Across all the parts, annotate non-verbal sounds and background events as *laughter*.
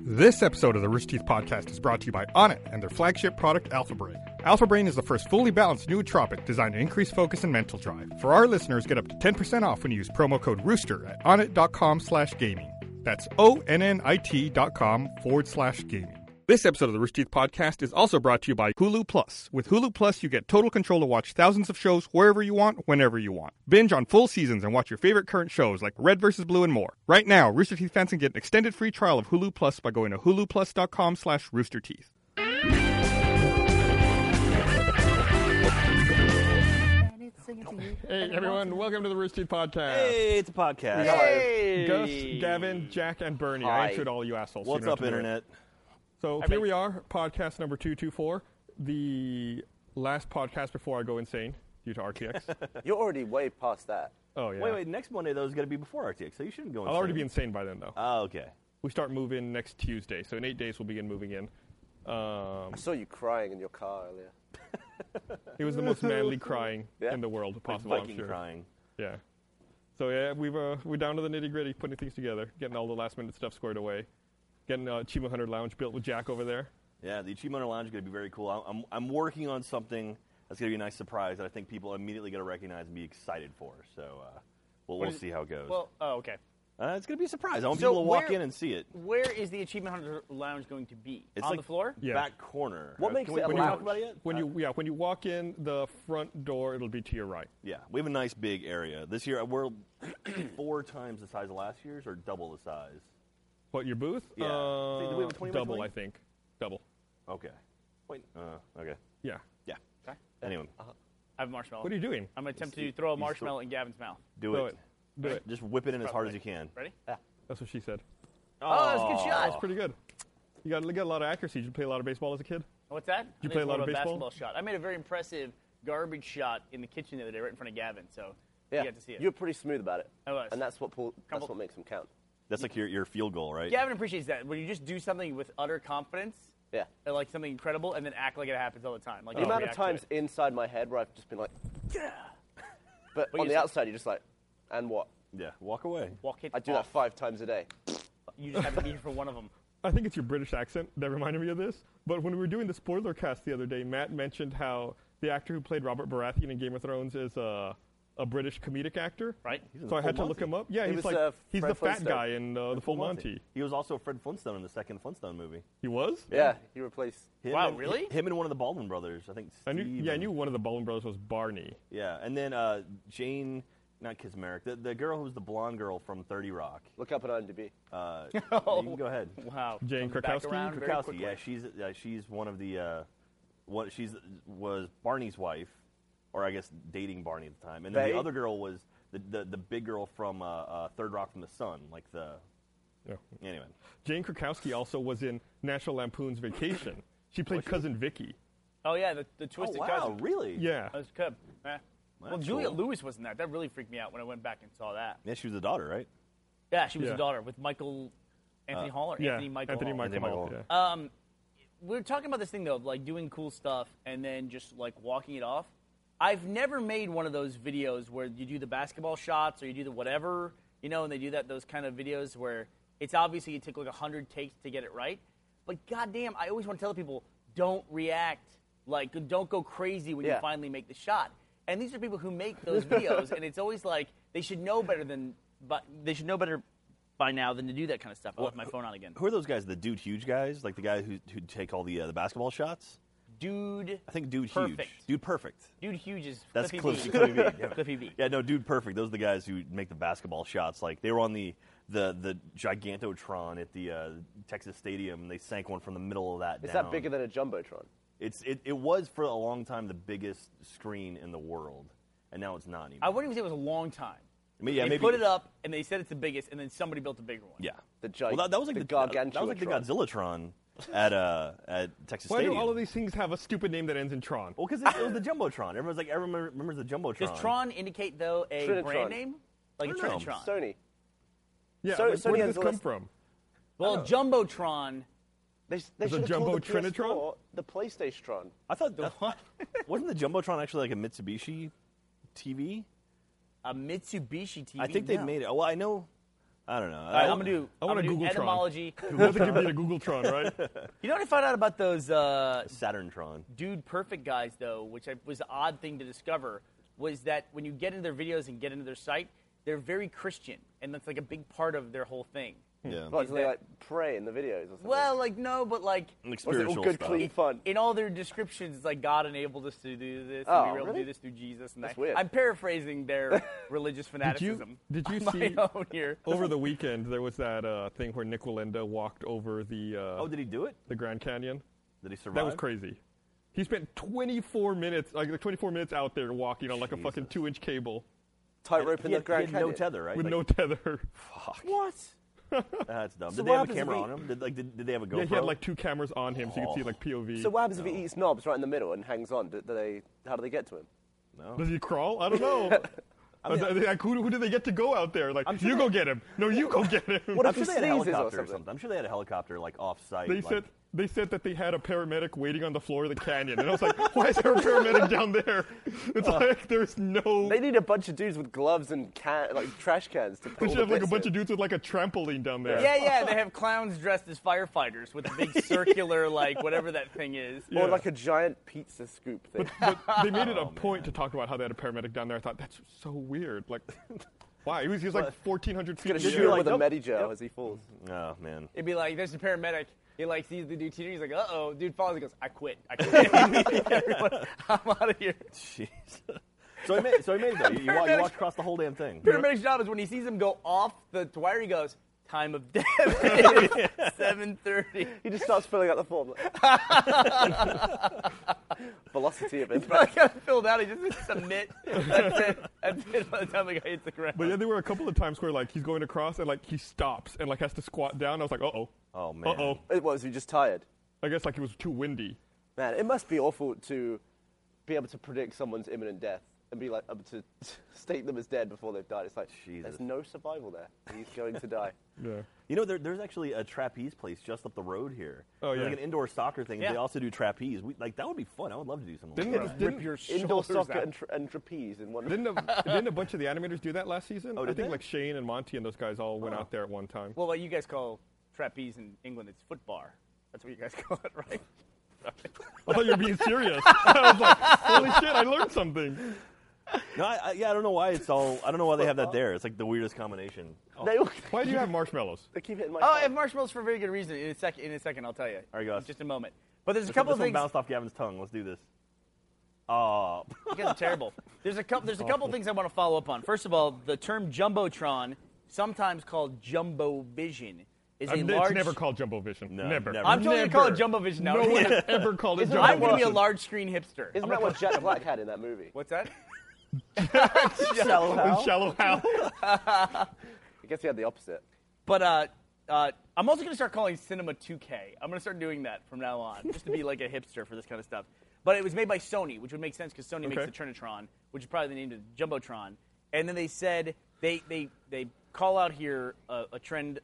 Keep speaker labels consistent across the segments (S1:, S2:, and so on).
S1: This episode of the Rooster Teeth Podcast is brought to you by Onnit and their flagship product, Alpha Brain. Alpha Brain is the first fully balanced nootropic designed to increase focus and mental drive. For our listeners, get up to 10% off when you use promo code ROOSTER at onnit.com slash gaming. That's O-N-N-I-T dot com forward slash gaming. This episode of the Rooster Teeth Podcast is also brought to you by Hulu Plus. With Hulu Plus, you get total control to watch thousands of shows wherever you want, whenever you want. Binge on full seasons and watch your favorite current shows like Red vs. Blue and more. Right now, Rooster Teeth fans can get an extended free trial of Hulu Plus by going to huluplus.com slash roosterteeth. Hey, everyone. Welcome to the Rooster Teeth Podcast.
S2: Hey, it's a podcast.
S1: Gus, Gavin, Jack, and Bernie. I
S2: Hi.
S1: answered all you assholes. so you
S2: What's
S1: don't have
S2: up,
S1: to do it.
S2: internet?
S1: So here we are, podcast number 224, the last podcast before I go insane due to
S2: *laughs*
S1: RTX.
S3: You're already way past that.
S1: oh, yeah.
S2: Wait, wait. Next Monday though is going to be before RTX, so you shouldn't go.
S1: I'll already be
S2: insane.
S1: insane by then, though.
S2: Oh, okay.
S1: we start moving next Tuesday, so in eight days we'll begin moving in. Um,
S3: I saw you crying in your car earlier.
S1: it was the most manly
S2: *laughs*
S1: crying
S3: Yeah.
S1: in the world possible,
S2: Viking
S1: I'm sure.
S2: crying.
S1: Yeah. So yeah, we've uh, we're down to the nitty gritty, putting things together, getting all the last minute stuff squared away, getting uh, Chima Hunter Lounge built with Jack over there.
S2: Yeah, the Achievement Hunter Lounge is going to be very cool. I- I'm, I'm working on something that's going to be a nice surprise that I think people are immediately going to recognize and be excited for. So uh, we'll, we'll
S4: is-
S2: see how it goes.
S4: Well, oh, okay.
S2: uh, it's going to be a surprise. I want
S4: So
S2: people to walk
S4: where-
S2: in and see it.
S4: Where is the Achievement Hunter Lounge going to be?
S2: It's
S4: On
S2: like
S4: the floor?
S1: Yeah.
S2: Back corner.
S3: What
S2: Uh,
S3: makes
S2: can we,
S3: it a
S2: can we talk
S3: lounge?
S2: about it yet?
S1: When you yeah, when you walk in the front door, it'll be to your right.
S2: Yeah, we have a nice big area. This year uh, we're *clears throat* four times the size of last year's, or double the size.
S1: What your booth?
S2: Yeah.
S1: Uh,
S2: See, do we have a 20 by
S1: double,
S2: 20?
S1: I think. Double.
S2: Okay. Wait. Uh, okay.
S1: Yeah.
S2: Yeah. Anyway,
S4: Uh-huh. I have a marshmallow.
S1: What are you doing?
S4: I'm going to attempt
S2: He's-
S4: to throw a
S2: he's thro-
S4: marshmallow in Gavin's mouth.
S2: do
S1: Do
S2: it.
S1: it. Do it.
S2: Just whip it in as hard as you can.
S4: Ready?
S1: That's what she said.
S4: Oh, that's a good shot.
S1: That's pretty good. You got, you got a lot of accuracy. Did you play a lot of baseball as a kid?
S4: What's that? I
S1: you
S4: think
S1: play
S4: it's
S1: a
S4: more
S1: lot of
S4: a
S1: baseball?
S4: basketball shot. I made a very impressive garbage shot in the kitchen the other day, right in front of Gavin. So you got to see it.
S3: You were pretty smooth about it.
S4: I was.
S3: And that's what Paul, that's
S4: Couple-
S3: what makes him count.
S2: That's like your, your field goal, right?
S4: Gavin appreciates that when you just do something with utter confidence,
S3: Yeah.
S4: and, like something incredible, and then act like it happens all the time. Like
S3: The
S4: you
S3: amount of
S4: react to
S3: times
S4: it.
S3: inside my head where I've just been like, yeah.
S4: *laughs*
S3: But, on
S4: you
S3: the
S4: said-
S3: outside, you're just like, and what?
S2: Yeah. Walk away.
S4: walk it.
S3: I do
S4: off.
S3: that five times a day.
S4: You just have to be here for one of them.
S1: I think it's your British accent that reminded me of this. But when we were doing the spoiler cast the other day, Matt mentioned how the actor who played Robert Baratheon in Game of Thrones is a, a British comedic actor.
S4: Right.
S2: in
S1: So
S2: The
S1: I had to
S2: Full
S1: look
S2: Monty.
S1: him up. Yeah,
S3: He
S1: he's
S3: was,
S1: like
S3: uh,
S1: he's
S3: Fred
S1: the fat
S3: Flintstone.
S1: guy in uh, the Full Monty.
S2: He was also Fred Flintstone in the second Flintstone movie.
S1: He was.
S3: Yeah. You replace.
S2: Him
S4: Wow,
S2: and-
S4: really?
S2: Him and one of the Baldwin brothers, I think. Steve
S1: I knew. Yeah, I
S2: and-
S1: knew one of the Baldwin brothers was Barney.
S2: Yeah, and then uh, Jane, not Kismerick, the, the girl who was the blonde girl from Thirty Rock.
S3: Look up on IMDb.
S4: *laughs*
S2: Uh,
S4: Oh.
S2: You can go ahead.
S4: Wow.
S1: Jane
S4: Comes back
S1: Krakowski?
S4: around very
S2: Krakowski,
S4: quickly.
S2: yeah, she's uh, she's one of the uh, what she's was Barney's wife, or I guess dating Barney at the time, and then
S3: They-
S2: the other girl was the the, the big girl from uh, uh, Third Rock from the Sun, like the
S1: Yeah.
S2: anyway.
S1: Jane Krakowski also was in National Lampoon's Vacation. She played cousin Vicky.
S4: Oh yeah, the, the twisted
S2: wow,
S4: cousin.
S2: really?
S1: Yeah.
S4: That was good. Eh. Well,
S2: That's
S4: Juliet
S2: cool.
S4: Lewis wasn't that. That really freaked me out when I went back and saw that.
S2: Yeah, she was the daughter, right?
S4: Yeah, she was
S1: Yeah.
S4: a daughter with Michael Anthony Hall or
S1: yeah.
S4: Anthony Michael
S1: Anthony
S4: Hall.
S1: Michael.
S2: Anthony
S1: Hall,
S2: Michael.
S1: yeah.
S4: Um, we are talking about this thing though, of, like doing cool stuff and then just like walking it off. I've never made one of those videos where you do the basketball shots or you do the whatever, you know, and they do that those kind of videos where it's obviously you took like hundred takes to get it right. But goddamn, I always want to tell people don't react like don't go crazy when you
S3: Yeah.
S4: finally make the shot. And these are people who make those videos, and it's always like they should know better than, but they should know better by now than to do that kind of stuff. I left my phone on again.
S2: Who are those guys? The dude huge guys, like the guy who who take all the uh, the basketball shots.
S4: Dude,
S2: I think dude huge,
S4: Perfect.
S2: dude perfect.
S4: Dude Huge is
S2: That's
S4: Cliffy
S2: Cliff-
S4: B.
S2: Cliffy
S4: *laughs*
S2: B, damn it.
S4: Cliffy B.
S2: Yeah, no, dude perfect. Those are the guys who make the basketball shots. Like they were on the the the gigantotron at the uh, Texas Stadium, and they sank one from the middle of that.
S3: Is
S2: down.
S3: that bigger than a jumbotron?
S2: It's it, it was for a long time the biggest screen in the world, and now it's not anymore.
S4: I wouldn't even say it was a long time.
S2: I mean, yeah,
S4: they
S2: maybe-
S4: put it up and they said it's the biggest, and then somebody built a bigger one.
S2: Yeah,
S3: The giant-
S2: Well, that, that was like
S3: the
S2: the, that, that was like the
S3: gargantuatron.
S2: Godzillatron at uh at Texas
S1: Why
S2: Stadium.
S1: do all of these things have a stupid name that ends in Tron?
S2: Well, because it was the jumbotron. Everyone's like, everyone remembers the jumbotron.
S4: Does Tron indicate though a
S3: Trinitron.
S4: brand name? Like a
S2: don't know.
S4: Trinitron.
S3: Sony.
S1: yeah,
S3: so-
S1: like,
S3: so
S1: where
S3: he
S1: did
S3: has
S1: this
S3: all
S1: come
S3: this-
S1: from?
S4: well, Jumbotron.
S3: They, s- they
S1: Is it
S3: should have
S1: Jumbo
S3: called the PS4
S1: Trinitron?
S3: the PlayStation.
S2: I thought that, wasn't the jumbotron actually like a Mitsubishi TV?
S4: *laughs* A Mitsubishi TV.
S2: I think they
S4: No.
S2: made it. Well, I know I don't know.
S4: All right, I'm gonna do.
S1: I
S4: I'm
S1: want a
S4: gonna do
S1: Google Tron.
S4: etymology.
S1: Nothing can beat a Googletron, right?
S4: you know what I found out about those uh,
S2: Saturntron.
S4: dude perfect guys though, which I, was the odd thing to discover, was that when you get into their videos and get into their site, they're very Christian, and that's like a big part of their whole thing.
S1: Hmm.
S2: Yeah. Oh,
S3: Like, do they
S4: that-
S3: like pray in the videos or something?
S4: Well, like no, but like
S2: Like
S3: Or is it all
S2: spiritual
S3: good,
S2: stuff.
S3: clean fun?
S4: in all their descriptions, it's like God enabled us to do this, and we
S3: Oh,
S4: were able
S3: really?
S4: to do this through Jesus. And
S3: That's
S4: that.
S3: weird.
S4: I'm
S3: *laughs*
S4: paraphrasing their religious fanaticism.
S1: did you
S4: on
S1: see-
S4: my *laughs* own
S1: *laughs*
S4: here?
S1: Over the weekend, there was that uh, thing where Nick Walenda walked over the uh,
S2: Oh, did he do it?
S1: the Grand Canyon.
S2: Did he survive?
S1: That was crazy. He spent 24 minutes, like 24 minutes out there walking on like a fucking two-inch cable
S3: tightrope
S2: He
S3: in the
S2: had, he
S3: Grand
S2: had
S3: Canyon.
S2: no tether, right?
S1: with
S2: Like, uh,
S1: no tether.
S4: What?
S2: That's dumb.
S3: So
S2: did they have
S3: what
S2: a
S3: happens if
S2: camera
S3: he-
S2: on him? Did, like, did, did they have a
S1: *laughs*
S2: GoPro?
S1: Yeah, he had like two cameras on him, so you could see like
S2: Oh.
S1: POV.
S3: So what happens if he eats knobs right in the middle and hangs on? Do, do they? How do they get to him?
S1: Does he crawl? I don't
S2: *laughs*
S1: know. Uh, th- like, who, do- who do they get to go out there? Like, you go get him. No, you go get him.
S3: What
S2: I'm
S3: if he
S2: sure they had a
S3: sneezes or
S2: helicopter or
S3: something?
S2: something. I'm sure they had a helicopter like off-site.
S1: *laughs* they
S2: like,
S1: said they said that they had a paramedic waiting on the floor of the canyon, and I was like, why is there a paramedic down there? *laughs* It's
S2: Uh.
S1: like there's no.
S3: They need a bunch of dudes with gloves and can, like trash cans to
S1: They
S3: pull
S1: should
S3: the
S1: have like a
S3: bits
S1: bunch
S3: in.
S1: of dudes with like a trampoline down there.
S4: Yeah, yeah. They have clowns dressed as firefighters with a
S1: *laughs*
S4: big circular, like whatever that thing is.
S3: Or
S1: Yeah.
S3: like a giant pizza scoop *laughs* thing.
S1: But they made it a point to talk about how they had a paramedic down there. I thought that's so weird. Like, why? He was, he was like 1,400 feet.
S3: Gonna
S1: in the
S3: shoot
S1: air.
S3: him with a
S2: nope,
S3: Medigel as he falls.
S2: Oh man.
S4: It'd be like there's a paramedic. He like sees the dude teeter. He's like, uh oh, dude falls. He goes, I quit. I quit. Everyone, *laughs* I'm out of here.
S2: *laughs* Jeez. so he made. So he made it. Though. You, you, walk, you
S4: Paramedic-
S2: walk across the whole damn thing.
S4: Paramedic's job is when he sees him go off the to wire, he goes, time of death, 7.30.
S3: He just starts filling out
S1: *laughs*
S3: the form.
S1: *laughs*
S3: Velocity of
S4: *laughs* I
S3: impact.
S4: got it filled out. He just hits submit. That's it. That's it by the time the guy hits the ground.
S1: But yeah, there were a couple of times where like he's going across and like he stops and like has to squat down. I was like, uh oh.
S2: Oh, man.
S1: Uh oh.
S3: It was he just tired.
S1: I guess like it was too windy.
S3: Man, it must be awful to be able to predict someone's imminent death and be like able to *laughs* state them as dead before they've died. It's like
S2: Jesus.
S3: there's no survival there. He's going
S1: *laughs*
S3: to die.
S1: Yeah.
S2: You know, there, there's actually a trapeze place just up the road here.
S1: Oh,
S2: There's
S1: yeah.
S2: Like an indoor soccer thing.
S4: Yeah.
S2: They also do trapeze. We, like that would be fun. I would love to do something.
S1: Didn't
S2: like
S1: they
S2: that.
S1: just didn't, your
S3: Indoor soccer and, tra- and trapeze in one. *laughs*
S1: didn't a, didn't a bunch of the animators do that last season?
S2: Oh,
S1: I
S2: did
S1: think
S2: they?
S1: like Shane and Monty and those guys all went out there at one time.
S4: Well, what you guys call trapeze in England, it's foot bar. That's what you guys *laughs* call it, right?
S1: I thought you were being serious. I was like, holy shit, I learned something.
S2: No, I, I, yeah, I don't know why it's all. I don't know why they have that there. It's like the weirdest combination. Oh.
S3: They, all-
S1: Why do you have marshmallows?
S3: they keep hitting my.
S4: Oh, I have
S3: phone.
S4: marshmallows for a very good reason. In a, sec- in a second, I'll tell you.
S2: All right, guys.
S4: In just a moment. But there's a couple
S2: this
S4: of
S2: one
S4: things.
S2: bounced off Gavin's tongue. Let's do this. Oh,
S4: You guys are terrible. There's a couple. There's a couple things I want to follow up on. First of all, the term jumbotron, sometimes called jumbo vision, is
S1: I mean,
S4: a large.
S1: it's never called Jumbo Vision.
S2: No,
S1: never.
S2: never.
S4: I'm totally gonna call it
S1: Never.
S4: jumbo vision now. *laughs*
S1: No one has ever called it
S3: Isn't
S1: Jumbo
S3: that
S4: I'm gonna be a
S1: Vision.
S4: large screen hipster.
S3: Isn't that what Jack Black had in that movie?
S4: What's that?
S3: Shallow
S1: In Shallow Hal.
S3: I guess he had the opposite.
S4: But uh, uh, I'm also gonna start calling cinema 2K. I'm gonna start doing that from now on, just to be like a hipster for this kind of stuff. But it was made by Sony, which would make sense because Sony
S1: Okay.
S4: makes the Trinitron, which is probably the name of the jumbotron. And then they said they they they call out here a, a trend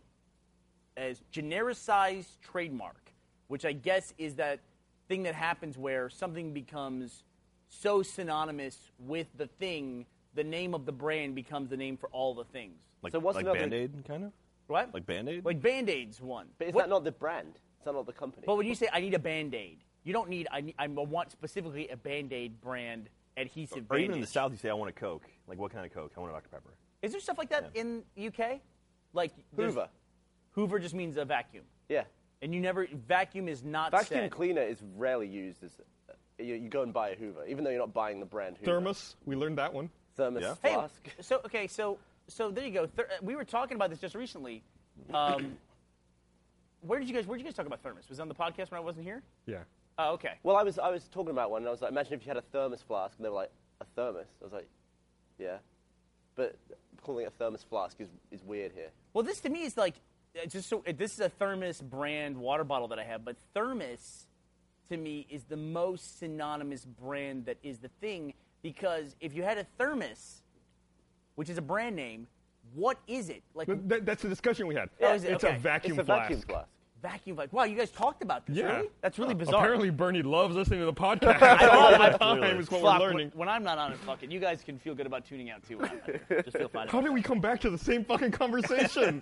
S4: as genericized trademark, which I guess is that thing that happens where something becomes so synonymous with the thing, the name of the brand becomes the name for all the things.
S2: like,
S3: So what's
S2: like
S3: another-
S2: Band Aid kind of?
S4: What?
S2: Like Band-Aid?
S4: Like Band Aid's one.
S3: But is
S4: What-
S3: that not the brand? Is that not the company?
S4: But when you say I need a Band Aid, you don't need I, need, I want specifically a Band Aid brand adhesive.
S2: Or even in the
S4: bandage.
S2: South, you say, "I want a Coke." Like, what kind of Coke? I want a Dr Pepper.
S4: Is there stuff like that
S2: Yeah.
S4: in UK? Like there's-
S3: Hoover.
S4: Hoover just means a vacuum,
S3: Yeah.
S4: and you never vacuum is not
S3: Vacuum
S4: said.
S3: cleaner is rarely used as. uh, You, you go and buy a Hoover, even though you're not buying the brand Hoover.
S1: Thermos. We learned that one.
S3: Thermos
S2: Yeah.
S4: Hey,
S3: flask.
S4: so okay, so so there you go. Thir- uh, we were talking about this just recently. Um, *coughs* where did you guys? Where did you guys talk about thermos? Was it on the podcast when I wasn't here?
S1: Yeah.
S4: Oh, okay.
S3: Well, I was I was talking about one, and I was like, imagine if you had a thermos flask, and they were like, a thermos. I was like, yeah, but calling it a thermos flask is is weird here.
S4: Well, this to me is like uh, just so uh, this is a Thermos brand water bottle that I have, but Thermos to me is the most synonymous brand that is the thing because if you had a Thermos, which is a brand name, what is it? Like
S1: Th- that- that's the discussion we had.
S4: Oh, is it?
S1: It's
S4: Okay.
S1: a vacuum
S3: it's a
S1: flask.
S3: vacuum flask.
S4: vacuum like, wow, you guys talked about this.
S5: Yeah.
S4: Really? That's really
S5: Uh,
S4: bizarre.
S5: Apparently, Bernie loves listening to the podcast.
S4: love
S5: all
S4: it.
S5: the time is
S4: Fuck,
S5: what we're
S4: when-
S5: learning.
S4: When I'm not on it, fucking, you guys can feel good about tuning out too. When I'm not here. Just feel fine.
S5: How did we come back to the same fucking conversation?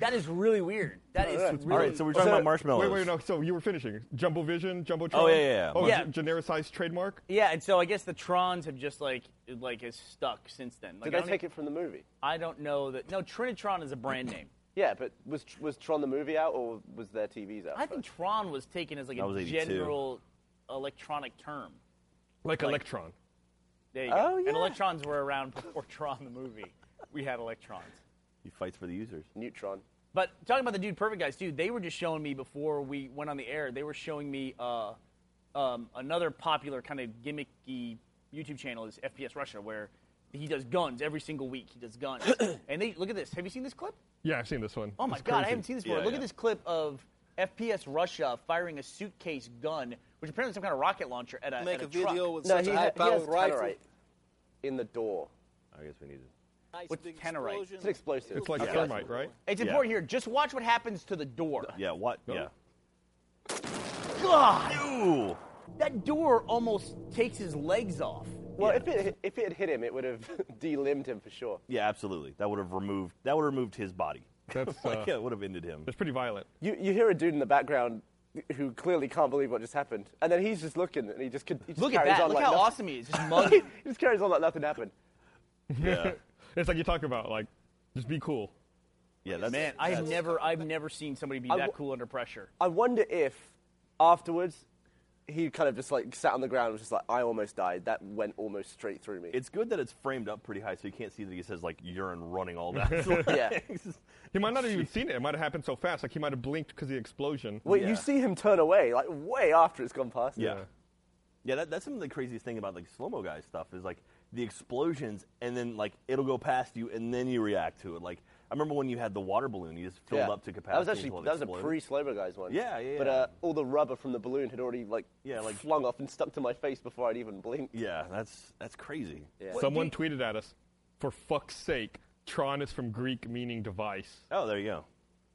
S4: That is really weird. That is really
S2: All right, so we're talking about marshmallows.
S5: Wait, wait, no. So you were finishing Jumbo Vision, Jumbo
S2: Oh, yeah, yeah, yeah.
S5: Oh,
S4: Yeah.
S5: g- genericized trademark.
S4: yeah, and so I guess the Trons have just like it, like is stuck since then. Like,
S3: Did
S4: I,
S3: they
S4: don't
S3: take
S4: e-
S3: it from the movie?
S4: I don't know that. No, Trinitron is a brand name.
S3: Yeah, but was was Tron the movie out or was their TVs out?
S4: I think
S3: first?
S4: Tron was taken as like
S2: That was
S4: a
S2: 82.
S4: general electronic term.
S5: Like, Electron.
S4: There you go.
S3: Oh, yeah.
S4: And electrons were around before *laughs* Tron the movie. We had electrons.
S2: He fights for the users.
S3: Neutron.
S4: But talking about the dude perfect guys, dude, they were just showing me before we went on the air. They were showing me uh, um, another popular kind of gimmicky YouTube channel is FPS Russia, where he does guns every single week. He does
S5: *clears throat*
S4: guns, and they look at this. Have you seen this clip?
S5: Yeah, I've seen this one.
S4: Oh my
S5: It's
S4: god, I
S5: crazy.
S4: haven't seen this before.
S2: Yeah,
S4: Look
S2: yeah.
S4: at this clip of FPS Russia firing a suitcase gun, which apparently is some kind of rocket launcher at a, at
S6: Make a
S4: a truck.
S6: video with
S3: No,
S6: such
S3: he,
S6: a
S3: ha- he has
S6: high-powered rifle.
S3: tannerite in the door.
S2: I guess we need it.
S6: Nice
S4: What's
S6: big
S4: tannerite?
S6: explosion.
S3: It's an explosive.
S5: It's like
S2: Yeah.
S5: thermite, right?
S4: It's
S2: Yeah.
S4: important here. Just watch what happens to the door.
S2: Yeah, what? Yeah.
S4: God,
S2: Ooh!
S4: that door almost takes his legs off.
S3: Well, if it if it had hit him, it would have *laughs* delimbed him for sure.
S2: Yeah, absolutely. That would have removed. That would have removed his body. *laughs*
S5: That's,
S2: like,
S5: uh,
S2: yeah, it would have
S1: *laughs*
S2: ended him.
S5: It's pretty violent.
S3: You you hear a dude in the background who clearly can't believe what just happened, and then he's just looking, and he just, could, he just
S4: Look at
S3: carries
S4: that.
S3: on
S4: Look
S3: like
S4: how
S3: nothing-
S4: awesome he is. Just *laughs* mugging.
S3: *laughs* he just carries on like nothing happened.
S2: Yeah,
S5: It's like you talk about, like, just be cool.
S2: yeah. That's,
S4: Man, I've
S2: that's-
S4: never, I've never seen somebody be
S3: w-
S4: that cool under pressure.
S3: I wonder if afterwards he kind of just like sat on the ground and was just like, I almost died. That went almost straight through me.
S2: It's good that it's framed up pretty high, so you can't see that he says like urine running all
S3: *laughs*
S2: that.
S3: Yeah.
S5: He might not have even seen it. It might have happened so fast. Like, he might have blinked because of the explosion.
S3: Well,
S2: yeah.
S3: you see him turn away like way after it's gone past. him.
S2: Yeah. Yeah, that, that's some of the craziest thing about like slow mo guy stuff is like the explosions, and then like it'll go past you, and then you react to it. Like I remember when you had the water balloon, you just filled
S3: Yeah.
S2: up to capacity.
S3: That was
S2: until
S3: actually
S2: it
S3: that was a
S2: exploded.
S3: pre slow mo guys one.
S2: Yeah, yeah,
S3: But
S2: yeah.
S3: uh, all the rubber from the balloon had already like,
S2: Yeah, like-
S3: flung off and stuck to my face before I'd even blinked.
S2: Yeah, that's that's crazy.
S3: Yeah.
S5: Someone tweeted at us, for fuck's sake, Tron is from Greek meaning device.
S2: Oh, there you go.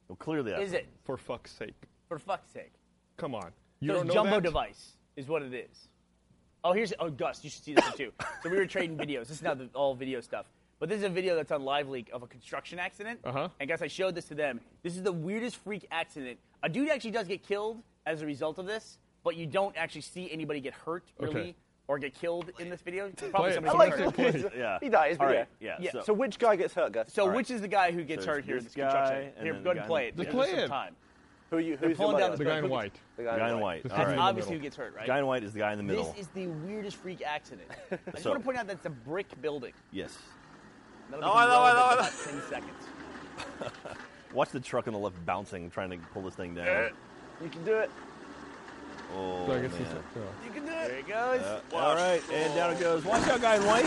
S2: Well, clearly that's
S4: Is it?
S5: For fuck's sake.
S4: For fuck's sake.
S5: Come on. You
S4: There's
S5: don't know
S4: jumbo
S5: that?
S4: device is what it is. Oh, here's oh Gus, you should see this one
S5: *laughs*
S4: too. So we were trading videos. This is not the, all video stuff, but this is a video that's on Live Leak of a construction accident.
S5: Uh-huh.
S4: And guys, I showed this to them. This is the weirdest freak accident. A dude actually does get killed as a result of this, but you don't actually see anybody get hurt really
S5: Okay.
S4: or get killed in this video. Probably
S5: it.
S4: somebody
S5: I
S4: got
S5: like
S4: hurt.
S5: it.
S2: Yeah.
S3: He dies, but
S2: All
S3: yeah.
S2: right. Yeah.
S4: Yeah,
S2: So,
S3: So which guy gets hurt, Gus?
S4: So
S2: right.
S4: which is the guy who gets
S2: So
S4: hurt here in
S2: this
S4: this
S2: guy,
S4: construction?
S2: and
S4: Here,
S2: then the
S4: go ahead and
S2: guy
S4: play
S2: in-
S4: it.
S2: Just
S4: Give
S5: play
S4: us some
S5: it.
S4: Time.
S3: Who are you? Who's
S4: pulling
S3: your
S4: down
S3: money
S4: the
S5: The
S3: on?
S5: guy in
S4: Look-
S5: white.
S3: The
S2: guy in white.
S5: Just
S2: All
S5: leave
S2: right.
S5: him
S4: Obviously,
S5: middle.
S4: who gets hurt, right?
S2: Guy in white is the guy in the middle.
S4: This is the weirdest freak *laughs* accident. I just
S2: So-
S4: want to point out that's a brick building.
S2: yes.
S4: That'll
S6: No,
S4: become
S6: I know, I know,
S4: relevant
S6: I
S4: in about 10 seconds.
S2: Watch the truck on the left bouncing, trying to pull this thing down.
S3: You can do it.
S2: Oh,
S5: So I guess he's-
S2: man.
S5: yeah.
S4: *laughs*
S6: You can do it.
S4: There it goes.
S2: Uh, all right, and down it goes. Watch out, guy in white.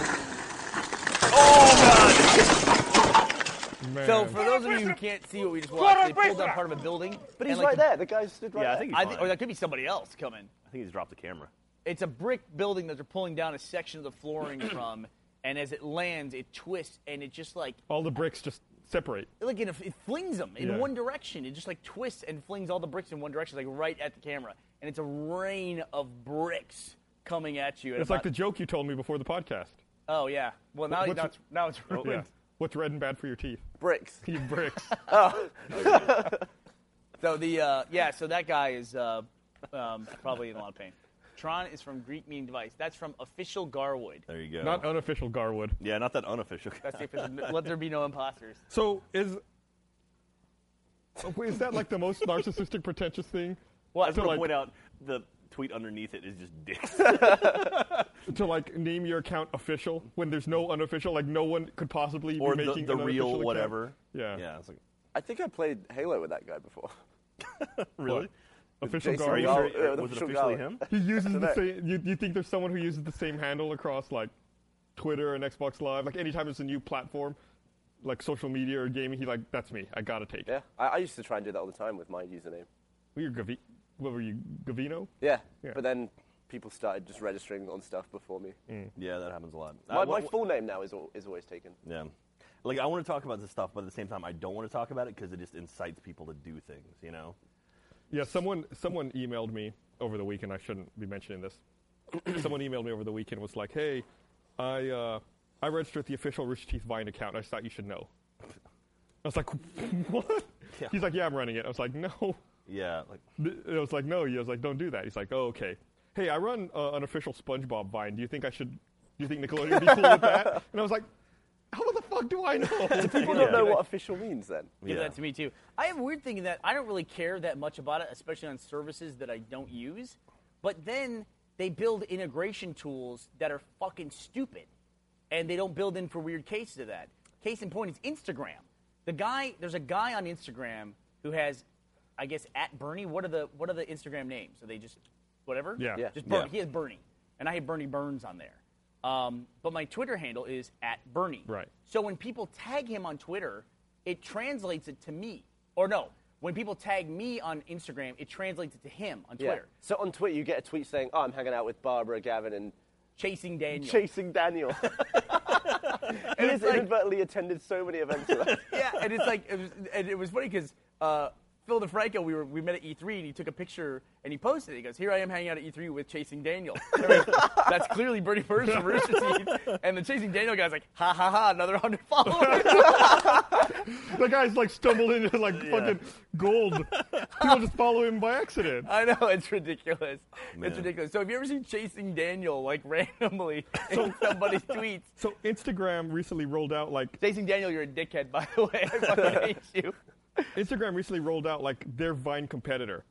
S4: so,
S5: Man.
S4: for those of you who can't see what we just watched, they pulled up part of a building.
S3: But he's
S4: and,
S3: right
S4: like,
S3: there. The guy stood right
S2: Yeah, I
S3: there.
S2: think
S4: I
S2: he's
S4: thi-
S2: fine.
S4: or that could be somebody else coming.
S2: I think he's dropped the camera.
S4: It's a brick building that they're pulling down a section of the flooring *coughs* from, and as it lands, it twists and it just like
S5: All the bricks just separate.
S4: like it, it flings them in
S5: Yeah.
S4: one direction. It just like twists and flings all the bricks in one direction, like right at the camera. And it's a rain of bricks coming at you. at
S5: It's like the
S4: about-
S5: joke you told me before the podcast.
S4: oh yeah. Well now,
S5: What's- Oh,
S4: now it's now it's ruined.
S5: Yeah. What's red and bad for your teeth?
S3: bricks.
S5: *laughs* You bricks.
S4: *laughs* So the uh, yeah, so that guy is uh, um, probably in a lot of pain. Tron is from Greek meaning device. That's from official Garwood.
S2: There you go.
S5: Not unofficial Garwood.
S2: yeah, not that unofficial. *laughs*
S4: That's the official- Let there be no imposters.
S5: So is Oh, is that like the most narcissistic, pretentious thing?
S4: Well,
S2: I just
S5: So,
S2: want
S5: like-
S2: to point out the tweet underneath it is just dicks.
S5: *laughs* To like name your account official when there's no unofficial, like no one could possibly
S2: or
S5: be
S2: the,
S5: making
S2: the
S5: an unofficial
S2: real
S5: account.
S2: whatever.
S5: Yeah.
S2: Yeah. It's like,
S3: I think I played Halo with that guy before.
S2: really?
S5: Official
S3: Jason
S2: Are you
S5: Garwood.
S3: Gar-
S2: sure?
S3: uh, the
S2: was it
S3: official
S2: officially
S3: guy.
S2: him?
S5: He uses the
S3: that.
S5: same. You, you think there's someone who uses the same handle across like Twitter and Xbox Live? Like anytime there's a new platform, like social media or gaming, he like that's me. I gotta take. it.
S3: Yeah, I, I used to try and do that all the time with my username.
S5: We were Gavi- What were you, Gavino?
S3: Yeah,
S5: Yeah.
S3: but then people started just registering on stuff before me.
S2: *laughs*
S5: Mm.
S2: Yeah, that happens a lot.
S3: My,
S2: Uh,
S3: my
S2: wh- wh-
S3: full name now is, al- is always taken.
S2: yeah. Like I want to talk about this stuff, but at the same time, I don't want to talk about it because it just incites people to do things. You know.
S5: Yeah, someone someone emailed me over the weekend. I shouldn't be mentioning this. someone emailed me over the weekend was like, "Hey, I uh, I registered the official Rooster Teeth Vine account. I just thought you should know." I was like, *laughs* "What?"
S2: Yeah.
S5: He's like, "Yeah, I'm running it." I was like, "No." *laughs*
S2: Yeah, like
S5: Th- I was like, "No." I was like, "Don't do that." He's like, "Oh, okay." Hey, I run uh, an official SpongeBob Vine. Do you think I should? Do you think Nickelodeon would be cool with that? And I was like, "How the fuck do I know?" *laughs*
S3: *laughs* People
S2: Yeah.
S3: don't know what official means then.
S4: Give
S2: Yeah.
S4: that to me too. I have a weird thinking that I don't really care that much about it, especially on services that I don't use. But then they build integration tools that are fucking stupid, and they don't build in for weird cases of that. Case in point is Instagram. The guy, there's a guy on Instagram who has, I guess, at Bernie. What are the what are the Instagram names? Are they just whatever?
S5: Yeah. Yeah.
S4: Just Bernie.
S2: Yeah.
S4: He has Bernie, and I have Bernie Burns on there. Um, but my Twitter handle is at Bernie.
S5: Right.
S4: So when people tag him on Twitter, it translates it to me. Or no, when people tag me on Instagram, it translates it to him on
S3: Yeah.
S4: Twitter.
S3: So on Twitter, you get a tweet saying, "Oh, I'm hanging out with Barbara, Gavin, and
S4: Chasing Daniel.
S3: chasing
S5: *laughs*
S3: Daniel." *laughs* he has
S4: it's like-
S3: inadvertently attended so many events.
S5: *laughs*
S3: with us.
S4: *laughs* yeah, and it's like, it was, and it was funny because uh, Phil DeFranco, we were we met at E3, and he took a picture and he posted it. He goes, "Here I am hanging out at E3 with Chasing Daniel." *laughs* That's clearly Bernie Burns from Rooster Teeth, and the Chasing Daniel guy's like, "Ha ha ha!" Another hundred followers. *laughs*
S5: the guy's like stumbled into like fucking gold. People just follow him by accident.
S4: I know it's ridiculous.
S2: man.
S4: it's ridiculous. So if you ever seen Chasing Daniel like *laughs* randomly in somebody's tweets,
S5: So Instagram recently rolled out like
S4: Chasing Daniel, you're a dickhead by the way. *laughs* I fucking hate you.
S5: Instagram recently rolled out like their Vine competitor,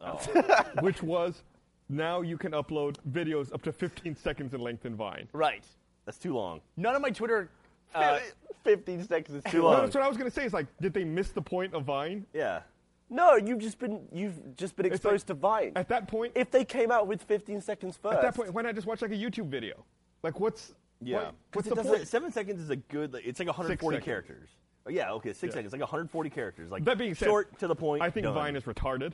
S2: Oh.
S5: *laughs* which was now you can upload videos up to 15 seconds in length in Vine.
S4: Right.
S2: that's too long.
S4: None of my Twitter.
S3: *laughs*
S4: Uh,
S3: 15 seconds is too
S5: Well,
S3: long.
S5: that's what I was gonna say. Is like, did they miss the point of Vine?
S2: Yeah,
S3: No, you've just been you've just been
S5: It's like-
S3: exposed to Vine.
S5: At that point,
S3: if they came out with 15 seconds first,
S5: at that point, why not just watch like a YouTube video? Like, what's
S2: yeah.
S5: why- what's
S2: It
S5: the
S2: doesn't-
S5: point?
S2: Seven seconds is a good. Like, it's like 140
S5: seconds.
S2: characters. Oh, yeah, okay, six seconds, like 140 characters. Like
S5: That being said,
S2: short to the point.
S5: I think
S2: done.
S5: Vine is retarded.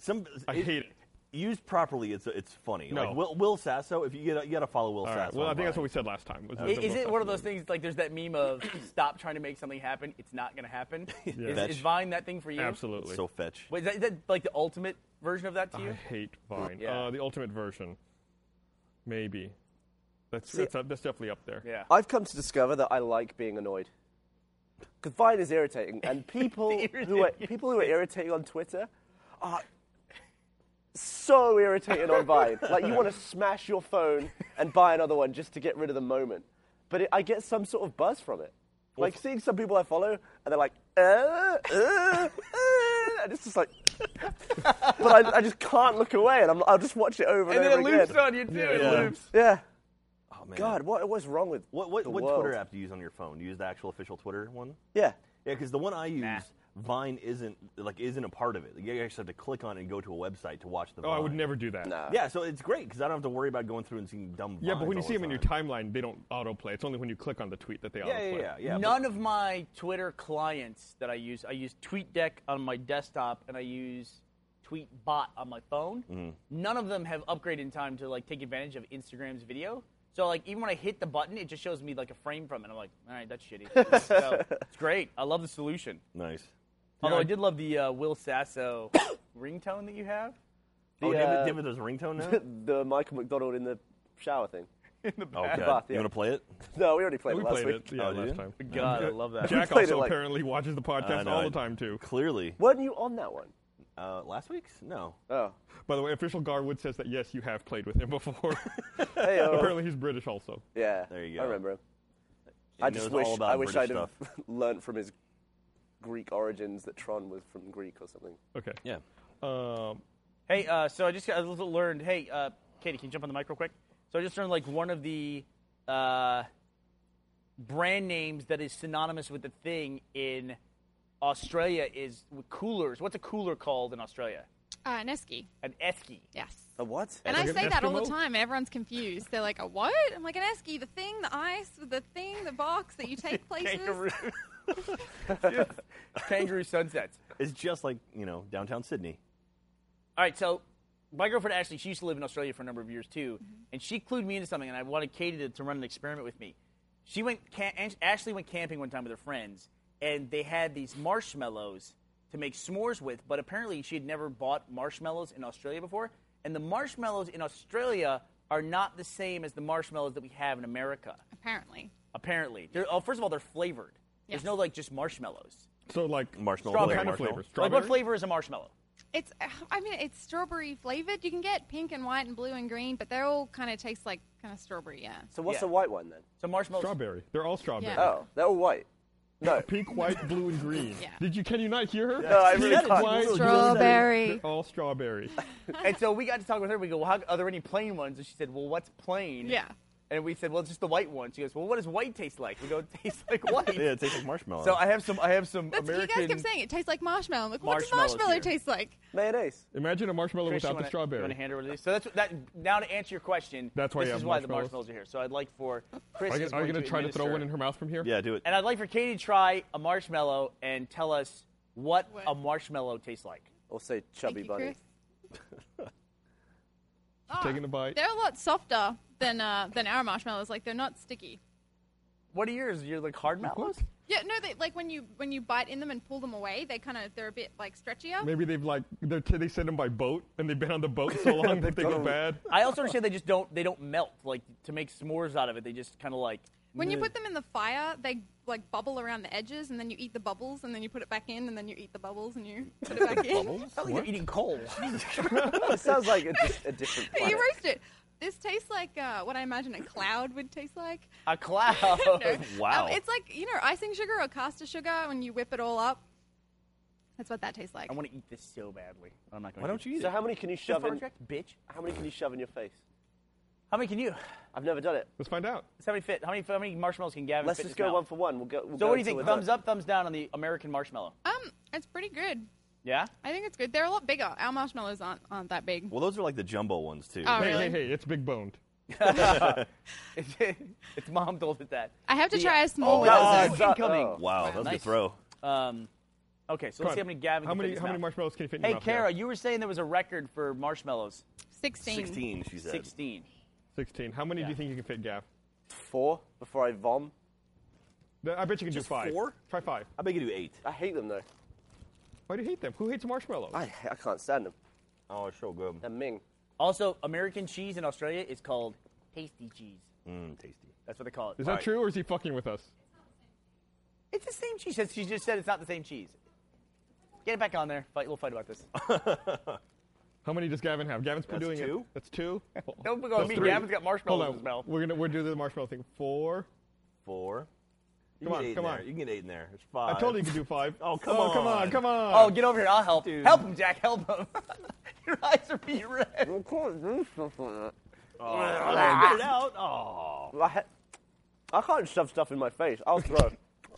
S2: Some,
S5: I hate it.
S2: Used properly, it's it's funny.
S5: No.
S2: Like Will, Will Sasso, if you get you got to follow Will
S5: All
S2: Sasso.
S5: right. Well, I
S2: on
S5: think that's
S2: Vine.
S5: what we said last time. Was
S4: i- is it one of those things like there's that meme of *clears throat* stop trying to make something happen, it's not going to happen? Is,
S2: Fetch.
S4: is Vine that thing for you?
S5: Absolutely.
S2: So fetch.
S4: Wait, is, that, is that like the ultimate version of that to you?
S5: I hate Vine.
S4: Yeah.
S5: Uh, the ultimate version, maybe. That's
S3: See-
S5: that's, up, that's definitely up there.
S4: yeah.
S3: I've come to discover that I like being annoyed. Because Vine is irritating,
S4: *laughs*
S3: and people who are
S4: irritating.
S3: people who are irritating on Twitter are so irritating on Vine. Like you want to smash your phone and buy another one just to get rid of the moment. But it, I get some sort of buzz from it. Like seeing some people I follow, and they're like, uh, uh, uh, and it's just like. *laughs* but I, I just can't look away, and I'm, I'll just watch it over and,
S4: And then
S3: over
S4: it loops
S3: again.
S4: on you too. It
S2: Yeah.
S4: loops.
S3: Yeah.
S2: Oh, man.
S3: God, what what's wrong with
S2: What what,
S3: the
S2: what
S3: world?
S2: Twitter app do you use on your phone? Do you use the actual official Twitter one?
S3: Yeah. *laughs*
S2: Yeah, because the one I use, Vine isn't like isn't a part of it. You actually have to click on it and go to a website to watch the.
S5: Oh, I would
S2: Vine.
S5: never do that.
S3: No.
S2: Yeah, so it's great because I don't have to worry about going through and seeing dumb.
S5: Yeah, but
S2: Vines
S5: when you
S2: all
S5: see
S2: the
S5: them in your
S2: time.
S5: timeline, they don't autoplay. It's only when you click on the tweet that they
S2: Yeah,
S5: autoplay.
S2: yeah, yeah, yeah. but-
S4: None of my Twitter clients that I use, I use TweetDeck on my desktop and I use TweetBot on my phone.
S2: Mm-hmm.
S4: None of them have upgraded in time to like take advantage of Instagram's video. So like even when I hit the button, it just shows me like a frame from it. I'm like, all right,
S2: *laughs*
S4: that's shitty. so, it's great. I love the solution.
S2: nice.
S4: Although
S5: I-
S4: I did love the uh, Will Sasso *coughs* ringtone that you have
S2: oh,
S3: The,
S2: David,
S3: uh,
S2: David, there's a
S3: *laughs*
S2: ringtone now.
S3: the Michael McDonald in the
S2: *laughs*
S3: shower thing.
S4: in the
S2: Oh
S4: back.
S2: god,
S3: Bath,
S2: you
S3: yeah.
S2: want to play it?
S3: No, we already played
S5: We
S3: it last
S5: played
S3: week.
S5: it yeah,
S2: Oh, did
S5: last
S2: you?
S5: time.
S4: God, I love
S2: *laughs*
S4: that.
S5: Jack
S3: played it
S5: also
S3: like-
S5: apparently watches the
S2: I
S5: podcast
S2: know,
S5: all the
S2: I-
S5: time too.
S2: Clearly,
S3: Weren't you on that one?
S2: uh, last week's no.
S3: Oh,
S5: By the way, official Garwood says that yes, you have played with
S2: *laughs*
S5: him
S3: *laughs*
S5: before. *laughs*
S3: hey, oh,
S5: apparently, he's British also.
S3: yeah.
S2: There you go.
S3: I remember him.
S2: He
S3: I just
S2: knows
S3: wish
S2: all about
S3: I wish I'd
S2: British
S3: have
S2: stuff.
S3: *laughs* learnt from his Greek origins that Tron was from Greek or something.
S5: Okay.
S2: Yeah.
S5: Um,
S4: Hey, uh, so I just got, I just learned. Hey, uh, Katie, can you jump on the mic real quick? So I just learned like one of the uh, brand names that is synonymous with the thing in Australia is coolers. What's a cooler called in Australia?
S6: Uh, Nesky,
S4: An esky.
S6: yes.
S3: A what?
S6: And I
S5: Like an
S6: say that all
S5: Eskimo?
S6: the time. Everyone's confused. They're like, a what? I'm like, an Esky, the thing, the ice, the thing, the box that
S4: *laughs*
S6: you take places.
S4: Kangaroo. *laughs* Kangaroo sunsets.
S2: It's just like you know downtown Sydney.
S4: All right, so my girlfriend Ashley, she used to live in Australia for a number of years too, and she clued me into something, and I wanted Katie to, to run an experiment with me. She went, ca- Ash- Ashley went camping one time with her friends, and they had these marshmallows to to make s'mores with, but apparently she had never bought marshmallows in Australia before. And the marshmallows in Australia are not the same as the marshmallows that we have in America,
S6: apparently.
S4: apparently. They're, oh, first of all, they're flavored.
S6: Yes.
S4: There's no, like, just marshmallows.
S5: So like
S2: Marshmallow
S5: what
S4: flavor,
S5: kind of
S2: marshmallow.
S5: flavors?
S4: Like,
S5: Strawberry.
S4: what flavor is a marshmallow?
S6: It's, uh, I mean, it's strawberry flavored. You can get pink and white and blue and green, but they all kind of taste like kind of strawberry, yeah.
S3: So what's
S4: Yeah.
S3: the white one then?
S4: So marshmallows. *laughs*
S5: Strawberry. They're all strawberry.
S6: Yeah.
S3: Oh, they're all white. No. *laughs*
S5: *laughs* Pink, white, blue, and green.
S6: *laughs* Yeah.
S5: Did you? Can you not hear her?
S3: No, I
S5: Pink,
S3: really can't.
S5: white, blue,
S6: Strawberry.
S5: They're all strawberry.
S4: and so we got to talk with her. We go, well, how, are there any plain ones? And she said, well, what's plain?
S6: Yeah.
S4: And we said, well, it's just the white one. She goes, well, what does white taste like? We go, it tastes like white.
S2: Yeah, it tastes like marshmallow.
S4: So I have some. I have some
S6: That's
S4: American.
S6: what you guys kept saying. It tastes like marshmallow. I'm like, what does
S4: Marshmallows
S6: marshmallow
S4: here.
S6: taste like?
S3: Mayonnaise.
S5: Imagine a marshmallow
S4: Chris, you
S5: without
S4: wanna-
S5: the
S4: You
S5: strawberry.
S4: want to hand her one of these? So that's that. Now to answer your question,
S5: That's why you
S4: this
S5: have
S4: is why the
S5: marshmallows.
S4: marshmallows are here. So I'd like for Chris.
S5: Are you,
S4: is
S5: are you
S4: going
S5: gonna try to throw
S4: administer-
S5: one in her mouth from here?
S2: yeah, do it.
S4: And I'd like for Katie to try a marshmallow and tell us what,
S6: What?
S4: a marshmallow tastes like.
S3: Or say
S6: Thank
S3: chubby
S6: you,
S3: bunny.
S6: Chris. Ah,
S5: Taking a bite.
S6: They're a lot softer than uh, than our marshmallows. Like they're not sticky.
S4: What are yours? You're like hard mallows.
S6: Yeah, no, they, like when you when you bite in them and pull them away, they kind of they're a bit like stretchier.
S5: Maybe they've like they're t- they send them by boat and they've been on the boat
S4: *laughs*
S5: so long that they go
S3: Totally.
S5: bad.
S4: I also understand they just don't. They don't melt. Like to make s'mores out of it, they just kind of like.
S6: When you
S4: meh.
S6: put them in the fire, they like bubble around the edges, and then you eat the bubbles, and then you put it back in, and then you eat the bubbles,
S2: *laughs*
S6: and you put it back in.
S4: I like you're eating coal.
S3: *laughs* It sounds like a, dis- a
S6: *laughs*
S3: different
S6: *laughs* you
S3: planet.
S6: roast it. This tastes like uh, what I imagine a cloud would taste like.
S4: *laughs* a cloud.
S5: *laughs*
S6: No.
S2: *laughs* Wow.
S6: Um, it's like you know icing sugar or caster sugar when you whip it all up. That's what that tastes like.
S4: I want to eat this so badly. I'm not going.
S2: Why don't you eat
S3: So
S2: it?
S3: how many can you shove in?
S4: bitch.
S3: How many can you shove in your face?
S4: How many can you?
S3: I've never done it.
S5: Let's find out.
S4: How many fit? How many? How many marshmallows can Gavin?
S3: Let's
S4: fit in
S3: just
S4: his
S3: go
S4: mouth?
S3: one for one. We'll go. We'll
S4: So
S3: go
S4: what do you
S3: until
S4: think?
S3: we're
S4: Thumbs
S3: done.
S4: up, thumbs down on the American marshmallow.
S6: Um, it's pretty good.
S4: Yeah. *laughs*
S6: I think it's good. They're a lot bigger. Our marshmallows aren't aren't that big.
S2: well, those are like the jumbo ones too.
S6: Oh,
S5: Hey,
S6: really?
S5: hey, hey! It's big boned.
S4: it's mom told us that.
S6: I have to
S4: The-
S6: try a small
S2: Oh,
S6: one.
S2: that
S4: Oh,
S2: was
S6: though.
S2: a-
S4: incoming.
S3: oh.
S2: Wow, that's
S4: Nice.
S2: a throw.
S4: Um, okay, so let's see how
S5: Come on.
S4: many Gavin.
S5: How
S4: can fit
S5: many?
S4: in his
S5: How many
S4: mouth.
S5: marshmallows can you fit in
S4: Hey,
S5: your mouth?
S4: Kara, you were saying there was a record for marshmallows.
S6: Sixteen.
S2: Sixteen, she said.
S4: Sixteen.
S5: Sixteen. How many do you
S4: Yeah.
S5: think you can fit, Gav?
S3: Four before I vom.
S5: Th- I bet you can
S2: Just
S5: do five.
S2: four?
S5: Try five.
S2: I bet you do eight.
S3: I hate them though.
S5: Why do you hate them? Who hates marshmallows?
S3: I I can't stand them.
S2: Oh, it's so good.
S3: They're Ming.
S4: Also, American cheese in Australia is called tasty cheese.
S2: Mmm, tasty.
S4: That's what they call it.
S5: is that
S2: Alright.
S5: true, or is he fucking with us?
S4: It's the same cheese. She just said it's not the same cheese. Get it back on there. Fight. We'll fight about
S5: *laughs*
S4: this.
S5: How many does Gavin have? Gavin's
S2: That's
S5: doing
S2: two.
S5: it.
S4: *laughs*
S5: That's two.
S4: Don't go with me.
S5: three.
S4: Gavin's got marshmallows
S5: Hold
S4: in
S5: on.
S4: his mouth.
S5: We're gonna we're do the marshmallow thing. Four.
S2: Four. You can
S5: Come on,
S2: get eight
S5: come
S2: in
S5: on.
S2: there. You can get eight in there. It's five.
S5: I told you you could do five.
S2: Oh, come
S5: Come on!
S2: on.
S5: Come
S4: Oh,
S5: on!
S4: get over here. I'll help.
S2: Dude.
S4: Help him, Jack. Help him. *laughs* Your eyes are being red.
S2: Get it out. Oh.
S3: I, ha- I can't shove stuff in my face. I'll throw.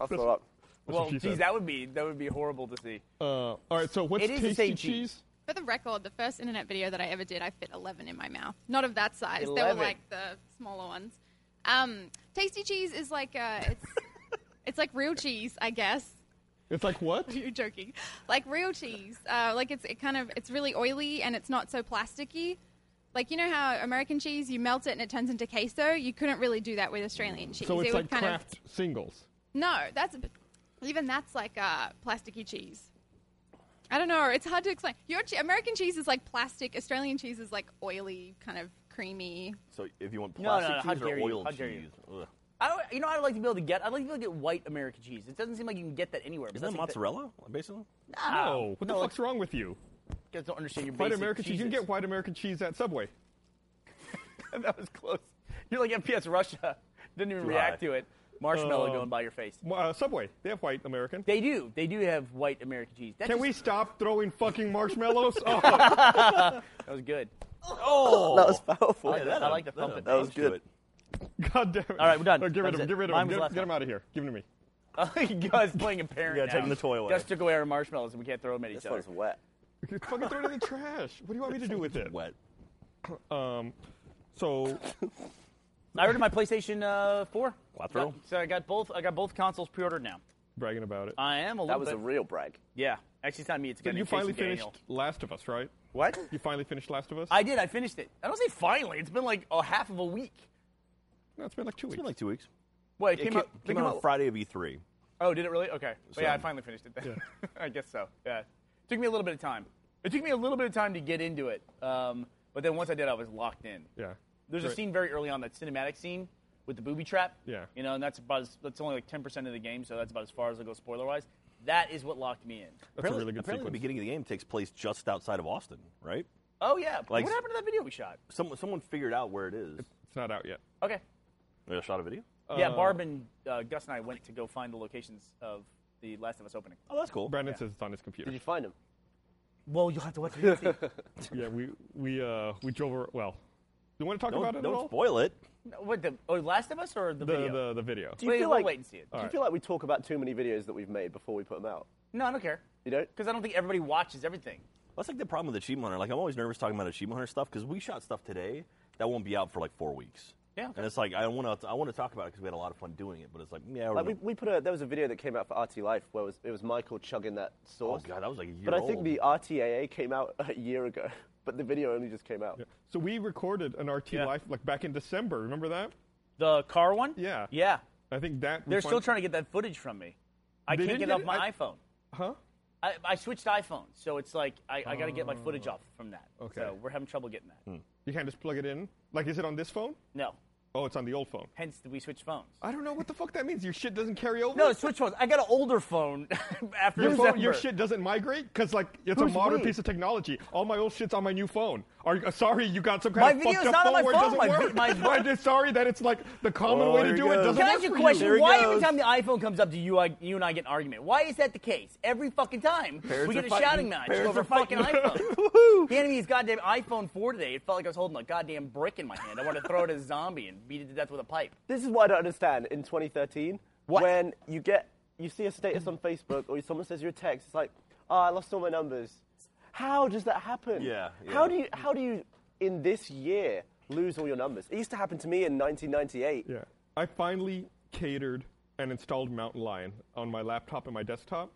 S3: I'll throw up. *laughs*
S5: That's what
S4: Well,
S5: she
S4: geez,
S5: said.
S4: that would be that would be horrible to see.
S5: Uh, all right. So what's
S4: It is the
S5: tasty
S4: same
S5: cheese?
S4: cheese.
S6: For the record, the first internet video that I ever did, I fit 11 in my mouth. Not of that size. They were
S4: 11.
S6: like the smaller ones. Um, tasty cheese is like uh, it's it's like real cheese, I guess. *laughs*
S5: It's
S4: *laughs*
S5: like what?
S6: You're joking. Like real cheese. Uh, like it's it kind of it's really oily and it's not so plasticky. Like you know how American cheese, you melt it and it turns into queso. You couldn't really do that with Australian cheese.
S5: So
S6: it
S5: it's
S6: would
S5: like
S6: kind
S5: craft singles.
S6: of no. That's a bit- even that's like uh, plasticky cheese. I don't know. It's hard to explain. Your che- American cheese is like plastic. Australian cheese is like oily, kind of creamy.
S2: So if you want
S4: No, no,
S2: plastic
S4: no, how
S2: cheese
S4: dare
S2: or
S4: you,
S2: oil
S4: how dare you.
S2: cheese, Ugh.
S4: I don't, you know, I'd like to be able to get. I'd like to be able to get white American cheese. It doesn't seem like you can get that anywhere.
S2: is
S4: but
S2: that
S4: that's like
S2: mozzarella? Basically.
S4: The,
S5: No. What the
S4: Oh, no,
S5: fuck's wrong with you?
S4: like, you guys don't understand your
S5: White
S4: basic
S5: American cheese. You can
S4: cheeses.
S5: get white American cheese at Subway.
S4: *laughs* that was close. You're like FPS Russia. *laughs* Didn't even
S2: Too
S4: react
S2: high.
S4: to it. Marshmallow
S5: Uh,
S4: going by your face.
S5: Well, Uh, Subway. They have white American.
S4: They do. They do have white American cheese. That,
S5: Can
S4: just-
S5: we stop throwing fucking marshmallows?
S4: *laughs*
S5: Oh,
S4: that was good. *laughs*
S2: Oh.
S3: That was powerful.
S4: I like that. I like the
S2: that'll-
S4: thumping.
S2: that'll
S3: That was
S2: do
S3: good.
S2: it.
S5: God damn it.
S4: All right, we're done.
S5: Oh, get rid of
S4: That was
S5: him.
S4: it.
S5: Get rid
S4: Mine
S5: of
S4: was
S5: him.
S4: last
S5: Get, get him
S4: one.
S5: out of here. Give him to me.
S4: Oh, you guys playing a parent.
S2: You gotta take
S4: now.
S2: the toy away.
S4: Just took away our marshmallows and we can't throw them at each
S3: This
S4: other.
S3: one's wet.
S5: fucking throw it in the trash. What do you want me to do with it?
S2: Wet.
S5: Um, so
S4: I ordered my PlayStation uh, 4.
S2: Quattro?
S4: Got- So I got both. I got both consoles pre-ordered now.
S5: bragging about it.
S4: I am a little
S3: That was
S4: bit.
S3: a real brag.
S4: yeah, actually, it's not me. It's a guy
S5: you
S4: named
S5: finally
S4: Jason
S5: finished
S4: Daniel.
S5: Last of Us, right?
S4: What?
S5: You finally finished Last of Us?
S4: I did. I finished it. I don't say finally. It's been like a half of a week.
S5: no, it's been like two
S2: It's
S5: weeks.
S2: been like two weeks.
S4: Well, it,
S2: It
S4: came,
S2: ca-
S4: out.
S2: came out on Friday of E E3.
S4: Oh, did it really? Okay. Well, yeah,
S2: So-
S4: I finally finished it then. *laughs* I guess so. Yeah. took me a little bit of time. It took me a little bit of time to get into it. Um, but then once I did, I was locked in.
S5: Yeah.
S4: There's a
S5: Right.
S4: scene very early on, that cinematic scene with the booby trap.
S5: Yeah.
S4: You know, and that's about as, that's only like 10% of the game, so that's about as far as I go spoiler wise. That is what locked me in.
S5: That's a
S2: apparently,
S5: really good
S2: apparently the
S5: sequence.
S2: beginning of the game takes place just outside of Austin, right?
S4: Oh, yeah.
S2: Like-
S4: what happened to that video we shot?
S2: Someone someone figured out where it is.
S5: It's not out yet.
S4: Okay.
S2: They shot a video.
S4: yeah, Barb and uh, Gus and I went to go find the locations of the Last of Us opening.
S2: Oh, that's cool.
S5: Brandon says it's on his computer.
S3: Did you find him?
S4: Well, you'll have to watch the video.
S5: yeah, we we uh we drove. Over, well, you want to talk
S2: don't
S5: about it
S2: don't
S5: at all?
S2: spoil it.
S4: *laughs* What the? Oh, Last of Us or the,
S5: the,
S4: video?
S5: the the video.
S3: Do you
S4: Wait,
S3: feel
S4: we'll
S3: like
S4: wait and see it.
S3: Do you
S5: Alright.
S3: feel like we talk about too many videos that we've made before we put them out?
S4: No, I don't care.
S3: You don't?
S4: Because I don't think everybody watches everything.
S2: That's like the problem with Achievement Hunter. Like I'm always nervous talking about Achievement Hunter stuff because we shot stuff today that won't be out for like four weeks.
S4: Yeah, okay.
S2: And it's like I want to I want to talk about it because we had a lot of fun doing it, but it's like yeah, we're
S3: Like we,
S2: gonna-
S3: we put a there was a video that came out for RT Life where it was, it was Michael chugging that sauce.
S2: Oh, God, that was like a year
S3: But I think
S2: old.
S3: the RTAA came out *laughs* a year ago, but the video only just came out.
S5: So we recorded an RT
S4: Yeah.
S5: live like back in December. Remember that?
S4: The car one?
S5: Yeah.
S4: Yeah.
S5: I think that
S4: They're still trying to get that footage from me. I
S5: They
S4: can't
S5: didn't
S4: get it
S5: get
S4: off
S5: it?
S4: my
S5: I-
S4: iPhone.
S5: Huh?
S4: I, I switched iPhones, so it's like I, I got to get my footage off from that.
S5: Oh. Okay. Hmm.
S4: So we're having trouble getting that.
S5: You can't just plug it in. Like, is it on this phone?
S4: No.
S5: Oh, it's on the old phone.
S4: Hence, we switched phones.
S5: I don't know what the fuck that means. Your shit doesn't carry over.
S4: No, switch phones. I got an older phone *laughs* after
S5: your, phone,
S4: December.
S5: your shit doesn't migrate because like it's a
S3: Who's
S5: modern
S3: we?
S5: piece of technology. All my old shit's on my new phone. Are you, uh, sorry, you got some
S4: My
S5: kind of
S4: video's
S5: fucked up
S4: not on
S5: phone
S4: my
S5: where
S4: phone.
S5: it doesn't
S4: My vi-
S5: work.
S4: my-
S5: I'm just sorry that it's like the common
S2: Oh,
S5: way to
S2: here
S5: do
S2: he
S5: it
S2: goes.
S5: doesn't
S4: Can I
S5: work
S4: ask you a
S5: for
S4: question?
S2: There he
S4: Why every
S2: goes.
S4: time the iPhone comes up, do you I, you and I get an argument? Why is that the case? Every fucking time
S2: Parents
S4: we
S2: are
S4: get a
S2: fighting.
S4: shouting match
S2: Parents
S4: over
S2: are
S4: a fucking
S2: fighting.
S4: *laughs* iPhone. he handed me his goddamn iPhone 4 today. It felt like I was holding a goddamn brick in my hand. I wanted to throw it at a zombie and beat it to death with a pipe.
S3: This is what I don't understand in 2013.
S4: What?
S3: When you get you see a status on Facebook or someone says you a text, it's like, oh, I lost all my numbers. How does that happen?
S2: Yeah,
S3: How
S2: yeah.
S3: do you how do you in this year lose all your numbers? It used to happen to me in 1998.
S5: Yeah. I finally catered and installed Mountain Lion on my laptop and my desktop,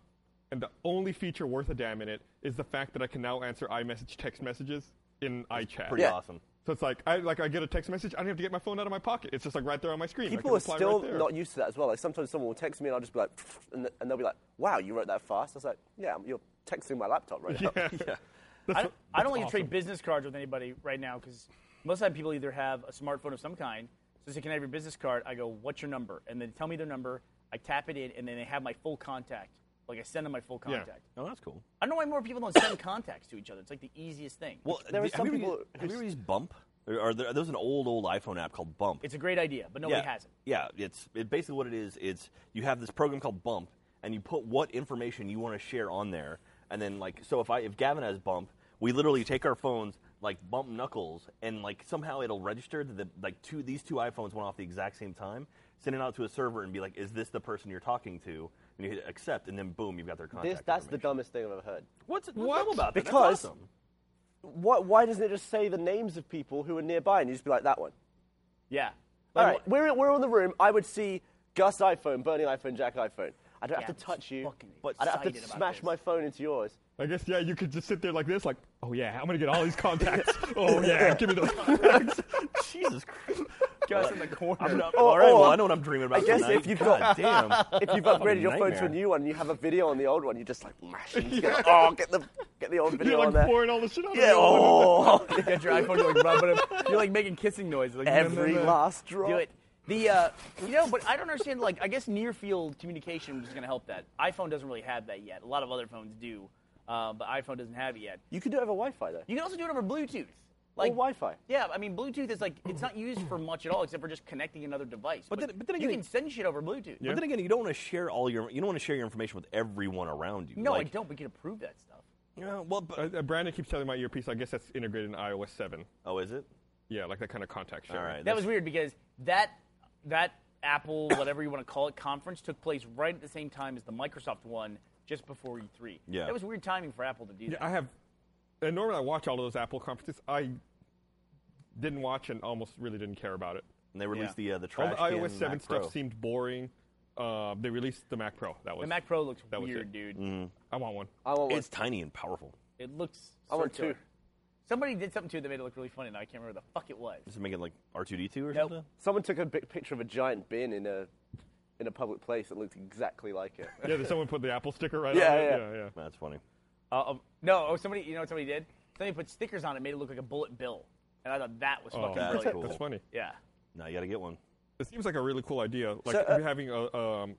S5: and the only feature worth a damn in it is the fact that I can now answer iMessage text messages in iChat.
S2: pretty
S3: Yeah.
S2: awesome.
S5: So it's like I like I get a text message, I don't have to get my phone out of my pocket. It's just like right there on my screen. I
S3: People
S5: can
S3: are
S5: reply
S3: still
S5: right there.
S3: not used to that as well. Like sometimes someone will text me and I'll just be like, *sniffs* and, th- and they'll be like, "Wow, you wrote that fast." I was like, "Yeah, you're texting my laptop right now."
S5: Yeah. That's
S4: I
S5: what-
S4: don't, I don't
S5: that's
S4: like to
S5: awesome.
S4: trade business cards with anybody right now because most of the time people either have a smartphone of some kind. So they say, "Can I have your business card?" I go, "What's your number?" And then tell me their number. I tap it in, and then they have my full contact. Like I send them my full contact.
S2: Oh, that's cool.
S4: I don't know why more people don't send contacts to each other. It's like the easiest thing.
S2: Well,
S3: There
S2: the-
S3: are some
S2: have you
S3: people
S2: ever-
S3: who
S2: Have you
S3: s-
S2: ever used Bump? Or are there, there's an old old iPhone app called Bump.
S4: It's a great idea, but nobody has it.
S2: Yeah, it's it, basically what it is. It's you have this program called Bump, and you put what information you want to share on there, and then like so if I if Gavin has Bump, we literally take our phones like bump knuckles, and like somehow it'll register that the, like two these two iPhones went off the exact same time, send it out to a server and be like, is this the person you're talking to? And you hit accept, and then boom, you've got their contact.
S3: This, that's the
S2: information.
S3: dumbest thing I've ever heard.
S2: What's what's dumb about that?
S3: Because-
S2: that's
S3: *laughs*
S2: awesome.
S3: Why, why doesn't it just say the names of people who are nearby and you just be like that one?
S4: Yeah.
S3: All right, we're, we're in the room. I would see Gus iPhone, Bernie iPhone, Jack iPhone. I don't have
S4: Gav's
S3: to touch you.
S4: fucking
S3: But I don't have to
S4: excited about
S3: smash
S4: this.
S3: my phone into yours.
S5: I guess yeah, you could just sit there like this, like, oh yeah, I'm gonna
S3: *laughs*
S5: get all these contacts. oh yeah, give me those contacts.
S2: Jesus Christ.
S4: Gus in the corner.
S2: I'm not-
S3: Or-
S2: all right, well,
S3: or-
S2: I know what I'm dreaming about.
S3: I guess
S2: tonight.
S3: if you've
S2: God
S3: got-
S2: damn.
S3: If you've
S2: Fucking
S3: upgraded your phone to
S2: nightmare.
S3: a new one and you have a video on the old one, you just like mash it together. Oh, get the, get the old video
S5: You're
S3: on
S5: *laughs* like
S3: there.
S5: pouring all the shit out.
S3: *laughs*
S5: of
S3: Yeah,
S5: the other one.
S3: oh.
S4: Get your iPhone, you're like rubbing it. You're like making kissing noises. Like,
S3: Every last drop.
S4: Do it. The uh, you know, but I don't understand. Like, I guess near field communication is going to help that. iPhone doesn't really have that yet. A lot of other phones do, uh, but iPhone doesn't have it yet.
S3: You could do it over Wi-Fi though.
S4: You can also do it over Bluetooth.
S3: Wi-Fi.
S4: Yeah, I mean Bluetooth is like it's not used for much at all except for just connecting another device. But,
S2: then- but then
S4: you
S2: again-
S4: can send shit over Bluetooth.
S2: But then again, you don't want to share all your you don't want to share your information with everyone around you.
S4: No,
S2: like,
S4: I don't. We can approve that stuff.
S2: You know, well, but,
S5: Uh, uh, Brandon keeps telling my earpiece. I guess that's integrated in iOS seven.
S2: oh, is it?
S5: Yeah, like that kind of contact sharing.
S2: All right.
S4: That was weird because that that Apple whatever you want to call it conference took place right at the same time as the Microsoft one just before E3.
S2: Yeah.
S4: that was weird timing for Apple to do
S5: Yeah,
S4: that.
S5: I have. And normally I watch all of those Apple conferences. I didn't watch and almost really didn't care about it.
S2: And they released
S4: Yeah.
S2: the uh, the
S5: All
S2: trash
S5: the
S2: can
S5: iOS seven
S2: Mac
S5: stuff
S2: Pro.
S5: seemed boring. Uh, they released the Mac Pro. That was
S4: the Mac Pro looks
S5: that was
S4: weird,
S5: it.
S4: dude.
S2: Mm-hmm.
S5: I want one.
S3: I want one.
S2: It's tiny and powerful.
S4: It looks.
S3: I want
S4: circular.
S3: two.
S4: Somebody did something to it that made it look really funny. Now I can't remember the fuck it was.
S2: Does it make it like R two D two or
S4: Nope.
S2: something?
S3: Someone took a big picture of a giant bin in a in a public place that looked exactly like it.
S5: Yeah, did someone put the Apple sticker right
S3: Yeah,
S5: on it?
S3: yeah.
S5: yeah,
S2: That's funny.
S4: Uh,
S3: um,
S4: of- no, oh, somebody, you know what somebody did? Somebody put stickers on it, made it look like a bullet bill, and I thought that was fucking
S2: Oh, that's
S4: brilliant.
S2: cool.
S5: That's funny.
S4: Yeah.
S2: Now you got to get one.
S5: It seems like a really cool idea, like
S3: So, uh,
S5: having a um,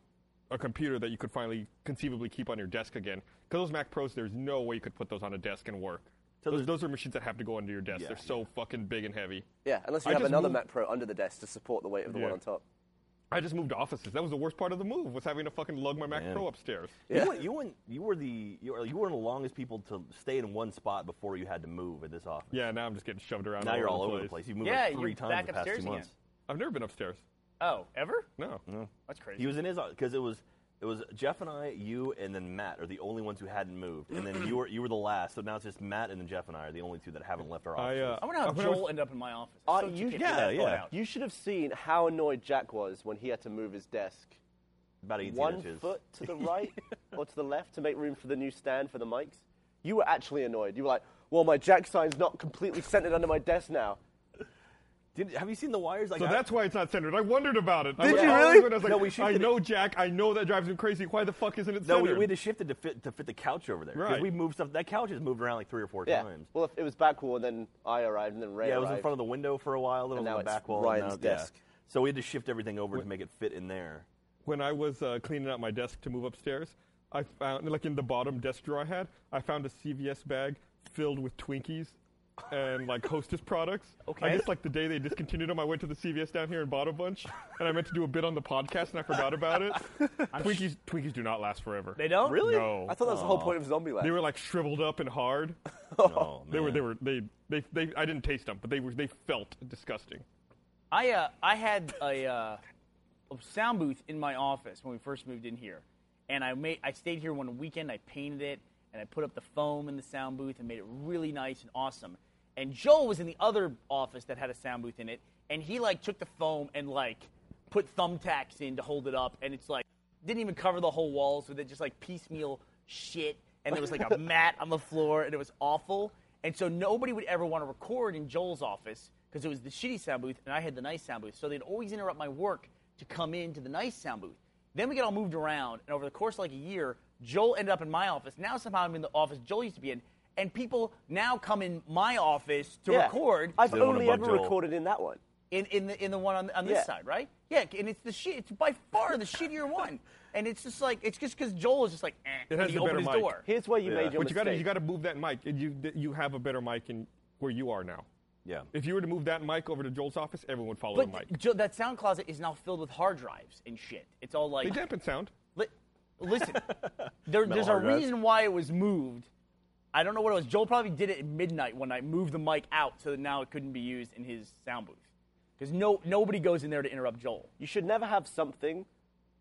S5: a computer that you could finally conceivably keep on your desk again. Because those Mac Pros, there's no way you could put those on a desk and work. those,
S2: there's-
S5: those are machines that have to go under your desk.
S2: Yeah,
S5: They're so fucking big and heavy.
S3: *laughs* Yeah, unless you
S5: I
S3: have
S5: just
S3: another
S5: moved-
S3: Mac Pro under the desk to support the weight of the
S5: Yeah.
S3: one on top.
S5: I just moved offices. That was the worst part of the move was having to fucking lug my Mac
S2: Man.
S5: Pro upstairs.
S3: Yeah.
S2: You, went, you, went, you were the you were, you were the longest people to stay in one spot before you had to move at this office.
S5: Yeah, now I'm just getting shoved around.
S2: Now you're all over the place. You moved
S4: Yeah,
S2: like three
S4: you're
S2: times
S4: back
S2: the past
S4: upstairs
S2: two
S4: again.
S2: months.
S5: I've never been upstairs.
S4: Oh, ever?
S5: No.
S4: That's crazy.
S2: He was in his because it was it was Jeff and I, you and then Matt are the only ones who hadn't moved, and then you were you were the last. So now it's just Matt and then Jeff and I are the only two that haven't left our
S5: I,
S2: offices.
S5: uh,
S4: I wonder how
S5: When I
S4: Joel
S5: was-
S4: ended up in my office.
S3: Uh,
S4: so
S3: you-
S4: you,
S2: yeah, yeah.
S3: You should have seen how annoyed Jack was when he had to move his desk
S2: About 18
S3: one
S2: inches.
S3: foot to the right or to the left to make room for the new stand for the mics. You were actually annoyed. You were like, well, my Jack sign's not completely centered under my desk now.
S2: Did, have you seen the wires? Like,
S5: So
S2: I-
S5: that's why it's not centered. I wondered about it. I
S3: Did
S5: was
S3: you
S5: all
S3: really?
S5: over it. I was like,
S2: No, we shifted
S5: I
S2: it.
S5: know Jack. I know that drives him crazy. Why the fuck isn't it
S2: No, we,
S5: centered?
S2: we had to shift it to fit to fit the couch over there. 'Cause
S5: Right.
S2: We moved stuff. That couch has moved around like three or four
S3: Yeah.
S2: times.
S3: Well, if it was back wall, and then I arrived, and then Ray
S2: yeah, it
S3: arrived.
S2: was in front of the window for a while. Then
S3: And
S2: it was
S3: now
S2: on the
S3: it's
S2: back wall.
S3: Ryan's
S2: and now, yeah.
S3: desk.
S2: So we had to shift everything over to make it fit in there.
S5: when I was uh, cleaning out my desk to move upstairs, I found, like in the bottom desk drawer I had, I found a CVS bag filled with Twinkies and like Hostess products.
S4: Okay.
S5: I guess like the day they discontinued them, I went to the CVS down here and bought a bunch, and I meant to do a bit on the podcast and I forgot
S4: *laughs*
S5: about it. Twinkies, Twinkies do not last forever.
S4: They don't?
S2: Really?
S5: No.
S3: I thought that was the whole point of Zombieland.
S5: They were like shriveled up and hard.
S2: Oh, man.
S5: They were, they were, they, they, they, I didn't taste them, but they were, they felt disgusting.
S4: I uh, I had a, uh, a sound booth in my office when we first moved in here, and I made I stayed here one weekend. I painted it and I put up the foam in the sound booth and made it really nice and awesome. And Joel was in the other office that had a sound booth in it, and he like took the foam and like put thumbtacks in to hold it up, and it's like didn't even cover the whole walls with it, just like piecemeal shit. And there was like a mat on the floor, and it was awful. And so nobody would ever want to record in Joel's office because it was the shitty sound booth, and I had the nice sound booth. So they'd always interrupt my work to come into the nice sound booth. Then we got all moved around, and over the course of like a year, Joel ended up in my office. Now somehow I'm in the office Joel used to be in, and people now come in my office to
S3: Yeah.
S4: record
S3: I've
S2: They don't wanna
S3: only
S2: bug
S3: ever
S2: Joel.
S3: recorded in that one.
S4: in, in the in the one on, on this
S3: Yeah.
S4: side, right? Yeah, and it's the shit. It's by far the shittier one, and it's just like it's just because Joel is just like eh,
S5: It has
S4: and he
S5: the
S4: opened
S5: better
S4: his
S5: mic.
S4: door.
S3: Here's where you
S2: Yeah.
S3: made your
S5: But you gotta,
S3: mistake.
S5: you gotta move that mic. You, you have a better mic in where you are now.
S2: Yeah.
S5: If you were to move that mic over to Joel's office, everyone would follow
S4: but
S5: the mic.
S4: Joe, that sound closet is now filled with hard drives and shit. It's all
S5: They
S4: like
S5: dampen sound.
S4: Li-
S5: *laughs*
S4: listen, there, there's a
S2: hard drives.
S4: reason why it was moved. I don't know what it was. Joel probably did it at midnight one night, moved the mic out so that now it couldn't be used in his sound booth. Because no, nobody goes in there to interrupt Joel.
S3: You should never have something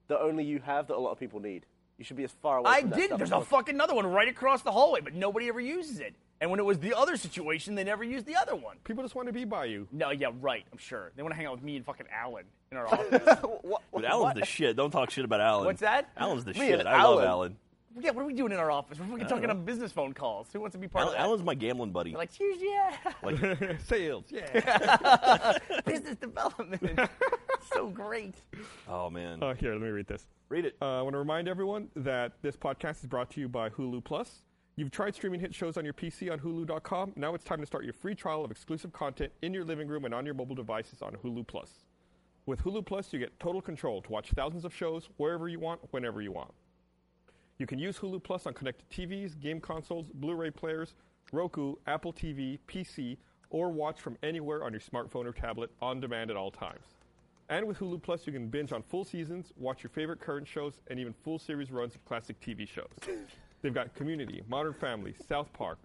S3: that only you have that a lot of people need. You should be as far away
S4: I
S3: from that
S4: didn't.
S3: stuff
S4: There's
S3: as
S4: a
S3: possible.
S4: fucking another one right across the hallway, but nobody ever uses it. And when it was the other situation, they never used the other one.
S5: People just want to be by you.
S4: No, yeah, right. I'm sure they want to hang out with me and fucking Alan in
S7: *laughs*
S4: our office.
S3: What,
S2: But Alan's
S3: what?
S2: the shit. Don't talk shit about Alan.
S4: What's that?
S2: Alan's the
S3: Me
S2: shit.
S3: and
S2: I love
S3: Alan.
S2: Alan.
S4: yeah, what are we doing in our office? We're fucking talking on business phone calls. Who wants to be part
S2: Alan.
S4: of that?
S2: Alan's my gambling buddy.
S4: They're like, cheers, yeah. *laughs*
S5: Sales, yeah.
S2: *laughs*
S4: business development. so great.
S2: oh man.
S5: uh, here, let me read this.
S2: Read it.
S5: Uh, I want to remind everyone that this podcast is brought to you by Hulu Plus. You've tried streaming hit shows on your PC on Hulu.com. Now it's time to start your free trial of exclusive content in your living room and on your mobile devices on Hulu Plus. With Hulu Plus, you get total control to watch thousands of shows wherever you want, whenever you want. You can use Hulu Plus on connected TVs, game consoles, Blu ray players, Roku, Apple TV, PC, or watch from anywhere on your smartphone or tablet on demand at all times. And with Hulu Plus, you can binge on full seasons, watch your favorite current shows, and even full series runs of classic TV shows. They've got Community, Modern Family, South Park,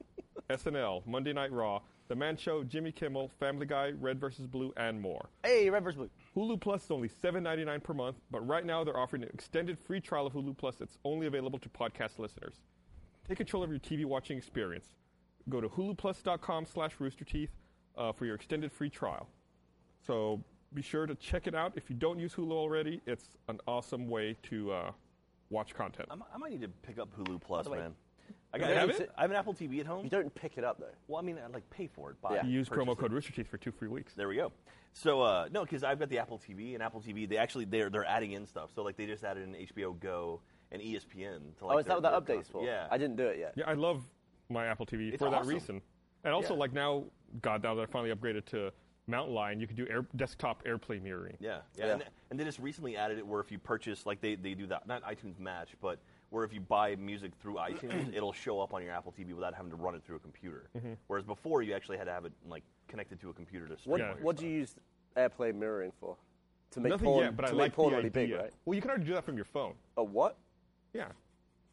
S5: SNL, Monday Night Raw, The Man Show, Jimmy Kimmel, Family Guy, Red vs. Blue, and more.
S4: Hey, red versus blue.
S5: Hulu Plus is only $7.99 per month, but right now they're offering an extended free trial of Hulu Plus that's only available to podcast listeners. Take control of your TV watching experience. Go to huluplus.com slash roosterteeth uh, for your extended free trial. So be sure to check it out. If you don't use Hulu already, it's an awesome way to uh, watch content.
S2: I mi- I might need to pick up Hulu Plus,
S4: way-
S2: man. I, got,
S5: You
S2: I, have
S5: don't
S2: it? I have an Apple TV at home.
S3: You don't pick it up though.
S2: Well, I mean, I like pay for it. Buy
S3: Yeah.
S2: it,
S3: You
S5: use
S2: purchase
S5: promo
S2: it.
S5: code Rooster Teeth for two free weeks.
S2: There we go. So uh, no, because I've got the Apple TV and Apple TV. They actually they're they're adding in stuff. So like they just added in HBO Go and E ESPN. To, like,
S3: oh, is that
S2: their-
S3: what that
S2: their
S3: update's
S2: content.
S3: for?
S2: Yeah,
S3: I didn't do it yet.
S5: Yeah, I love my Apple TV
S2: It's
S5: for that
S2: awesome.
S5: reason. And also,
S2: Yeah.
S5: like now, God, now that I finally upgraded to Mountain Lion, you can do air, desktop AirPlay mirroring.
S2: Yeah, yeah.
S3: Yeah.
S2: And, and they just recently added it where if you purchase, like they, they do that, not iTunes Match, but where if you buy music through
S3: *clears throat*
S2: iTunes, it'll show up on your Apple TV without having to run it through a computer. Whereas before, you actually had to have it like connected to a computer to stream.
S3: Mm-hmm. What,
S5: Yeah.
S2: all your
S3: what do
S2: stuff.
S3: you use AirPlay mirroring for? To make
S5: Nothing
S3: porn,
S5: yet, but
S3: to
S5: I
S3: make
S5: like
S3: porn
S5: the
S3: really
S5: idea.
S3: big, right?
S5: Well, you can already do that from your phone.
S3: A what?
S5: Yeah.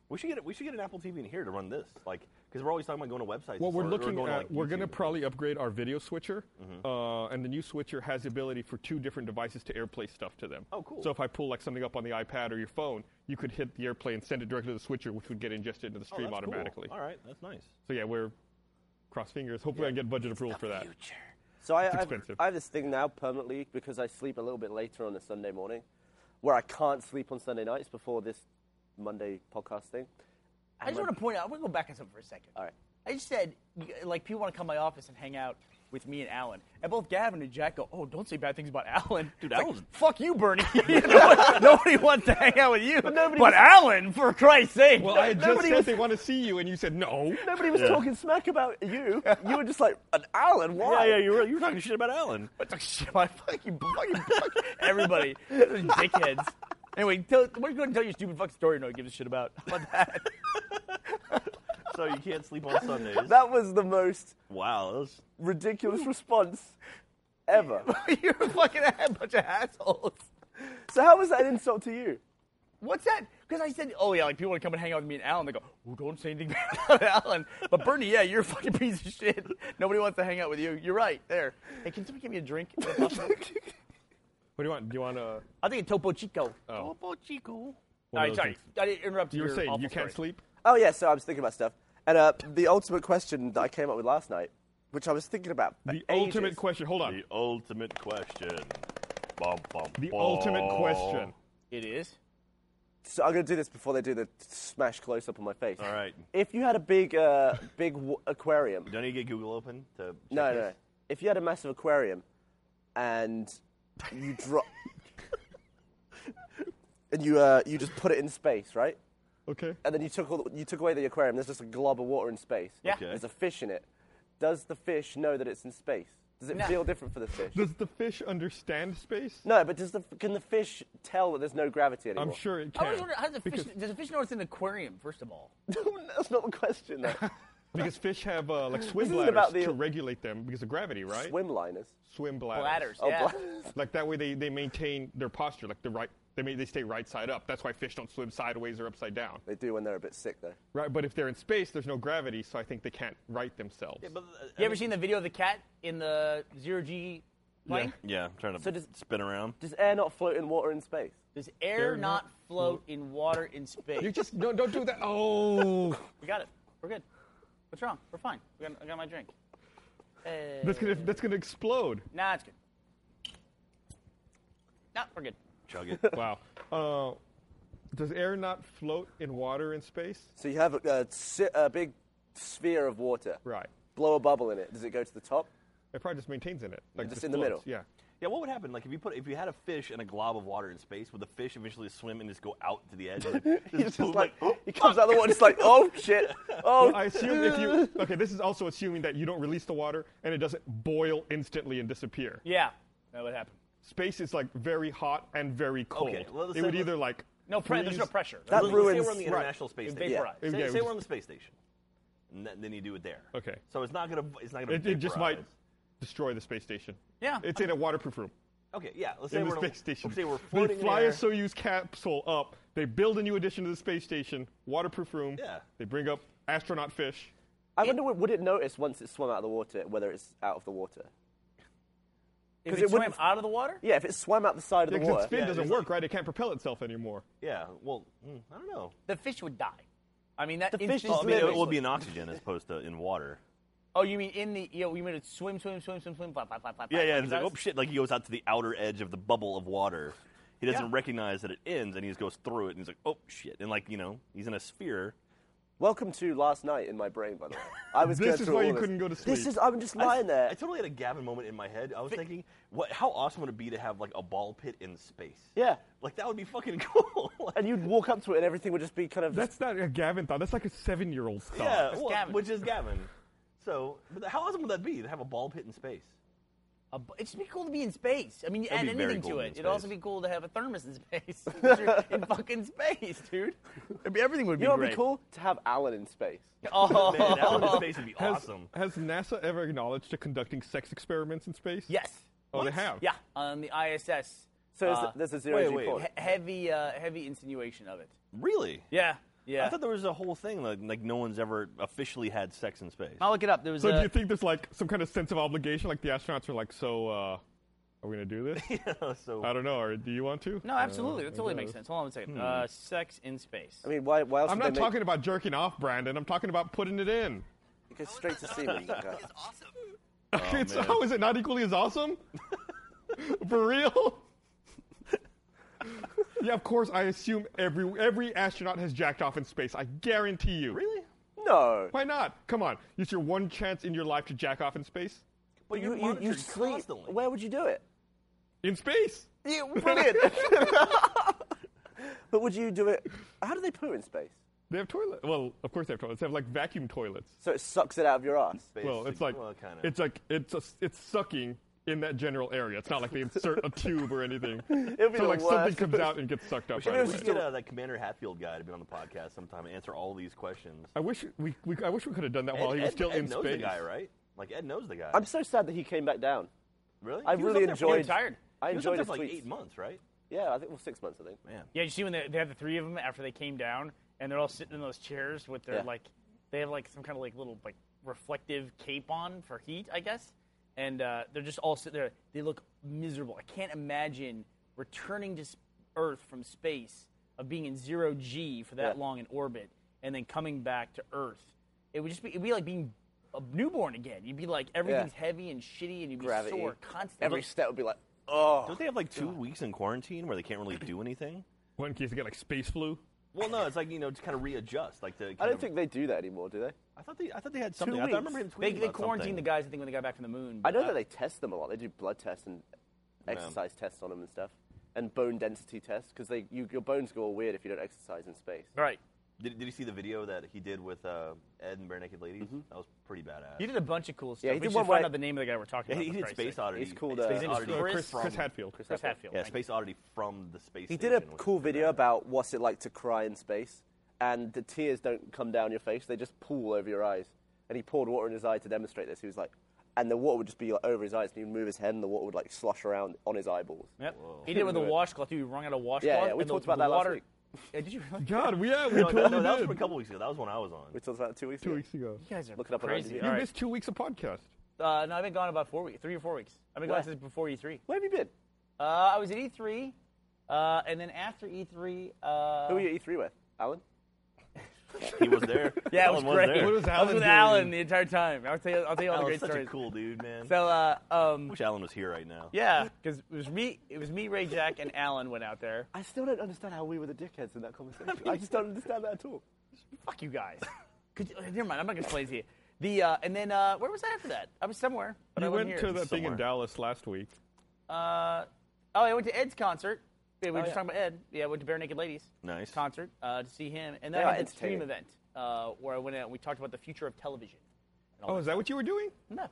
S2: We should get we should get an Apple TV in here to run this, like because we're always talking about going to websites.
S5: Well,
S2: and
S5: we're
S2: stuff, or
S5: looking
S2: going
S5: at,
S2: to, like,
S5: we're going to
S2: YouTube. Mm-hmm.
S5: probably upgrade our video switcher, uh, and the new switcher has the ability for two different devices to AirPlay stuff to them.
S2: Oh, cool.
S5: So if I pull like something up on the iPad or your phone, you could hit the AirPlay and send it directly to the switcher, which would get ingested into the
S2: Oh,
S5: stream
S2: that's cool.
S5: automatically.
S2: All right, that's nice.
S5: So yeah, we're cross fingers. Hopefully, I can get budget approval for that.
S3: So I,
S5: It's
S3: I've,
S5: expensive.
S3: I have this thing now permanently because I sleep a little bit later on a Sunday morning, where I can't sleep on Sunday nights before this Monday podcast thing.
S7: I just want to point out. I'm gonna go back on something for a second.
S3: All right.
S7: I just said, you- like, people want to come to my office and hang out with me and Alan. And both Gavin and Jack go, "Oh, don't say bad things about Alan, dude.
S2: Alan's-
S7: fuck you, Bernie. *laughs* You know what? nobody wants to hang out with you, but,
S3: nobody was-
S7: Alan, for Christ's sake.
S5: Well, I had just
S3: Nobody
S5: said
S3: was-
S5: they want to see you, and you said no.
S3: Nobody was talking smack about you. You were just like an Alan. Why?
S2: Yeah, yeah, you were, you were talking shit about Alan.
S7: I took shit my fucking, fucking, fucking everybody, dickheads. Anyway, tell, what are you going to tell your stupid fuck story? No one gives a shit about. *laughs* How about that?
S2: so you can't sleep on Sundays.
S3: That was the most
S2: wow, that was
S3: ridiculous response ever.
S7: *laughs* You're a fucking a bunch of assholes.
S3: so how was that an insult to you?
S7: What's that? Because I said, oh yeah, like people want to come and hang out with me and Alan. They go, oh, don't say anything *laughs* bad about Alan. But Bernie, yeah, you're a fucking piece of shit. Nobody wants to hang out with you. You're right. There. Hey, can somebody give me a drink? Is that possible?
S5: What do you want? Do you want to?
S7: I think a Topo Chico.
S5: Oh.
S7: Topo Chico. All
S5: One of
S7: right,
S5: those
S7: sorry.
S5: things.
S7: I didn't interrupt
S5: You were
S7: your
S5: saying
S7: awful
S5: you can't
S7: story.
S5: sleep.
S3: Oh yeah, so I was thinking about stuff, and uh, the ultimate question that I came up with last night, which I was thinking about. for
S5: The
S3: ages-
S5: ultimate question. Hold on.
S2: the ultimate question. Bum, bum,
S5: The
S2: bum.
S5: ultimate question.
S7: It is.
S3: So I'm going to do this before they do the smash close up on my face.
S2: All right.
S3: If you had a big, uh, big w- aquarium.
S2: Do I need to get Google open to? check
S3: No, no,
S2: this?
S3: no. If you had a massive aquarium, and you drop, *laughs* and you uh, you just put it in space, right?
S5: Okay.
S3: And then you took all the, you took away the aquarium. There's just a glob of water in space.
S7: Yeah.
S2: Okay.
S3: There's a fish in it. Does the fish know that it's in space? Does it
S7: No.
S3: feel different for the fish?
S5: Does the fish understand space?
S3: No, but does the can the fish tell that there's no gravity anymore? *laughs*
S5: I'm sure it
S7: I
S5: can.
S7: always wonder how does a fish
S5: because,
S7: does a fish know it's in an aquarium? First of all,
S3: That's not the question. Though.
S5: because fish have uh, like swim
S3: isn't
S5: bladders
S3: about the-
S5: to regulate them because of gravity, *laughs* right?
S3: Swim liners.
S5: Swim bladders.
S7: bladders.
S3: Oh,
S7: yeah.
S3: bladders.
S5: Like that way they, they maintain their posture, like the right they may, they stay right side up. That's why fish don't swim sideways or upside down.
S3: They do when they're a bit sick though.
S5: Right, but if they're in space, there's no gravity, so I think they can't right themselves.
S2: But, uh,
S7: You ever seen the video of the cat in the zero G plane?
S2: Yeah, I'm trying to
S3: So does-
S2: spin around.
S3: Does air not float in water in space?
S7: Does
S5: Air
S7: air not
S5: not
S7: float in water in space?
S5: you just no, don't do that. Oh,
S7: We got it. We're good. What's wrong? We're fine. We got, I got my drink. Uh,
S5: that's gonna that's gonna explode.
S7: nah, it's good. Nah, we're good.
S2: Chug it.
S5: Wow. Uh, does air not float in water in space?
S3: So you have a, a, si- a big sphere of water.
S5: Right.
S3: Blow a bubble in it. Does it go to the
S5: *laughs*
S3: top?
S5: It probably just maintains in it, like
S3: Just
S5: just
S3: in the middle.
S5: floats. Yeah.
S2: yeah, what would happen? Like if you put if you had a fish and a glob of water in space, would the fish eventually swim and just go out to the edge? Like,
S3: It's just
S2: boom,
S3: like
S2: oh,
S3: he comes out of the water. It's like oh
S5: *laughs*
S3: shit. Oh.
S5: I assume if you okay, this is also assuming that you don't release the water and it doesn't boil instantly and disappear.
S7: Yeah, that would happen.
S5: Space is like very hot and very cold.
S2: Okay, well, let's
S5: it would
S2: say-
S5: either like
S7: No, pre- there's
S5: freeze-
S7: no pressure.
S3: That
S2: let's
S3: *gasps* ruins-
S2: Say we're on the
S5: right.
S2: international space
S7: It
S2: station.
S7: vaporized.
S2: Say,
S5: Yeah,
S2: say
S5: we
S2: we're on the
S5: just-
S2: space station, and then, then you do it there.
S5: Okay.
S2: So it's not gonna. It's not gonna.
S5: It, it just might
S2: vaporize.
S5: destroy the space station.
S7: Yeah.
S5: It's in a waterproof room.
S2: Okay. Yeah. Let's say
S5: In the
S2: we're on a-
S5: space station.
S2: Let's say we're
S5: they
S2: floating
S5: fly
S2: in
S5: a
S2: air.
S5: Soyuz capsule up. They build a new addition to the space station, waterproof room.
S2: Yeah.
S5: They bring up astronaut fish.
S3: I wonder what, would it notice once it swam out of the water whether it's out of the water.
S7: if
S3: 'cause
S7: it,
S3: it
S7: swam
S3: wouldn't-
S7: out of the water,
S3: Yeah, if it swam out the side of
S5: Yeah,
S3: the
S5: 'cause its
S3: water.
S5: fin
S2: Yeah,
S5: doesn't
S2: it's
S5: work, right? It can't propel itself anymore.
S2: yeah. Well, mm, I don't know.
S7: the fish would die. I mean, that
S3: The fish
S7: instant-
S2: Well, I mean,
S3: living.
S2: it would be in oxygen as opposed to in
S3: *laughs*
S2: water.
S7: Oh, you mean in the? You, know, you mean it swim, swim, swim, swim, swim, flap, flap, flap, flap.
S2: Yeah, yeah.
S7: flap,
S2: And it's like, oh
S7: because-
S2: shit! Like he goes out to the outer edge of the bubble of water. He doesn't
S7: Yeah.
S2: recognize that it ends, and he just goes through it, and he's like, oh shit! And like you know, he's in a sphere,
S3: Welcome to last night in my brain, by the way. I was
S5: *laughs* This
S3: going
S5: is
S3: through
S5: why
S3: all
S5: you
S3: this.
S5: couldn't go to
S3: This
S5: sleep.
S3: is I'm just lying there.
S2: I totally had a Gavin moment in my head. I was thinking, what? How awesome would it be to have like a ball pit in space?
S3: Yeah.
S2: like that would be fucking *laughs* cool. Like,
S3: *laughs* and you'd walk up to it, and everything would just be kind of
S5: That's not a Gavin thought. That's like a seven-year-old thought.
S2: yeah,
S7: It's
S2: well,
S7: Gavin.
S2: which is Gavin. So, but how awesome would that be to have a ball pit in
S3: *laughs*
S2: space?
S7: A bu- it'd just be cool to be in space. I mean, you add
S2: That'd be very
S7: anything
S2: cool
S7: to
S2: to
S7: it.
S2: be in
S7: It'd also
S2: space.
S7: be cool to have a thermos in
S2: *laughs*
S7: space. 'Cause you're in fucking space, dude. It'd be- everything would be
S3: You know what would
S7: great.
S3: be cool? To have Alan in space.
S7: *laughs* Oh,
S2: Man, that would in space would be
S5: Has,
S2: awesome.
S5: has NASA ever acknowledged to conducting sex experiments in space?
S7: yes.
S5: Oh, they have.
S7: Yeah, on the ISS.
S3: So
S7: Uh,
S3: there's, a, there's a zero
S2: wait,
S3: G
S2: wait.
S3: point.
S7: He- heavy, uh, heavy insinuation of it.
S2: Really?
S7: Yeah, yeah.
S2: I thought there was a whole thing like, like no one's ever officially had sex in space.
S7: I'll look it up. There was
S5: So
S7: a.
S5: do
S2: Uh,
S5: you think there's like some kind of sense of obligation? Like the astronauts are like, so uh, are we gonna
S2: *laughs*
S5: do this?
S2: so
S5: I don't know. Or do you want to?
S7: no,
S5: Uh,
S7: absolutely.
S5: I
S7: that totally makes
S2: Uh-huh.
S5: guess.
S7: sense. Hold on one
S2: Hmm.
S7: second. Uh, sex in space.
S3: I mean, why, why else
S5: I'm
S3: would
S5: not
S3: they make
S5: talking about jerking off, Brandon. I'm talking about putting it in.
S3: it goes straight to
S2: *laughs*
S3: semen?
S8: It's awesome.
S5: it's,
S2: man.
S5: oh, is it not equally as awesome? *laughs* For real? *laughs* yeah, of course. I assume every every astronaut has jacked off in space. I guarantee you.
S2: really?
S3: No.
S5: Why not? Come on. It's your one chance in your life to jack off in space.
S2: But
S3: You,
S2: you're
S3: you, you
S2: monitored
S3: sleep.
S2: constantly.
S3: Where would you do it?
S5: In space.
S2: *laughs*
S3: Brilliant. *laughs* but would you do it? How do they poo in space?
S5: They have toilets. Well, of course they have toilets. They have like vacuum toilets.
S3: So it sucks it out of your ass.
S2: Space,
S5: Well, it's like
S2: well, kind of.
S5: it's like it's a, it's sucking in that general area. It's not like they insert
S2: *laughs*
S5: a tube or anything.
S3: be
S5: so
S3: the
S5: like something
S3: worst.
S5: comes out and gets sucked up.
S2: Should
S5: Right
S2: we
S5: away.
S2: just get uh, that Commander Hatfield guy to be on the podcast sometime and answer all these questions?
S5: I wish we, we I wish we could have done that while
S2: Ed,
S5: he was
S2: Ed-
S5: still
S2: Ed
S5: in
S2: knows
S5: space.
S2: the guy, right? Like Ed knows the guy.
S3: I'm so sad that he came back down.
S2: really.
S3: I
S2: He was
S3: really
S2: up there for- He
S3: enjoyed-
S2: was
S7: Tired.
S3: I
S2: up
S3: enjoyed
S2: there
S3: his
S2: for like
S3: tweets.
S2: eight months, right?
S3: Yeah, I think well six months. I think.
S2: Man.
S7: Yeah, you see when they, they have the three of them after they came down, and they're all sitting in those chairs with their
S3: Yeah.
S7: like, they have like some kind of like little like reflective cape on for heat, I guess. And uh, they're just all sitting there. They look miserable. I can't imagine returning to s- Earth from space of being in zero G for that
S3: Yeah.
S7: long in orbit, and then coming back to Earth. It would just be it'd be like being a newborn again. You'd be like everything's heavy and shitty, and you'd be
S3: Gravity.
S7: sore constantly.
S3: Every step would be like, oh.
S2: Don't they have like two weeks in quarantine where they can't really do
S3: *laughs*
S2: anything?
S5: One case they get like space flu.
S2: Well, no, it's like you know, just kind of readjust. Like the.
S3: I don't think they do that anymore, do they?
S2: I thought they. I thought they had something. I, thought, I
S3: weeks.
S2: remember him tweeting
S7: they, they
S2: about
S7: quarantined
S2: something.
S7: the guys, I think, when they got back from the moon.
S3: I
S7: but,
S3: know
S7: uh,
S3: that they test them a lot. They do blood tests and exercise tests on them and stuff, and bone density tests because they you, your bones go all weird if you don't exercise in space.
S7: Right.
S2: Did, did you see the video that he did with uh, Ed and Bare Naked Ladies? That was pretty badass.
S7: He did a bunch of cool stuff.
S3: Mm-hmm. he
S7: we
S3: did
S7: should
S3: one
S7: find
S3: where-
S7: out the name of the guy we're talking
S2: Yeah,
S7: about.
S2: he
S7: for
S2: did
S7: Christ's
S2: Space
S7: sake.
S2: Oddity.
S3: He's called,
S2: Space
S3: uh,
S7: His name is
S2: Oddity.
S7: Chris-
S2: from-
S5: Chris Hadfield.
S7: Chris Hatfield.
S2: Yeah,
S7: Thank
S2: Space Oddity from the space.
S3: He did a
S2: station, which
S3: cool
S2: is pretty
S3: video
S2: badass.
S3: about what's it like to cry in space, and the tears don't come down your face; they just pool over your eyes. And he poured water in his eye to demonstrate this. He was like, and the water would just be like, over his eyes, and he would move his head, and the water would like slosh around on his eyeballs.
S7: you. Yep. He did
S3: *laughs*
S7: it with a
S3: Whoa.
S7: washcloth. Dude, he wrung out a washcloth.
S3: yeah, we
S7: and the-
S3: talked about
S7: the
S3: that last
S7: water.
S3: week.
S7: Yeah, uh, did you really?
S5: God, we yeah, we
S2: No,
S5: totally
S2: no, that was
S5: did.
S2: from a couple weeks ago. That was when I was on.
S3: We talked about that two weeks
S5: two
S3: ago.
S5: weeks ago.
S7: You guys are
S3: Look it up on
S7: crazy.
S3: IMDb.
S5: You
S7: All right.
S5: missed two weeks of podcast.
S7: Uh, no, I've been gone about four weeks, three or four weeks. I've been gone
S3: Where?
S7: since before E E3.
S3: Where have you been?
S7: Uh, I was at E3, uh, and then after E3, uh,
S3: Who were you at E3 with? Alan?
S2: He was *laughs* there.
S7: yeah, it was
S2: Alan
S7: great.
S2: there.
S5: What was
S7: I was
S5: Alan
S7: with
S5: doing?
S7: Alan the entire time. I'll tell you, I'll tell you all the
S2: Alan's
S7: great
S2: such
S7: stories.
S2: a cool dude, man.
S7: So, uh,
S2: I
S7: um,
S2: wish Alan was here right now.
S7: yeah, because it was me, it was me, Ray, Jack, and Alan went out there.
S3: I still don't understand how we were the dickheads in that conversation. *laughs* I just don't understand that at all.
S7: Fuck you guys. *laughs* Could you, uh, never mind. I'm not gonna play to you. The uh, and then uh, where was I after that? I was somewhere. But I
S5: you
S7: wasn't
S5: went
S7: here.
S5: to that thing in
S2: somewhere.
S5: Dallas last week.
S7: Uh, oh, I went to Ed's concert. Yeah, we were
S3: Oh,
S7: just
S3: yeah.
S7: talking about Ed. Yeah, I went to Bare Naked Ladies.
S2: Nice.
S7: concert uh, to see him, and then
S3: They
S7: I
S3: are
S7: had the stream
S3: entertaining.
S7: event uh, where I went out. and We talked about the future of television.
S5: Oh, is that what you were doing?
S7: No,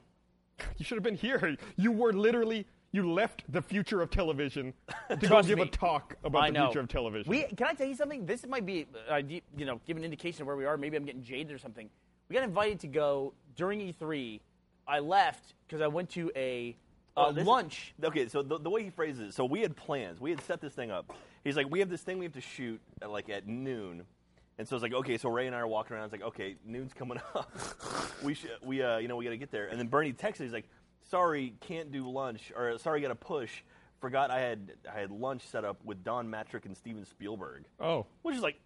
S5: *laughs* You should have been here. You were literally you left the future of
S2: *laughs*
S5: television to go
S7: Trust
S5: give a
S7: me.
S5: talk about
S7: I
S5: the
S7: know.
S5: future of television.
S7: We can I tell you something? This might be uh, you know give an indication of where we are. Maybe I'm getting jaded or something. We got invited to go during E3. I left because I went to a uh,
S2: Oh, this-
S7: lunch.
S2: Okay, so the, the way he phrases it, so we had plans. We had set this thing up. He's like, we have this thing we have to shoot at, like at noon, and so it's like, okay, so Ray and I are walking around. It's like, okay, noon's coming up. *laughs* we should, we uh, you know, we got to get there. And then Bernie texts. He's like, sorry, can't do lunch, or sorry, got to push. Forgot I had I had lunch set up with Don Matrick and Steven Spielberg,
S5: oh,
S2: which is like,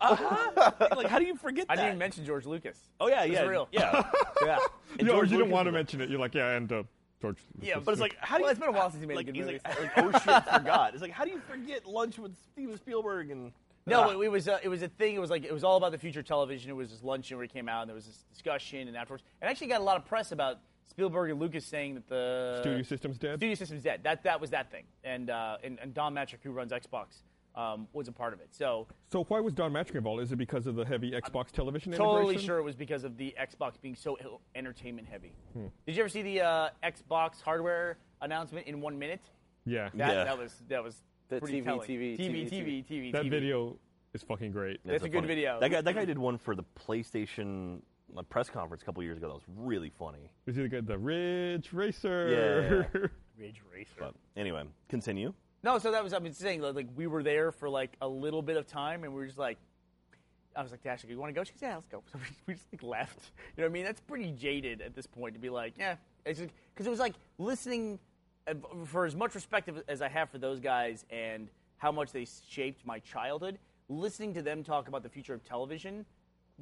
S2: uh-huh. like how do you forget
S7: I
S2: that?
S7: didn't even mention George Lucas.
S2: Oh yeah,
S7: It was
S2: yeah,
S7: real.
S2: yeah,
S7: *laughs* yeah.
S2: And
S5: you,
S2: George
S5: you didn't
S2: Lucas
S5: want to
S2: was like-
S5: mention it. You're like, yeah, and uh, George.
S7: Yeah,
S5: Lucas.
S2: But it's like, how do you?
S7: Well, it's been a while since he made a
S2: like,
S7: good *laughs*
S2: he's
S7: movie,
S2: Like, like, oh shit, forgot. It's like, how do you forget lunch with Steven Spielberg and
S7: No,
S1: Ah.
S7: but it was a, it was a thing. It was like it was all about the future of television. It was this luncheon where it came out, and there was this discussion, and afterwards, and actually got a lot of press about Spielberg and Lucas saying that the
S1: Studio system's dead?
S7: Studio system's dead. That that was that thing, and uh, and, and Don Matrick, who runs Xbox, um, was a part of it. So
S1: So why was Don Matrick involved? Is it because of the heavy Xbox television
S7: totally
S1: integration?
S7: sure it was because of the Xbox being so ill- entertainment heavy.
S1: Hmm.
S7: Did you ever see the uh, Xbox hardware announcement in one minute?
S1: Yeah.
S7: That,
S2: Yeah.
S7: that was that was
S3: The
S7: pretty
S3: TV,
S7: telling.
S3: TV, TV,
S7: TV, TV, TV.
S1: that video is fucking great.
S7: That's a good
S2: funny-
S7: video.
S2: That guy, that guy did one for the PlayStation like, press conference a couple years ago. That was really funny.
S1: Is it the, the Ridge Racer?
S2: Yeah.
S7: Ridge Racer.
S2: But anyway, continue.
S7: No, so that was I'm saying like, like we were there for like a little bit of time, and we were just like, I was like, to Ashley, you want to go? She goes, yeah, let's go. *laughs* So we, we just like left. You know what I mean? That's pretty jaded at this point to be like, yeah, because it was like listening uh, for as much respect as I have for those guys and how much they shaped my childhood. Listening to them talk about the future of television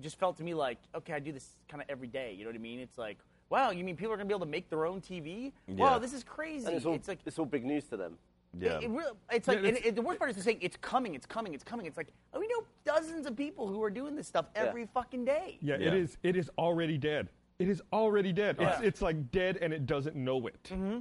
S7: just felt to me like, okay, I do this kind of every day. You know what I mean? It's like. Wow, you mean people are going to be able to make their own TV? Wow,
S2: Yeah.
S7: this is crazy.
S3: And it's all,
S7: it's like
S3: it's all big news to them.
S2: Yeah.
S7: it, it really, it's like,
S1: Yeah,
S7: and
S1: it's-
S7: it, the worst part is they're saying it's coming, it's coming, it's coming. It's like oh, we know dozens of people who are doing this stuff every fucking day.
S1: *laughs* Yeah, it
S2: Yeah.
S1: is. It is already dead. It is already dead. It's,
S7: Yeah.
S1: it's like dead and it doesn't know it.
S2: Mm-hmm.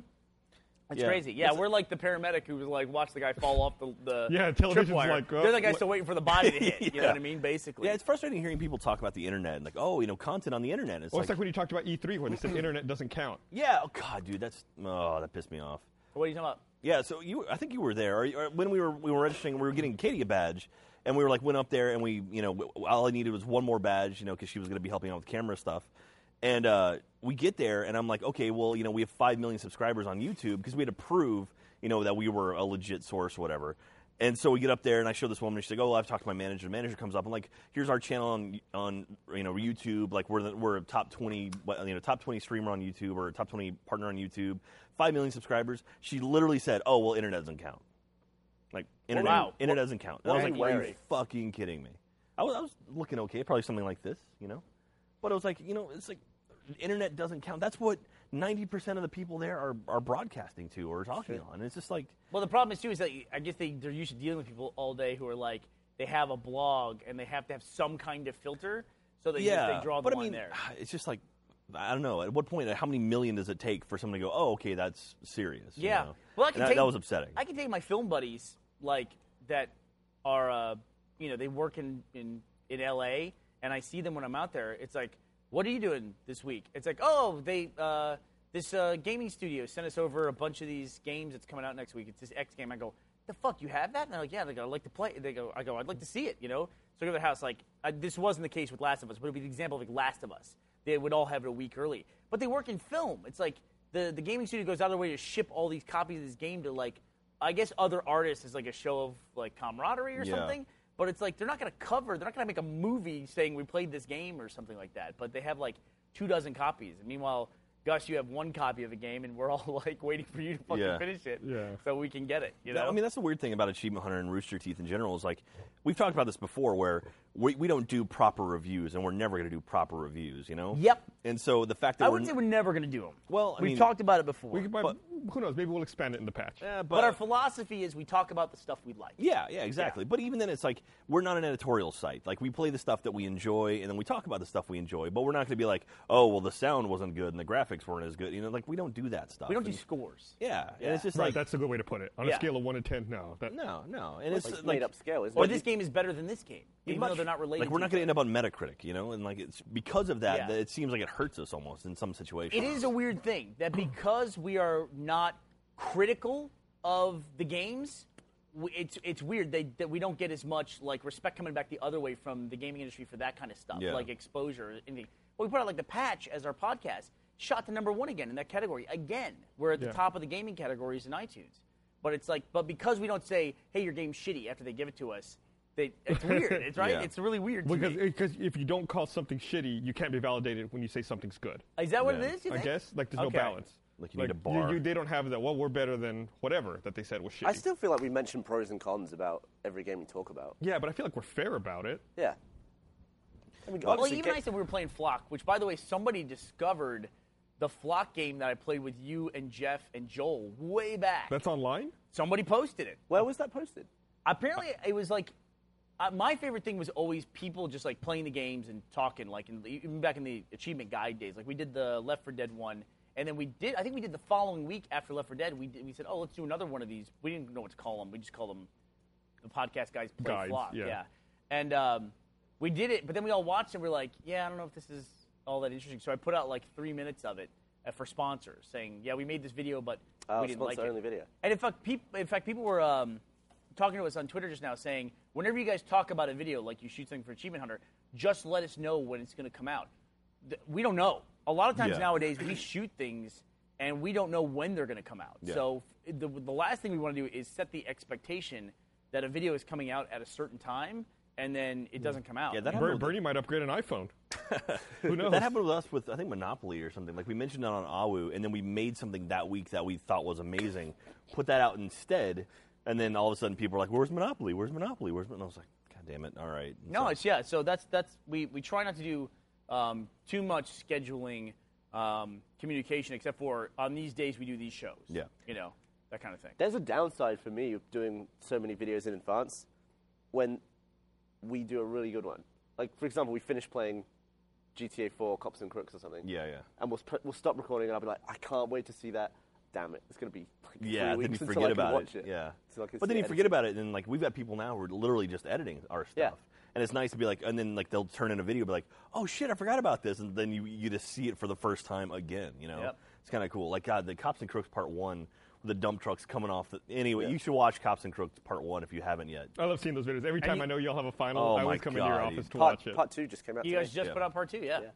S7: It's
S2: Yeah.
S7: crazy. Yeah, we're like the paramedic who was like watched the guy fall off the, the
S1: Yeah, television's
S7: tripwire.
S1: like, uh,
S7: they're the guys
S1: what-
S7: still waiting for the body to hit. You know
S2: Yeah.
S7: what I mean? Basically,
S2: Yeah, it's frustrating hearing people talk about the internet and like, oh, you know, content on the internet. It's
S1: Well,
S2: like, Mm-hmm.
S1: it's like when you talked about E3 where they said internet doesn't count.
S2: yeah, oh god, dude, that's oh, that pissed me off.
S7: what are you talking about?
S2: Yeah, so you, I think you were there. Or, or when we were we were registering, we were getting Katie a badge, and we were like went up there and we, you know, w- all I needed was one more badge, you know, because she was going to be helping out with camera stuff. And uh, we get there, and I'm like, okay, well, you know, we have five million subscribers on YouTube because we had to prove, you know, that we were a legit source, or whatever. And so we get up there, and I show this woman. and She's like, "Oh, I've talked to my manager." The manager comes up and like, "Here's our channel on on you know YouTube. Like, we're the, we're a top twenty, well, you know, top twenty streamer on YouTube or a top twenty partner on YouTube. Five million subscribers." She literally said, "Oh, well, internet doesn't count. Like, internet,
S7: wow.
S2: internet doesn't count." And I was
S3: were
S2: like,
S3: you
S2: "Are you
S3: wearing?
S2: fucking kidding me?" I was, I was looking okay, probably something like this, you know, but I was like, you know, it's like internet doesn't count. That's what ninety percent of the people there are are broadcasting to or talking on. And it's just like.
S7: Well, the problem is too is that I guess they they're used to dealing with people all day who are like they have a blog and they have to have some kind of filter, so they just, they draw the
S2: but I
S7: line
S2: mean,
S7: there.
S2: *sighs* It's just like I don't know. At what point? How many million does it take for someone to go? Oh, okay, that's serious. you
S7: Yeah.
S2: know?
S7: Well, I
S2: And
S7: can
S2: that,
S7: take,
S2: that was upsetting.
S7: I can take my film buddies like that are uh, you know they work in in in L.A. and I see them when I'm out there. It's like, what are you doing this week? It's like, oh, they uh, this uh, gaming studio sent us over a bunch of these games that's coming out next week. It's this X game. I go. The fuck you have that? And they're like, yeah. They go, I'd like to play. They go, I go, I'd like to see it. You know. So I go to the house. Like I, this wasn't the case with Last of Us, but it would be the example of like Last of Us. They would all have it a week early, but they work in film. It's like the the gaming studio goes out of their way to ship all these copies of this game to like I guess other artists is like a show of like camaraderie or
S2: Yeah.
S7: something. But it's like they're not gonna cover, they're not gonna make a movie saying we played this game or something like that. But they have like two dozen copies. And meanwhile, Gus, you have one copy of a game, and we're *laughs* all like waiting for you to fucking
S2: Yeah.
S7: finish it,
S1: Yeah.
S7: so we can get it. You know,
S2: That- I mean, that's the weird thing about Achievement Hunter and Rooster Teeth in general is like we've talked about this before, where we, we don't do proper reviews, and we're never going to do proper reviews. You know.
S7: Yep.
S2: And so the fact that
S7: I
S2: we're,
S7: wouldn't say we're never gonna do them.
S2: Well, I
S7: we've
S2: mean-
S7: talked about it before.
S1: We could buy-
S2: But-
S1: who knows? Maybe we'll expand it in the patch.
S2: Yeah,
S7: but, our philosophy is we talk about the stuff we like.
S2: Yeah, yeah, exactly.
S7: Yeah.
S2: But even then, it's like we're not an editorial site. Like we play the stuff that we enjoy, and then we talk about the stuff we enjoy. But we're not going to be like, oh, well, the sound wasn't good and the graphics weren't as good. You know, like we don't do that stuff.
S7: we don't do
S2: And-
S7: scores.
S2: Yeah, and it's just
S1: right,
S2: like
S1: that's a good way to put it. On a
S7: Yeah.
S1: scale of 1 to 10, no. That,
S2: no, no, and it's
S3: It's
S2: like,
S3: made up scale, isn't
S7: Or
S3: it?
S7: this game is better than this game, even though they're not related.
S2: Like we're
S7: to
S2: not
S7: each
S2: going to
S7: other.
S2: end up on Metacritic, you know, and like it's because of that
S7: Yeah.
S2: that it seems like it hurts us almost in some situations.
S7: It is a weird thing
S2: *clears throat*
S7: that because we are not critical of the games, we- it's it's weird they, that we don't get as much like respect coming back the other way from the gaming industry for that kind of stuff,
S2: Yeah.
S7: like exposure. and the- Well, we put out like the patch as our podcast shot to number one again in that category. Again, we're at the
S1: Yeah.
S7: top of the gaming categories in iTunes. But it's like, but because we don't say, "Hey, your game's shitty" after they give it to us, they, it's
S2: *laughs*
S7: weird. It's right.
S2: Yeah.
S7: It's really weird. to
S1: Because
S7: me.
S1: because if you don't call something shitty, you can't be validated when you say something's good.
S7: is that what
S2: Yeah.
S7: it is? you
S1: I
S7: think?
S1: guess like there's
S7: Okay.
S1: no balance.
S2: Like, you need a bar.
S1: You, they don't have that. Well, we're better than whatever that they said was shitty.
S3: I still feel like we mention pros and cons about every game we talk about.
S1: yeah, but I feel like we're fair about it.
S3: Yeah. I mean,
S7: Well,
S3: obviously,
S7: even
S3: ga-
S7: I said we were playing Flock, which, by the way, somebody discovered the Flock game that I played with you and Jeff and Joel way back.
S1: That's online.
S7: somebody posted it.
S3: where was that posted?
S7: Apparently, it was like uh, my favorite thing was always people just like playing the games and talking, like in, even back in the achievement guide days. Like we did the Left 4 Dead one, and then we did. I think we did the following week after Left 4 Dead. We did, we said, oh, let's do another one of these. We didn't know what to call them. We just called them the podcast guys play
S1: Guides,
S7: flop.
S1: yeah.
S7: And um, we did it, but then we all watched and we're like, yeah, I don't know if this is all that interesting. So I put out like three minutes of it uh, for sponsors, saying, yeah, we made this video, but
S3: Oh,
S7: we didn't like it.
S3: sponsor-only video.
S7: And in fact, peop- in fact, people were um, talking to us on Twitter just now saying, whenever you guys talk about a video, like you shoot something for Achievement Hunter, just let us know when it's going to come out. Th- we don't know. A lot of times
S2: Yeah.
S7: nowadays, we shoot things and we don't know when they're going to come out.
S2: Yeah.
S7: So f- the, the last thing we want to do is set the expectation that a video is coming out at a certain time and then it doesn't come out.
S2: Yeah, that
S1: Ber-
S2: happened.
S1: Bernie might upgrade an iPhone. Who knows?
S2: That happened with us with I think Monopoly or something. Like we mentioned it on Awu, and then we made something that week that we thought was amazing, put that out instead, and then all of a sudden people were like, "Where's Monopoly? Where's Monopoly? Where's?" Mon-" And I was like, "God damn it! All right." And
S7: No,
S2: so-
S7: it's yeah. So that's that's we we try not to do um, too much scheduling um, communication, except for on these days we do these shows.
S2: Yeah.
S7: you know that kind of thing.
S3: There's a downside for me of doing so many videos in advance when we do a really good one. Like, for example, we finish playing GTA 4, Cops and Crooks or something.
S2: Yeah, yeah.
S3: And we'll, sp- we'll stop recording and I'll be like, I can't wait to see that. Damn it, it's going to be like
S2: yeah.
S3: three
S2: Then you
S3: weeks *laughs* until
S2: forget
S3: I can
S2: about
S3: watch
S2: it.
S3: it.
S2: Yeah.
S3: Until I can
S2: but then
S3: see
S2: you
S3: it
S2: forget
S3: edited.
S2: about it, and like we've got people now who are literally just editing our stuff.
S3: Yeah.
S2: And it's nice to be like, and then like they'll turn in a video, and be like, "Oh shit, I forgot about this," and then you you just see it for the first time again. You know,
S7: Yep.
S2: it's kind of cool. Like God, the Cops and Crooks Part One, the dump trucks coming off. the Anyway, you should watch Cops and Crooks Part One if you haven't yet.
S1: I love seeing those videos. Every time
S7: you-
S1: I know y'all have a final,
S2: Oh
S1: I
S2: my
S1: always come into your
S2: God,
S1: office to
S3: part,
S1: watch it.
S3: Part two just came out.
S7: You
S3: today.
S7: guys just
S2: Yeah.
S7: put out part two, yeah.
S3: Yeah.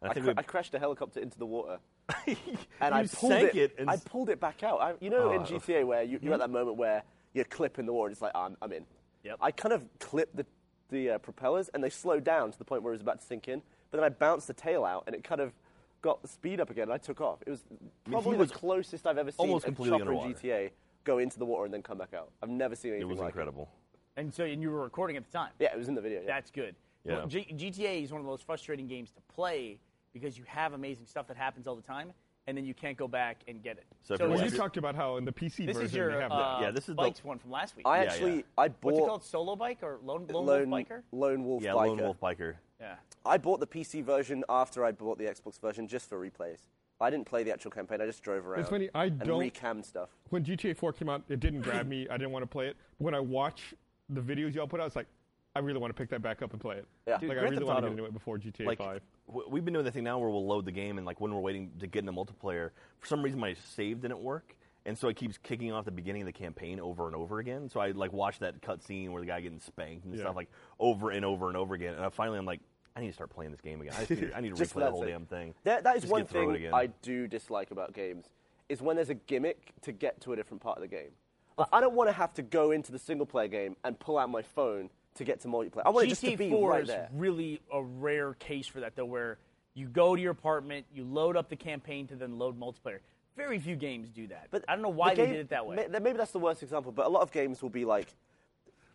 S2: And
S3: I,
S2: I think
S3: cra-
S2: *laughs* we-
S3: I crashed a helicopter into the water. and
S2: You
S3: I pulled
S2: sank
S3: it.
S2: it and
S3: I
S2: s-
S3: pulled it back out. I, you know, in
S2: Oh.
S3: GTA where you, you're at that moment where you clip in the water, and it's like I'm, I'm in.
S7: Yep.
S3: I kind of clipped the the uh, propellers, and they slowed down to the point where it was about to sink in. But then I bounced the tail out, and it kind of got the speed up again, and I took off. It was probably
S2: was
S3: the closest I've ever seen
S2: almost
S3: a
S2: completely
S3: chopper in
S2: underwater.
S3: GTA go into the water and then come back out. I've never seen anything
S2: it was
S3: like
S2: incredible.
S7: And so and you were recording at the time.
S3: it. Yeah, it was in the video. Yeah.
S7: That's good.
S2: Yeah.
S7: Well, G- GTA is one of the most frustrating games to play because you have amazing stuff that happens all the time, and then you can't go back and get it.
S2: So if it
S1: Well,
S2: was-
S1: you
S2: Yes.
S1: talked about how in the PC
S7: this
S1: version
S7: is
S1: they
S7: your
S1: have
S7: uh,
S1: that.
S2: Yeah, this is the-
S7: bikes one from last week.
S3: I
S2: Yeah,
S3: actually
S2: yeah.
S3: I bought
S7: What's it called? Solo bike or lone, lone
S3: Lone,
S7: wolf biker?
S3: Lone Wolf
S2: Yeah,
S3: Biker.
S2: Lone Wolf Biker.
S7: Yeah.
S3: I bought the PC version after I bought the Xbox version just for replays. I didn't play the actual campaign. I just drove around.
S1: funny, I
S3: and
S1: don't-
S3: recammed stuff.
S1: When GTA 4 came out, it didn't grab me. I didn't want to play it. When I watch the videos y'all put out, it's like, I really want to pick that back up and play it.
S3: Yeah.
S1: Like,
S3: Dude,
S1: I
S2: Grand
S1: really
S2: Theft
S1: want to
S2: Auto,
S1: get into it before GTA
S2: like,
S1: 5.
S2: w- we've been doing the thing now where we'll load the game and like when we're waiting to get into multiplayer, for some reason my save didn't work, and so it keeps kicking off the beginning of the campaign over and over again. So I like watch that cutscene where the guy getting spanked and
S1: Yeah.
S2: stuff like over and over and over again, and I finally I'm like, I need to start playing this game again. I, just need, I need to
S3: *laughs* Just
S2: replay the
S3: that
S2: whole
S3: thing.
S2: damn thing.
S3: That, that is
S2: Just
S3: one
S2: get through it
S3: thing
S2: again.
S3: I do dislike about games is when there's a gimmick to get to a different part of the game. Like, I don't want to have to go into the single player game and pull out my phone to get to multiplayer. I want it just to be
S7: GTA 4
S3: right
S7: is
S3: there.
S7: really a rare case for that, though, where you go to your apartment, you load up the campaign to then load multiplayer. Very few games do that. But I don't know why
S3: the
S7: they
S3: game-
S7: did it that way.
S3: may- then maybe that's the worst example, but a lot of games will be like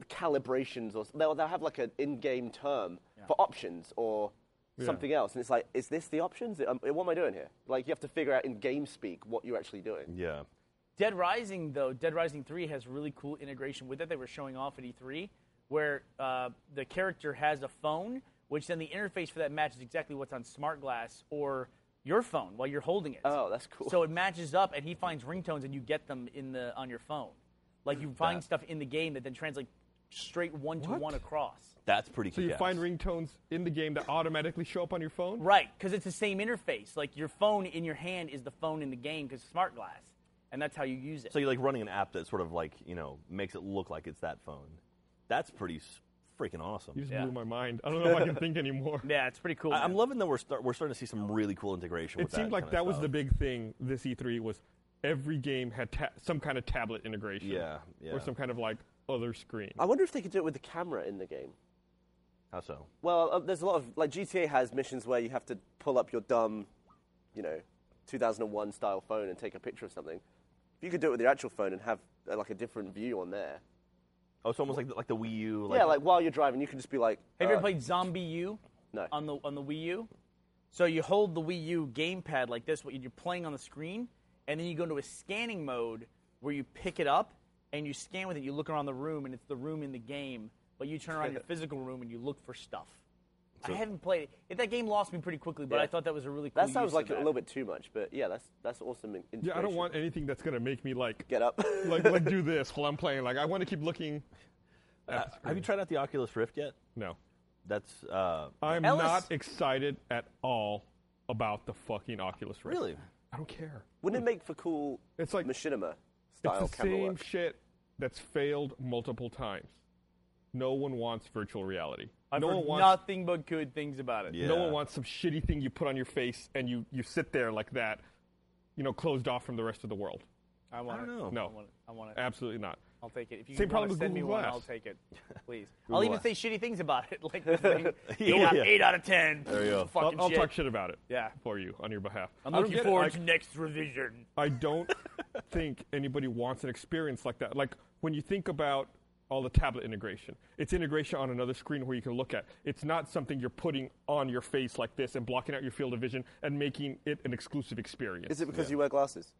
S3: calibrations or s- they'll, they'll have like an in-game term for options or something else, and it's like, is this the options? Um, what am I doing here? Like you have to figure out in game speak what you're actually doing.
S2: yeah,
S7: Dead Rising, though, Dead Rising 3 has really cool integration with it. They were showing off at E3, where uh, the character has a phone, which then the interface for that matches exactly what's on Smart Glass or your phone while you're holding it.
S3: Oh, that's cool.
S7: So it matches up, and he finds ringtones, and you get them in the on your phone. Like you find stuff in the game that then translates straight one to one across.
S2: that's pretty.
S1: So you
S2: kick-ass.
S1: find ringtones in the game that automatically show up on your phone?
S7: Right, because it's the same interface. Like your phone in your hand is the phone in the game because Smart Glass, and that's how you use it.
S2: So you're like running an app that sort of like you know makes it look like it's that phone. That's pretty s- freaking awesome.
S1: You just
S7: Yeah.
S1: blew my mind. I don't know if I can think anymore.
S7: yeah, it's pretty cool.
S2: I- I'm
S7: man.
S2: loving that we're start, we're starting to see some really cool integration.
S1: It
S2: with
S1: seemed
S2: that
S1: like
S2: kinda
S1: that was
S2: stuff.
S1: the big thing this
S5: E
S1: E3 was every game had ta- some kind of tablet integration.
S2: Yeah, yeah.
S1: Or some kind of like other screen.
S3: I wonder if they could do it with the camera in the game.
S2: How so?
S3: Well, uh, there's a lot of like GTA has missions where you have to pull up your dumb, you know, 2001 style phone and take a picture of something. If you could do it with your actual phone and have uh, like a different view on there.
S2: Oh, it's almost like the, like the Wii U.
S3: yeah, like while you're driving, you can just be like.
S7: Have you
S3: uh,
S7: ever played Zombie U?
S3: No.
S7: On the on the Wii U. So you hold the Wii U gamepad like this, what you're playing on the screen, and then you go into a scanning mode where you pick it up and you scan with it. You look around the room, and it's the room in the game, but but you turn
S3: *laughs*
S7: around in your physical room and you look for stuff. I haven't played it. it. That game lost me pretty quickly, but
S3: Yeah.
S7: I thought that was a really cool
S3: That sounds
S7: use
S3: like
S7: of
S3: a
S7: that.
S3: little bit too much, but yeah, that's that's awesome. in-
S5: Yeah, I don't
S3: integration.
S5: want anything that's gonna make me like
S3: Get up.
S5: *laughs*
S3: *laughs*
S5: like like do this while I'm playing. Like I want to keep looking.
S2: Uh, have you tried out the Oculus Rift yet?
S5: No,
S2: That's uh,
S5: I'm
S7: Ellis-
S5: not excited at all about the fucking Oculus Rift.
S2: really.
S5: I don't care.
S3: Wouldn't it make for cool?
S5: It's like-
S3: machinima
S5: It's
S3: style
S5: the
S3: camera
S5: same
S3: work?
S5: shit that's failed multiple times. No one wants virtual reality.
S7: I've
S5: no
S7: heard
S5: one wants
S7: nothing but good things about it.
S2: Yeah.
S5: no one wants some shitty thing you put on your face and you you sit there like that, you know, closed off from the rest of the world.
S7: I want
S2: I don't
S7: it.
S2: know.
S7: I
S5: No,
S7: want it. I want it.
S5: absolutely not.
S7: I'll take it. If you
S5: Same
S7: wanna
S5: problem with
S7: send me
S5: Google
S7: one,
S5: Glass.
S7: I'll
S5: *laughs*
S7: take it, please. I'll even
S2: Glass.
S7: say shitty things about it, *laughs* like this thing. eight, out,
S2: Yeah.
S7: eight out of ten.
S2: There you go.
S7: Fucking
S5: I'll, I'll
S7: shit.
S5: talk shit about it.
S7: Yeah.
S5: for you on your behalf.
S7: I'm
S5: I don't
S7: looking
S5: get it.
S7: forward
S5: Like,
S7: to next revision.
S5: I don't think anybody wants an experience like that. Like when you think about all the tablet integration, it's integration on another screen where you can look at. It's not something you're putting on your face like this and blocking out your field of vision and making it an exclusive experience.
S3: Is it because you wear glasses?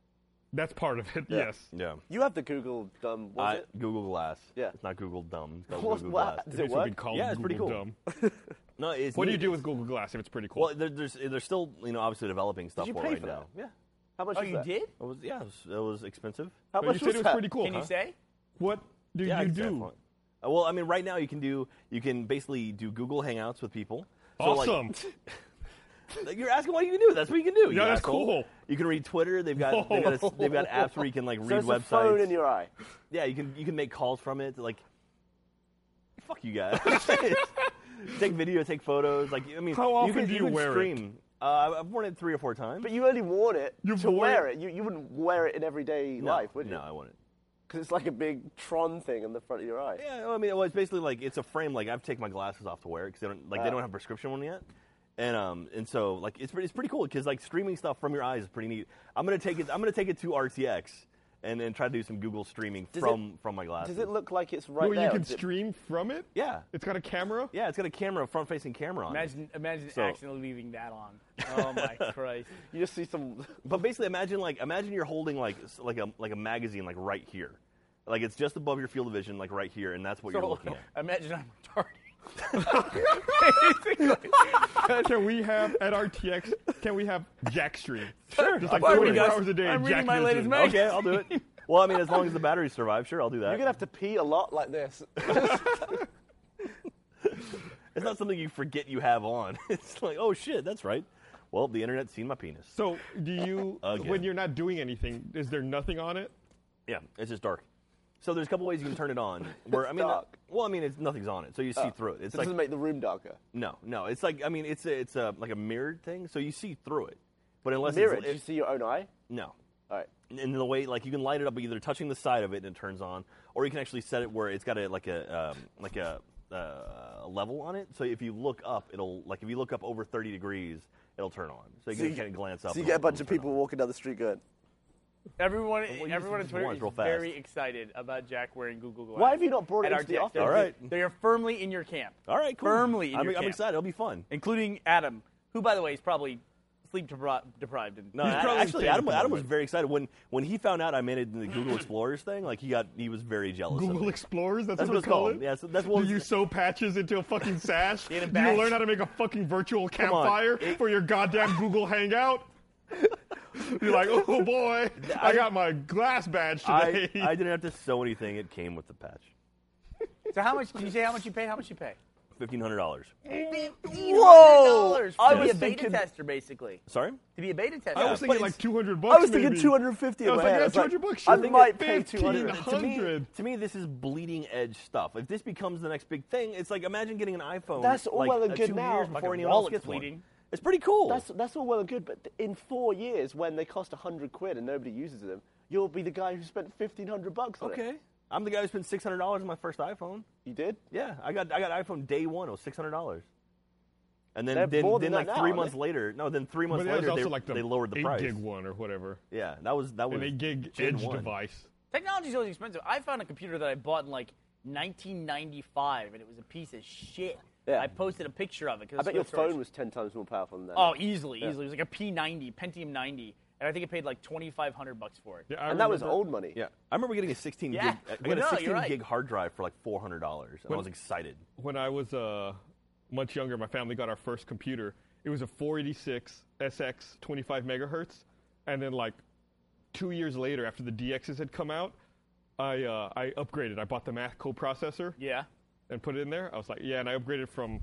S5: That's part of it. Yes.
S2: Yeah.
S3: You have the Google dumb. What
S2: I-
S3: was
S2: *laughs*
S3: it?
S2: Google Glass.
S3: Yeah.
S2: It's not Google Dumb. It's
S3: *laughs*
S2: called
S3: What-
S2: Google
S3: what?
S2: Glass.
S3: Does it
S5: Basically,
S3: work?
S5: we'd call
S2: Yeah,
S5: it
S2: it's pretty
S5: Google
S2: cool.
S5: dumb.
S2: No, it's
S5: What do you
S2: neat.
S5: do with Google Glass if it's pretty cool?
S2: Well, there, there's they're still you know obviously developing stuff
S3: you
S2: for
S3: pay
S2: it right
S3: for
S2: now. Yeah.
S3: How much
S7: Oh,
S3: was
S7: you
S3: that?
S7: did?
S2: It was yeah. It was, it was expensive.
S3: How
S5: But
S3: much
S5: you
S3: was
S5: said it was
S3: that?
S5: pretty cool.
S7: Can
S5: huh?
S7: you say?
S5: What do
S2: yeah, I
S5: you
S2: can say
S5: do?
S2: fine. Uh, Well, I mean, right now you can do you can basically do Google Hangouts with people. So, like, *laughs*
S5: Awesome.
S2: Like, you're asking what you can do. That's what you can do. you
S5: Yeah, that's
S2: asshole.
S5: cool.
S2: You can read Twitter. They've got they've got, a, they've got apps where you can like
S3: So
S2: read
S3: it's a
S2: websites.
S3: phone in your eye.
S2: yeah, you can you can make calls from it. Like, fuck you
S5: *laughs*
S2: guys. *laughs* take video, take photos. Like, I mean,
S5: How
S2: you
S5: often
S2: can,
S5: do
S2: you
S5: you
S2: can
S5: wear it?
S2: stream. Uh, I've worn it three or four times.
S3: But you only worn
S5: *laughs*
S3: it
S5: You've
S3: to
S5: worn
S3: wear
S5: it-
S3: it. You, you wouldn't wear it in everyday
S2: no,
S3: life, would you?
S2: no, I wouldn't.
S3: Because it's like a big Tron thing in the front of your eye.
S2: Yeah, well, I mean, well, it's basically like it's a frame. Like I've taken my glasses off to wear because they don't like they
S3: Ah.
S2: don't have a prescription one yet, and um and so like it's pretty, it's pretty cool because like streaming stuff from your eyes is pretty neat. I'm gonna take it. I'm gonna take it to RTX and then try to do some Google streaming
S3: Does
S2: from
S3: it-
S2: from my glasses.
S3: Does it look like it's right
S5: Well,
S3: there?
S5: you
S3: or
S5: can
S3: does it-
S5: stream from it.
S2: Yeah,
S5: It's got a camera.
S2: yeah. It's got a camera, a front facing camera on. it.
S7: Imagine, imagine
S2: So-
S7: accidentally leaving that on. Oh my
S5: *laughs*
S7: Christ!
S3: You just see some. *laughs*
S2: But basically, imagine like imagine you're holding like s- like a like a magazine like right here, like it's just above your field of vision, like right here, and that's what you're
S7: So,
S3: *laughs*
S2: looking at.
S7: imagine I'm
S5: *laughs*
S7: retarded.
S5: *laughs* Can we have at RTX? Can we have Jackstream?
S7: Sure.
S5: Just like
S7: I'm
S5: 24
S7: reading-
S5: hours a day.
S7: I'm
S5: of
S7: reading
S5: Jack Oh,
S7: my latest
S5: Newton.
S7: mag-
S2: Okay, I'll do
S3: *laughs*
S2: it. Well, I mean, as long as the batteries survive, sure, I'll do that.
S3: You're gonna have to pee a lot like this.
S2: It's not something you forget you have on. *laughs* It's like, oh shit, that's right. Well, the internet's seen my penis.
S5: So, do you
S2: Again.
S5: when you're not doing anything? Is there nothing on it?
S2: Yeah, it's just dark. So there's a couple ways you can turn it
S3: *laughs*
S2: on. Where I mean,
S3: dark. Oh.
S2: well, I mean, it's nothing's on it, so you see through it. It's
S3: Uh, It
S2: like
S3: doesn't make the room darker.
S2: no, no. It's like I mean, it's a, it's a like a mirrored thing, so you see through it. But unless
S3: Mirror,
S2: it's,
S3: do you see your own eye?
S2: no.
S3: All right.
S2: And the way like you can light it up by either touching the side of it and it turns on, or you can actually set it where it's got a like a um, like a uh, level on it. So if you look up, it'll like if you look up over 30 degrees, it'll turn on. So you can kind of glance up.
S3: So you
S2: and
S3: get a
S2: it'll-
S3: bunch
S2: it'll
S3: of
S2: turn
S3: people
S2: on.
S3: walking down the street going,
S7: *laughs* Everyone,
S2: Well, you
S7: everyone on
S2: just
S7: Twitter
S2: want
S7: is
S2: real fast.
S7: very excited about Jack wearing Google Glass.
S3: Why have you not brought it
S7: at
S3: into the
S7: RTX?
S3: office?
S7: They're-
S2: All right.
S7: they are firmly in your camp.
S2: All right, cool.
S7: Firmly in
S2: I'm,
S7: your
S2: I'm
S7: camp.
S2: excited. It'll be fun.
S7: including Adam, who, by the way, is probably sleep depri- deprived. And
S2: No,
S5: He's
S2: I-
S5: probably
S2: actually,
S5: staying
S2: Adam,
S5: at the
S2: Adam was
S5: moment.
S2: very excited when when he found out I made it in the Google Explorers thing. Like he got, he was very jealous. of
S5: Google
S2: me.
S5: Explorers. That's,
S2: That's
S5: what,
S2: what it's
S5: they call
S2: called.
S5: it.
S2: Yeah, so that's what
S5: Do you
S2: it's-
S5: sew patches into a
S2: *laughs*
S5: fucking sash? Do
S7: In a
S5: you
S7: batch.
S5: learn how to make a fucking virtual
S2: on.
S5: campfire
S2: It-
S5: for your goddamn Google
S2: *laughs*
S5: Hangout? You're like, oh boy, I,
S2: I-
S5: got my glass badge
S2: I,
S5: today. *laughs*
S2: I didn't have to sew anything. It came with the patch.
S7: So how much? Can you say how much you paid? How much you pay?
S2: Fifteen hundred dollars.
S7: Whoa!
S3: I
S7: To be
S3: was
S7: a beta
S3: thinking-
S7: tester, basically.
S2: Sorry.
S7: To be a beta tester.
S5: I was
S2: but
S5: thinking
S2: it's-
S5: like 200 bucks.
S3: I was thinking
S5: maybe.
S3: 250
S5: I
S3: in
S5: was
S3: my
S5: like,
S3: head.
S5: yeah,
S3: I was like,
S5: 200 bucks.
S3: I
S5: sure,
S3: might pay
S5: 1500.
S3: 200.
S2: To me,
S5: 100.
S2: to me, this is bleeding edge stuff. If this becomes the next big thing, it's like imagine getting an iPhone.
S3: That's all
S2: like,
S3: well and
S2: uh,
S3: good
S2: two
S3: now.
S2: years
S3: Like
S2: before
S7: a
S2: anyone else
S7: wallet's
S2: gets one.
S7: bleeding.
S2: It's pretty cool.
S3: That's, that's all well and good, but th- in four years, when they cost 100 quid and nobody uses them, you'll be the guy who spent 1500 bucks on it.
S2: okay. I'm the guy who spent six hundred dollars on my first iPhone.
S3: You did?
S2: Yeah, I got I got iPhone day one. It was six hundred dollars. And then
S3: They're
S2: then,
S3: more
S2: then
S3: than
S2: like
S3: that now,
S2: three
S3: aren't
S2: months
S3: they?
S2: later, no, then three months
S5: But that was
S2: later
S5: also
S2: they,
S5: like the
S2: they lowered the
S5: eight
S2: price.
S5: gig one or whatever.
S2: Yeah, that was that was
S5: An eight gig
S2: Gen
S5: edge
S2: 1.
S5: device.
S7: Technology's always expensive. I found a computer that I bought in like 1995, and it was a piece of shit.
S3: Yeah.
S7: I posted a picture of it. 'cause
S3: I
S7: it's
S3: bet your
S7: so storage.
S3: phone was 10 times more powerful than that.
S7: Oh, easily,
S3: Yeah.
S7: easily. It was like a P90, Pentium 90. and I think it paid like twenty five hundred bucks for it.
S5: Yeah, I
S3: And that was
S5: remember-
S3: old money.
S2: Yeah, I remember getting a 16
S7: Yeah.
S2: gig. I got
S7: No,
S2: a
S7: you're
S2: 16
S7: right.
S2: gig hard drive for like 400 dollars, and I was excited.
S5: when I was uh, much younger, my family got our first computer. It was a 486 SX 25 megahertz, and then like two years later, after the DXs had come out, I uh, I upgraded. I bought the Mac coprocessor
S7: Yeah.
S5: and put it in there. I was like, yeah, and I upgraded from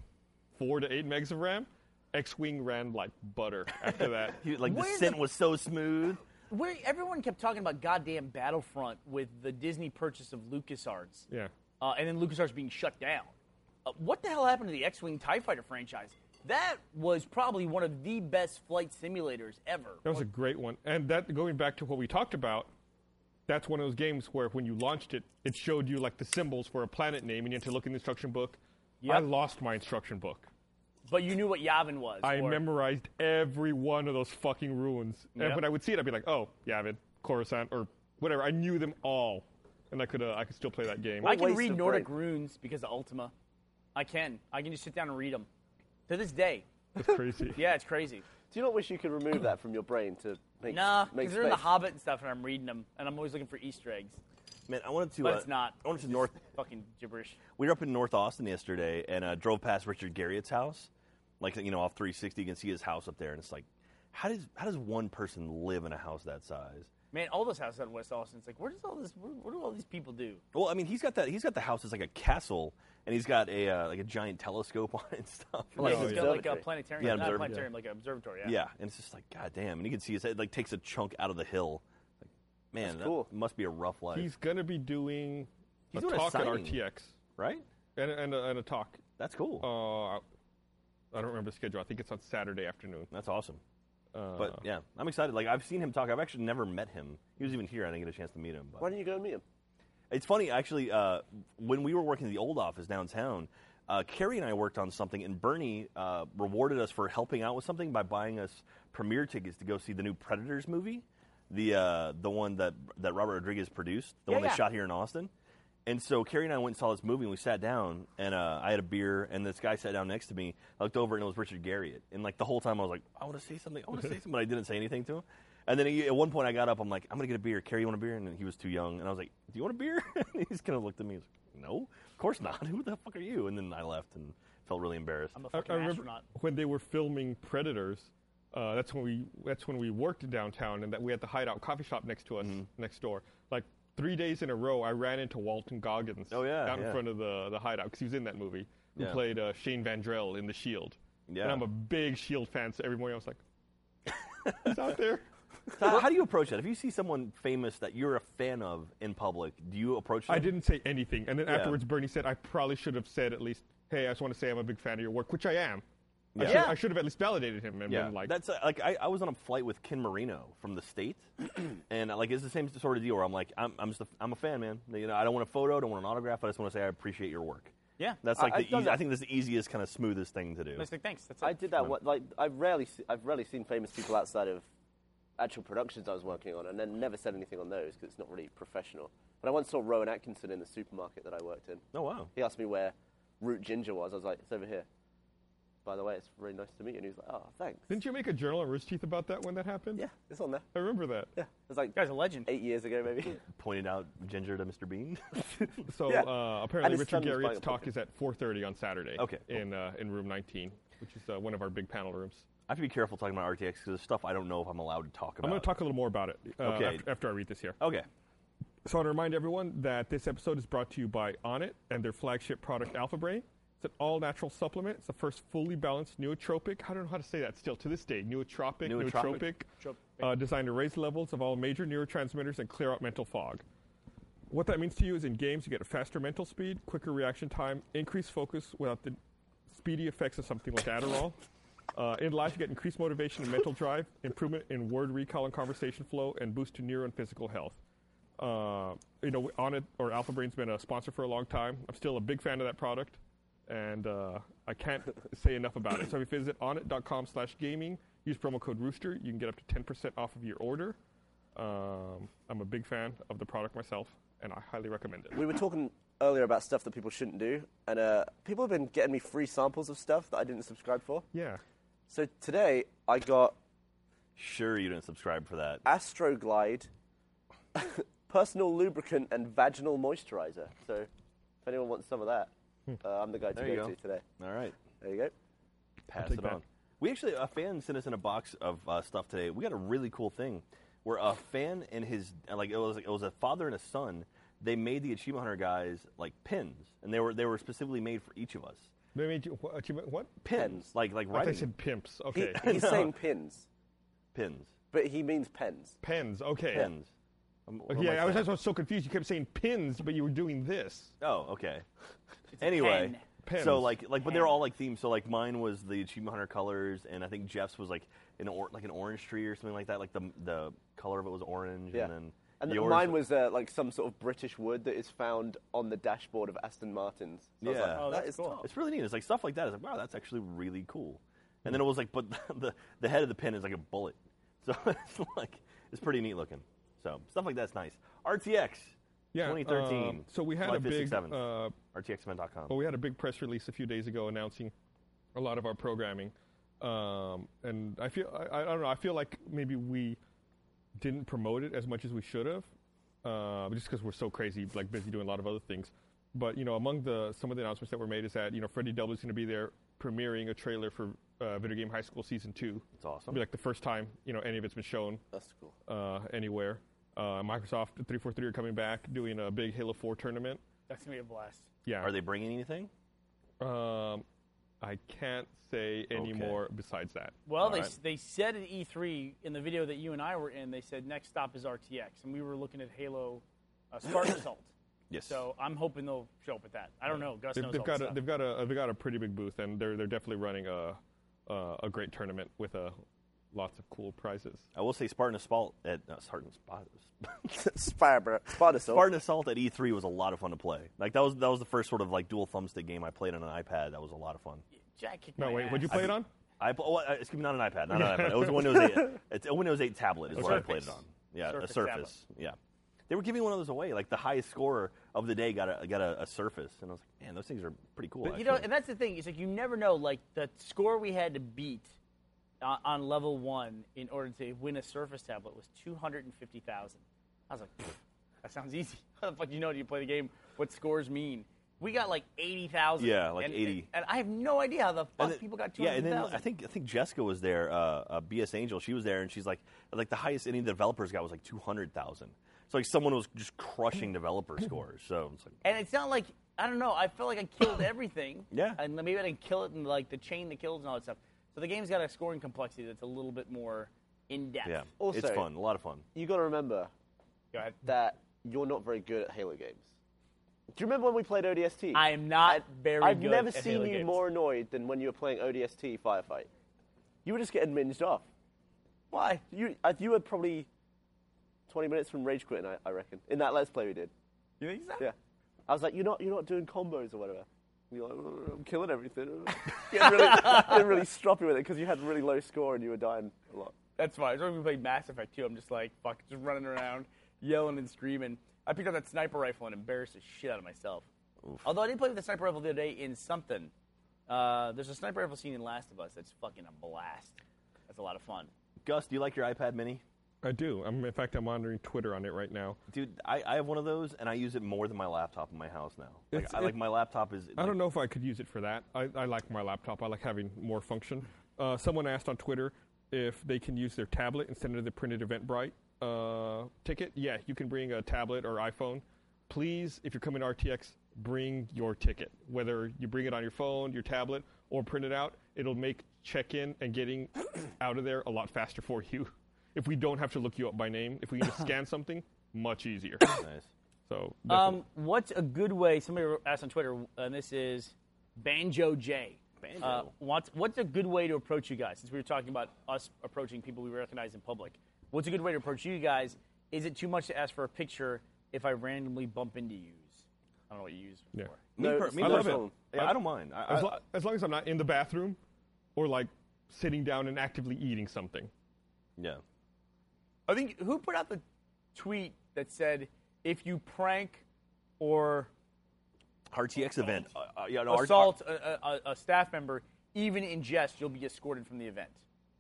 S5: four to eight megs of RAM. X-wing ran like butter after that.
S2: He- Like the
S7: Where
S2: scent
S7: the-
S2: was so smooth.
S7: Where everyone kept talking about goddamn Battlefront with the Disney purchase of LucasArts.
S5: Yeah.
S7: Uh, and then LucasArts being shut down. Uh, what the hell happened to the X-Wing TIE Fighter franchise? That was probably one of the best flight simulators ever.
S5: That was a great one. And that going back to what we talked about, that's one of those games where when you launched it, it showed you like the symbols for a planet name and you had to look in the instruction book. I
S7: Yep.
S5: lost my instruction book.
S7: But you knew what Yavin was.
S5: I
S7: or-
S5: memorized every one of those fucking ruins.
S7: Yep.
S5: And when I would see it, I'd be like, "Oh, Yavin, Coruscant, or whatever." I knew them all, and I could uh, I could still play that game.
S7: I can
S3: waste
S7: read
S3: of
S7: Nordic
S3: brain.
S7: runes because of Ultima. I can. I can just sit down and read them. To this day.
S5: That's crazy.
S7: Yeah, it's crazy.
S3: Do you not wish you could remove that from your brain to make
S7: Nah,
S3: make
S7: because they're in the
S3: space?
S7: Hobbit and stuff, and I'm reading them, and I'm always looking for Easter eggs.
S2: Man, I wanted to.
S7: But
S2: uh,
S7: it's not.
S2: I wanted to
S7: It's
S2: North.
S7: Fucking gibberish.
S2: We were up in North Austin yesterday and uh, drove past Richard Garriott's house. Like you know, off 360, you can see his house up there, and it's like, how does how does one person live in a house that size?
S7: Man, all those houses out in West Austin, it's like, where does all this, where, what do all these people do?
S2: Well, I mean, he's got that. He's got the house that's like a castle, and he's got a uh, like a giant telescope *laughs* on it and stuff.
S7: Like,
S2: It's
S7: it's
S2: just-
S7: got like a
S3: observatory.
S7: planetarium,
S2: Oh, Yeah,
S7: not a
S2: observ-
S7: planetarium, like an observatory. Yeah.
S2: yeah, and it's just like, god damn. And you can see his head like takes a chunk out of the hill. Like, man, that
S3: cool.
S2: must be a rough life,
S5: He's gonna be doing
S2: He's
S5: a
S2: doing a
S5: talk at
S2: signing.
S5: RTX
S2: right?
S5: and and a, and a talk.
S2: That's cool.
S5: Uh, I don't remember the schedule. I think it's on Saturday afternoon.
S2: That's awesome.
S5: Uh,
S2: But yeah, I'm excited. Like I've seen him talk. I've actually never met him. He was even here. I didn't get a chance to meet him. But
S3: Why don't you go and meet him?
S2: It's funny, actually, uh, when we were working at the old office downtown, uh, Carrie and I worked on something, and Bernie uh, rewarded us for helping out with something by buying us premiere tickets to go see the new Predators movie, the uh, the one that that Robert Rodriguez produced, the
S7: Yeah,
S2: one they
S7: yeah.
S2: shot here in Austin. And so Carrie and I went and saw this movie, and we sat down, and uh, I had a beer, and this guy sat down next to me. I looked over, and it was Richard Garriott. And like the whole time, I was like, I want to say something, I want to
S5: *laughs*
S2: say something, but I didn't say anything to him. And then he, at one point, I got up, I'm like, I'm gonna get a beer. Carrie, you want a beer? And he was too young, and I was like, Do you want a beer? *laughs* And he just kind of looked at me, and was like, No, of course not. *laughs* Who the fuck are you? And then I left and felt really embarrassed.
S7: I'm a
S5: I,
S7: fucking
S5: I remember
S7: astronaut.
S5: when they were filming Predators. Uh, that's when we that's when we worked downtown, and that we had the Hideout coffee shop next to us,
S2: Mm-hmm.
S5: next door. Like three days in a row, I ran into Walton Goggins.
S2: Oh, yeah,
S5: out
S2: yeah.
S5: in front of the the Hideout because he was in that movie. Who
S2: Yeah.
S5: played uh, Shane Vandrell in The Shield?
S2: Yeah.
S5: and I'm a big Shield fan, so every morning I was like, "He's
S2: *laughs*
S5: out there."
S2: So how, how do you approach that? If you see someone famous that you're a fan of in public, do you approach? Them?
S5: I didn't say anything, and then
S2: Yeah.
S5: afterwards, Bernie said, "I probably should have said at least, hey, I just want to say I'm a big fan of your work, which I am." I, should,
S7: Yeah.
S5: I should have at least validated him and
S2: Yeah,
S5: been like,
S2: that's uh, like I, I was on a flight with Ken Marino from the state, *clears throat* and uh, like it's the same sort of deal where I'm like I'm I'm just a, I'm a fan, man. You know, I don't want a photo, I don't want an autograph. I just want to say I appreciate your work.
S7: Yeah.
S2: that's
S7: I-
S2: like
S3: I've
S2: the
S3: done
S2: eas
S3: that.
S2: I think that's the easiest kind of smoothest thing to do.
S7: It's like, thanks. That's it.
S3: I did that. One, like I've rarely, se- I've rarely seen famous people outside of actual productions I was working on, and then never said anything on those because it's not really professional. But I once saw Rowan Atkinson in the supermarket that I worked in.
S2: Oh wow,
S3: He asked me where root ginger was. I was like, it's over here. By the way, it's really nice to meet you. And he was like, oh, thanks.
S5: Didn't you make a journal on Rooster Teeth about that when that happened?
S3: Yeah, it's on there.
S5: I remember that.
S3: Yeah, it was like
S7: guy's a legend.
S3: eight years ago maybe.
S2: pointed out Ginger to Mr. Bean. *laughs*
S5: So
S3: Yeah.
S5: uh,
S3: And
S5: apparently,
S3: his
S5: Richard
S3: son was buying
S5: Garriott's
S3: a
S5: talk
S3: picture.
S5: is at 4:30 on Saturday.
S2: Okay, cool.
S5: in uh, in room 19, which is uh, one of our big panel rooms.
S2: I have to be careful talking about RTX because there's stuff I don't know if I'm allowed to talk about.
S5: I'm going to talk a little more about it uh,
S2: Okay.
S5: after, after I read this here.
S2: Okay,
S5: So I want to remind everyone that this episode is brought to you by Onnit and their flagship product Alpha Brain. It's an all-natural supplement. It's the first fully balanced nootropic. I don't know how to say that still to this day. Nootropic, nootropic,
S2: Nootropic.
S5: uh, designed to raise levels of all major neurotransmitters and clear out mental fog. What that means to you is in games you get a faster mental speed, quicker reaction time, increased focus without the speedy effects of something like Adderall. Uh, in life, you get increased motivation and mental drive, improvement in word recall and conversation flow, and boost to neuro and physical health. Uh, you know, on it or Alpha Brain's been a sponsor for a long time. I'm still a big fan of that product, and uh, I can't say enough about it. So if you visit onit.com/gaming, use promo code Rooster, you can get up to 10% off of your order. Um, I'm a big fan of the product myself, and I highly recommend
S3: *laughs*
S5: it.
S3: we were talking earlier about stuff that people shouldn't do, and uh, people have been getting me free samples of stuff that I didn't subscribe for.
S5: Yeah.
S3: So today I got
S2: Sure, you didn't subscribe for that.
S3: Astroglide, *laughs* personal lubricant, and vaginal moisturizer. So, if anyone wants some of that,
S7: Hmm.
S3: uh, I'm the guy to
S2: There
S3: go,
S2: you
S3: to
S2: go.
S3: today.
S2: All right,
S3: There you go.
S2: pass
S5: take
S2: it
S5: that.
S2: on. We actually a fan sent us in a box of uh, stuff today. We got a really cool thing where a fan and his uh, like it was it was a father and a son. They made the achievement hunter guys like pins, and they were they were specifically made for each of us.
S5: They made you what? achievement- what?
S2: Pins, like like
S5: I thought
S2: writing
S5: they said pimps.
S3: He,
S5: Okay,
S2: *laughs*
S3: he's saying pins,
S2: pins,
S3: but he means pens.
S5: pens. Okay.
S2: pins. Um, what
S5: Okay,
S2: am
S5: yeah, I was,
S2: saying?
S5: that's why I was so confused. You kept saying pins, but you were doing this.
S2: Oh, okay. anyway,
S5: pen.
S2: so
S5: Pens.
S2: like like but they're all like themed. So like mine was the achievement hunter colors, and I think Jeff's was like an or, like an orange tree or something like that. Like the the color of it was orange,
S3: Yeah.
S2: and then
S3: And
S2: yours-
S3: mine was uh, like some sort of British wood that is found on the dashboard of Aston Martins. So I was like,
S2: Yeah.
S7: Oh,
S3: that
S7: that's
S3: is *laughs*
S7: cool.
S3: tough.
S2: It's really neat. It's like stuff like that. It's like wow, that's actually really cool. And then it was like, but *laughs* the the head of the pin is like a bullet, *laughs* so it's like it's pretty neat looking. So stuff like that's nice. RTX,
S5: Yeah,
S2: 2013.
S5: um, so we had
S2: July
S5: a
S2: 5th,
S5: big,
S2: 6th, 7th.
S5: uh,
S2: RTXmen.com.
S5: Well, we had a big press release a few days ago announcing a lot of our programming, um, and I feel I, I don't know. I feel like maybe we didn't promote it as much as we should have, uh, just because we're so crazy, like busy doing a lot of other things. But you know, among the some of the announcements that were made is that you know Freddie W is going to be there premiering a trailer for uh, Video Game High School season two.
S2: That's awesome.
S5: It'll be like the first time you know any of it's been shown
S3: That's cool.
S5: uh, anywhere. Uh, Microsoft 343 are coming back doing a big Halo 4 tournament.
S7: That's gonna be a blast.
S5: Yeah,
S2: Are they bringing anything?
S5: um, I can't say any
S2: Okay.
S5: more besides that.
S7: Well, they,
S2: right.
S7: s they said at E3 in the video that you and I were in, they said next stop is RTX, and we were looking at Halo uh, Spark Assault.
S2: Yes.
S7: So I'm hoping they'll show up with that. I don't know. Gus
S5: They've,
S7: knows
S5: they've
S7: all
S5: got
S7: the
S5: a,
S7: stuff.
S5: they've got a they've got a pretty big booth, and they're they're definitely running a uh, a great tournament with a lots of cool prizes.
S2: I will say Spartan Assault at no, Spartan Assault.
S3: Sparta. Sparta. salt.
S2: Spartan Assault at E3 was a lot of fun to play. Like that was that was the first sort of like dual thumbstick game I played on an iPad. That was a lot of fun.
S7: Jack kicked
S5: No,
S7: my
S5: wait,
S7: ass.
S5: would you play
S2: think-
S5: it on?
S2: I pl- well, uh, excuse me, not an iPad,
S7: *laughs*
S2: not an iPad. It was a Windows 8. It's a Windows 8 tablet is what I played it
S7: Surface.
S2: on. Yeah,
S7: Surface
S2: a Surface. Yeah, they were giving one of those away. Like the highest scorer of the day got a got a, a Surface, and I was like, man, those things are pretty cool.
S7: But, you know,
S2: actually.
S7: and that's the thing. It's like you never know. Like the score we had to beat uh, on level one in order to win a Surface tablet was two hundred and fifty thousand. I was like, "Pfft, that sounds easy. *laughs* How the fuck do you know? Do you play the game? What scores mean? We got like eighty thousand.
S2: Yeah, like
S7: and,
S2: 80.
S7: And, I have no idea how the fuck
S2: And then-
S7: people got two
S2: Yeah,
S7: hundred
S2: and then
S7: thousand.
S2: I think I think Jessica was there. Uh, uh, BS Angel, she was there, and she's like, like the highest any of the developers got was like two hundred thousand. So like someone was just crushing
S7: *laughs*
S2: developer scores. So it's like,
S7: And it's not like I don't know. I feel like I *coughs* killed everything.
S2: Yeah.
S7: And maybe I didn't kill it in like the chain that kills and all that stuff. So the game's got a scoring complexity that's a little bit more in depth.
S2: yeah,
S3: Also-
S2: it's fun, a lot of fun.
S3: you got to remember
S7: Go ahead.
S3: that you're not very good at Halo games. Do you remember when we played ODST?
S7: I am not very
S3: I've
S7: good
S3: never
S7: at
S3: seen
S7: Halo
S3: you
S7: games.
S3: more annoyed than when you were playing ODST Firefight. You were just getting minged off. Why? You, uh, you were probably 20 minutes from rage quitting, I, I reckon. In that Let's Play we did.
S7: You think so?
S3: Yeah. I was like, you're not, you're not doing combos or whatever. And You're like, "Oh, I'm killing everything. *laughs* getting really, getting
S7: *laughs*
S3: really stroppy with it because you had really low score and you were dying a lot.
S7: That's fine. As long as we played Mass Effect too, I'm just like fuck, just running around, yelling and screaming. I picked up that sniper rifle and embarrassed the shit out of myself. Although I did play with the sniper rifle the other day in something. Uh, there's a sniper rifle scene in Last of Us that's fucking a blast. That's a lot of fun.
S2: Gus, do you like your iPad Mini?
S5: I do. I'm in fact I'm monitoring Twitter on it right now.
S2: Dude, I, I have one of those, and I use it more than my laptop in my house now. Like,
S5: It's-
S2: I,
S5: it-
S2: like my laptop is.
S5: I don't know if I could use it for that. I, I like my laptop. I like having more function. Uh, someone asked on Twitter if they can use their tablet instead of the printed Eventbrite uh, ticket. Yeah, you can bring a tablet or iPhone. Please, if you're coming to RTX, bring your ticket. Whether you bring it on your phone, your tablet, or print it out, it'll make check-in and getting *coughs* out of there a lot faster for you. If we don't have to look you up by name, if we can just scan something, much easier.
S2: Nice.
S5: So,
S7: Um, what's a good way? Somebody asked on Twitter, uh, and this is Banjo J.
S2: Banjo.
S7: Uh, what's, what's a good way to approach you guys? Since we were talking about us approaching people we recognize in public, what's a good way to approach you guys? Is it too much to ask for a picture if I randomly bump into you? I don't know what you use
S5: Yeah.
S7: for.
S2: Me,
S3: No,
S2: per-
S3: it's
S2: me
S3: not
S2: personally-
S3: a problem.
S2: Yeah, I don't mind. I,
S5: As,
S2: I-
S5: lo- as long as I'm not in the bathroom or like sitting down and actively eating something.
S2: yeah.
S7: I think who put out the tweet that said if you prank or
S2: RTX event. Uh, uh, yeah, no, R-
S7: assault a, a, a staff member, even in jest, you'll be escorted from the event.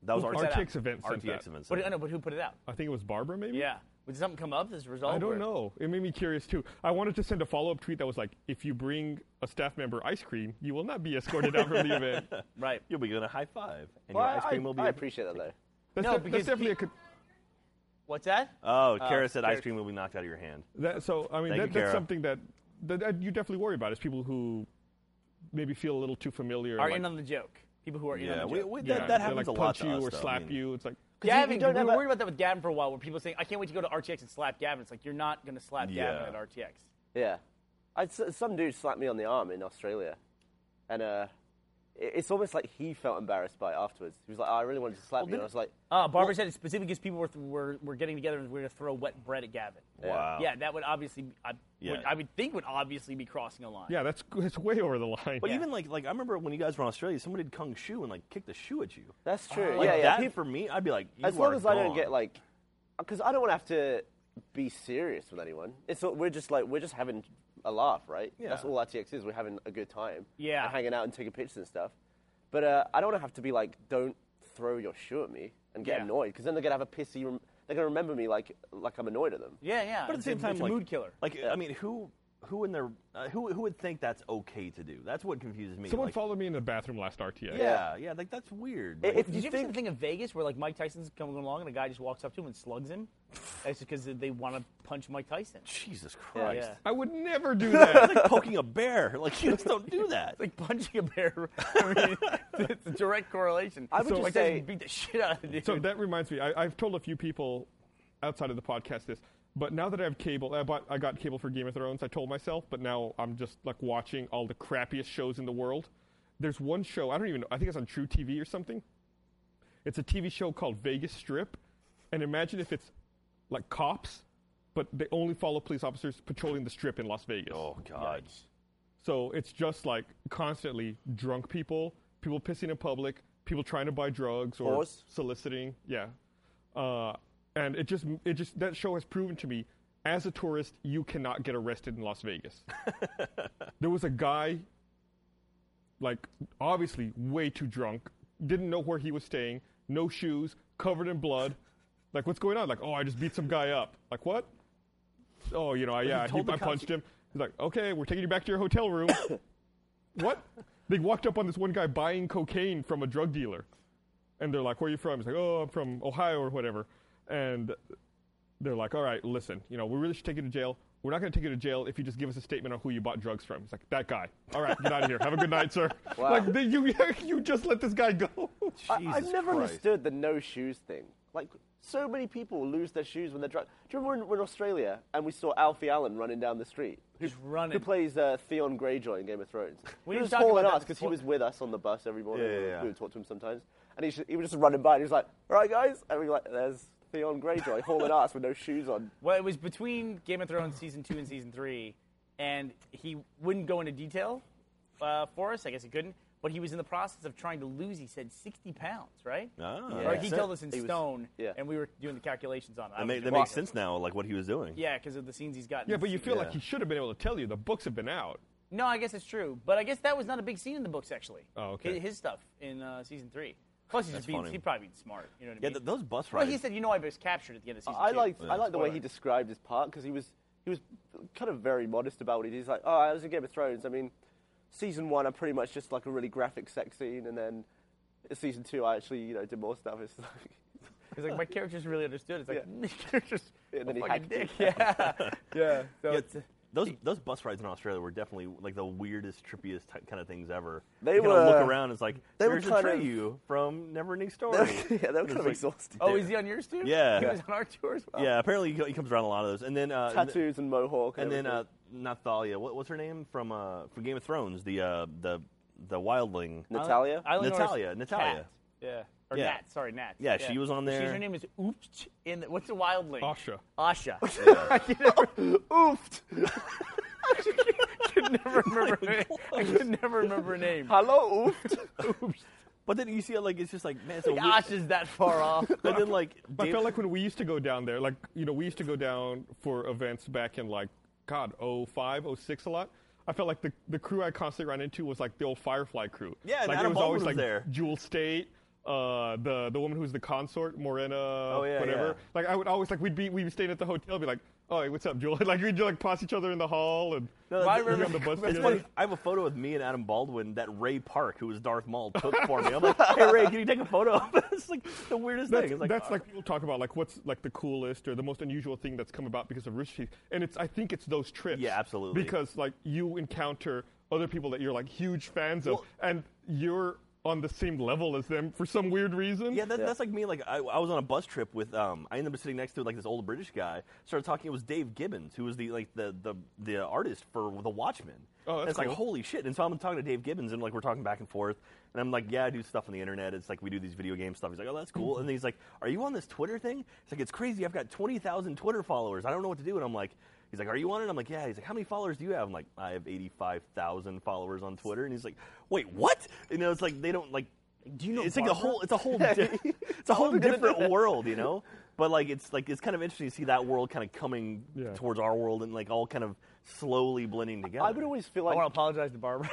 S2: That was
S5: Who
S2: RTX,
S5: RTX event sent
S2: RTX
S5: that.
S2: event.
S7: What,
S2: sent
S7: I
S2: that.
S7: know, but who put it out?
S5: I think it was Barbara, maybe.
S7: Yeah. Did something come up as a result?
S5: I
S7: or-
S5: don't know. It made me curious too. I wanted to send a follow up tweet that was like, if you bring a staff member ice cream, you will not be escorted out from
S2: *laughs*
S5: the event.
S7: Right.
S2: You'll be given a high five, and
S3: Well,
S2: your ice
S3: I,
S2: cream will be.
S3: I appreciate that though.
S5: That's,
S7: No,
S5: def- that's
S7: because
S5: definitely
S7: he-
S5: a. con-
S7: What's that?
S2: Oh,
S3: Uh,
S2: Kara said
S7: Kara-
S2: ice cream will be knocked out of your hand.
S5: That, so I
S2: Thank you,
S5: mean, that, that's
S2: Kara.
S5: something that, that that you definitely worry about is people who maybe feel a little too familiar.
S7: are
S5: like-
S7: in on the joke. People who are in
S2: Yeah,
S7: on the
S2: we,
S7: joke.
S2: we, that,
S5: yeah,
S2: that
S5: they,
S2: happens
S5: like,
S2: a lot
S5: punch
S2: to
S5: you
S2: us,
S5: or
S2: though. I
S5: slap
S2: mean,
S5: you. It's like
S7: Gavin,
S3: you don't
S7: we
S3: have
S7: were
S3: a-
S7: worried about that with Gavin for a while, where people saying, "I can't wait to go to RTX and slap Gavin." It's like you're not going to slap
S2: Yeah.
S7: Gavin at RTX.
S3: Yeah. I, s- some dude slapped me on the arm in Australia. And uh, it, it's almost like he felt embarrassed by it afterwards. He was like, "Oh, I really wanted to slap you. And I was like,
S7: Uh, Barbara said it's specifically because people were, th- were were getting together and we were going to throw wet bread at Gavin.
S2: Wow.
S7: Yeah, that would obviously, be- I, would,
S2: Oh. Yeah.
S7: I would think would obviously be crossing a line.
S5: yeah, that's it's way over the line.
S2: But even like like I remember when you guys were in Australia, someone did kung shu and like kicked the shoe at you.
S3: That's true.
S2: Oh, Like
S3: yeah, yeah.
S2: that
S3: Peop-
S2: for me, I'd be like, you
S3: as long
S2: are
S3: as I don't
S2: gone.
S3: get like, because I don't want to have to be serious with anyone. It's all- we're just like we're just having a laugh, right? That's
S2: Yeah.
S3: all RTX is. We're having a good time.
S7: Yeah.
S3: And hanging out and taking pictures and stuff. But uh, I don't want to have to be like, don't throw your shoe at me and get
S7: Yeah.
S3: annoyed because then they're gonna have a pissy. Rem- they're gonna remember me like like I'm annoyed at them.
S7: yeah, yeah.
S2: But at the same time,
S7: it's a
S2: like,
S7: mood killer.
S2: Like I mean, who who in their uh, who who would think that's okay to do? That's what confuses me.
S5: someone
S2: like,
S5: followed me in the bathroom last RTA.
S2: Yeah, yeah, like that's weird. Like,
S3: if
S7: Did
S3: you
S7: you, ever see the
S3: think-
S7: thing in Vegas where like Mike Tyson's coming along and a guy just walks up to him and slugs him? That's because they want to punch Mike Tyson.
S2: Jesus Christ!
S7: Yeah.
S5: I would never
S2: *laughs*
S5: do that.
S2: It's like poking a bear. *laughs* Like you just don't do
S3: *laughs*
S2: that.
S7: It's like punching a bear. *laughs* I mean, it's a direct correlation.
S3: I would
S7: so
S3: just
S7: Mike
S3: say-
S7: Tyson beat the shit out of the dude.
S5: so that reminds me, I, I've told a few people outside of the podcast this, but now that I have cable, I bought I got cable for Game of Thrones. I told myself, but now I'm just like watching all the crappiest shows in the world. There's one show I don't even know. I think it's on True TV or something. It's a TV show called Vegas Strip, and imagine if it's like cops, but they only follow police officers patrolling the strip in Las Vegas.
S2: Oh God!
S5: So it's just like constantly drunk people, people pissing in public, people trying to buy drugs or
S3: Whores.
S5: soliciting. Yeah, uh, and it just it just that show has proven to me, as a tourist, you cannot get arrested in Las Vegas. there was a guy, like obviously way too drunk, didn't know where he was staying, no shoes, covered in blood. Like what's going on? Like oh, I just beat some guy up. Like what? Oh, you know, I, yeah, he-
S2: told the
S5: I
S2: cops
S5: punched him. He's like, okay, we're taking you back to your hotel room. *coughs* what? They walked up on this one guy buying cocaine from a drug dealer. And they're like, where are you from? He's like, oh, I'm from Ohio or whatever. And they're like, all right, listen, you know, we really should take you to jail. We're not going to take you to jail if you just give us a statement on who you bought drugs from. He's like, that guy. All right, get out of here. Have a good night, sir. Like, they, you, *laughs* you just let this guy go.
S3: I, I've
S2: Jesus
S3: never
S2: Christ.
S3: understood the no shoes thing. Like, so many people lose their shoes when they're drunk. Do you remember when we were in Australia and we saw Alfie Allen running down the street? Who,
S7: Just running.
S3: Who plays uh, Theon Greyjoy in Game of Thrones.
S7: We
S3: he
S7: didn't
S3: was
S7: talk about
S3: calling
S7: that
S3: us because he
S7: before.
S3: was with us on the bus every morning.
S2: Yeah, yeah,
S3: we, would-
S2: yeah.
S3: we would talk to him sometimes. And he, sh- he was just running by and he was like, all right, guys. And we were like, there's Theon Greyjoy hauling ass with no shoes on.
S7: Well, it was between Game of Thrones season two and season three, and he wouldn't go into detail uh, for us. I guess he couldn't, but he was in the process of trying to lose. He said sixty pounds, right?
S2: Ah,
S3: Yeah.
S7: Or
S2: that
S7: he
S2: makes
S7: told
S2: sense.
S7: us in
S3: He was-
S7: stone,
S3: yeah.
S7: and we were doing the calculations on it.
S2: That,
S7: I was
S2: ma- that
S7: just-
S2: makes sense now. Like what he was doing.
S7: Yeah, because of the scenes he's gotten.
S5: yeah, but you feel like
S2: Yeah.
S5: he should have been able to tell you. The books have been out.
S7: No, I guess it's true, but I guess that was not a big scene in the books actually.
S5: Oh, okay.
S7: His, his stuff in uh, season three. Plus, he's just being,
S2: funny.
S7: he probably being smart. You know what I
S2: Yeah,
S7: mean?
S2: th- those bus
S7: Well, he
S2: rides-
S7: said, "You know, I was captured at the end of season
S3: I
S7: two."
S3: liked, I liked the way
S7: Spoiler.
S3: he described his part because he was he was kind of very modest about what he did. He's like, oh, I was in Game of Thrones. I mean, season one, I pretty much just like a really graphic sex scene, and then season two, I actually you know did more stuff. It's like, *laughs*
S2: *laughs*
S7: He's like, my character's really understood. It's like,
S3: Yeah.
S7: my *laughs* character's
S3: Yeah, and then
S7: a
S3: he
S7: fucking
S3: hacked
S2: *laughs*
S3: you.
S7: dick. Yeah. yeah. So
S2: Yeah,
S7: it's, uh,
S2: those those bus rides in Australia were definitely like the weirdest, trippiest ty kind of things ever.
S3: They
S2: you kinda look
S3: were- uh,
S2: around. It's like
S3: they were
S2: there's a
S3: kind of-
S2: tree from
S3: *laughs*
S2: Neverending Story.
S3: yeah, they were
S2: It's
S3: kind of
S2: like-
S3: exhausted.
S7: oh, is he on yours too?
S2: Yeah.
S7: He was on our tours. Wow.
S2: Yeah, apparently he, co- he comes around a lot of those. And then uh, and th-
S3: tattoos and mohawk,
S2: and then uh,
S3: everything.
S2: not Thalia. What, what's her name from uh, from Game of Thrones? The uh, the the wildling.
S3: Natalia.
S7: I only know her as
S2: Natalia, Natalia.
S7: Kat. Yeah. Or
S2: Yeah.
S7: Nat. Sorry, Nat.
S2: Yeah, she was on there.
S7: She's, her name is Oopt. In the, what's the wildling?
S5: Asha.
S7: Asha.
S2: *laughs*
S3: *laughs*
S7: *laughs*
S3: Oofed.
S7: I could never remember.
S2: *laughs*
S7: her name. I could never remember her name.
S3: Hello, oofed.
S2: But then you see it like it's just like man, it's a
S7: Like,
S2: weird-
S5: ah,
S7: Asha's that far off.
S2: *laughs* And then
S5: *laughs*
S2: like
S5: I
S2: Dave-
S5: felt like when we used to go down there, like, you know, we used to go down for events back in like, God, 05, 06 a lot. I felt like the, the crew I constantly ran into was like the old Firefly crew.
S2: Yeah, and
S5: like
S2: Adam
S5: it was
S2: Baldwin
S5: always
S2: was
S5: like
S2: there.
S5: Jewel State, uh, the the woman who's the consort, Morena,
S2: Oh, yeah,
S5: whatever.
S2: yeah.
S5: Like I would always like we'd be we'd be staying at the hotel, be like, oh hey, what's up, Jewel? *laughs* like we'd like pass each other in the hall and
S2: No,
S5: we'd
S2: I
S5: be
S2: remember-
S5: on the
S2: *laughs*
S5: bus
S2: That's
S5: together.
S2: funny. I have a photo of me and Adam Baldwin that Ray Park, who was Darth
S5: *laughs*
S2: Maul, took for me. I'm like, hey Ray, can you take a photo of *laughs* us? It's like the weirdest
S5: That's,
S2: thing. It's
S5: like,
S2: like,
S5: that's
S2: uh,
S5: like people talk about like what's like the coolest or the most unusual thing that's come about because of Rooster Teeth, and it's I think it's those trips.
S2: Yeah, absolutely.
S5: Because like you encounter other people that you're like huge fans of,
S2: Well-
S5: and you're on the same level as them for some weird reason.
S2: Yeah, that, that's like me. Like I, I was on a bus trip with. Um, I ended up sitting next to like this old British guy. Started talking. It was Dave Gibbons, who was the like the the, the artist for The Watchmen.
S5: Oh, that's
S2: And it's like
S5: cool.
S2: holy shit! And so I'm talking to Dave Gibbons, and like we're talking back and forth. And I'm like, yeah, I do stuff on the internet. It's like we do these video game stuff. He's like, oh, that's cool. And then he's like, are you on this Twitter thing? It's like it's crazy. I've got twenty thousand Twitter followers. I don't know what to do. And I'm like. He's like, "Are you on it?" I'm like, "Yeah." He's like, "How many followers do you have?" I'm like, "I have 85,000 followers on Twitter." And he's like, "Wait, what?" You know, it's like they don't like. Do you know? It's like a whole. It's a whole. di- it's a whole different world, you know. But like, it's like it's kind of interesting to see that world kind of coming
S5: Yeah.
S2: towards our world and like all kind of slowly blending together.
S3: *laughs* I would always feel
S7: I
S3: like
S7: want to apologize to Barbara.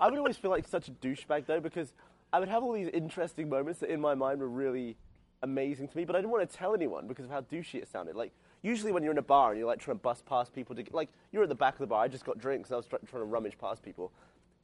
S3: I would always feel like such a douchebag though because I would have all these interesting moments that in my mind were really amazing to me, but I didn't want to tell anyone because of how douchey it sounded. Like usually when you're in a bar and you're like trying to bust past people to get, like you're at the back of the bar. I just got drinks and I was try- trying to rummage past people.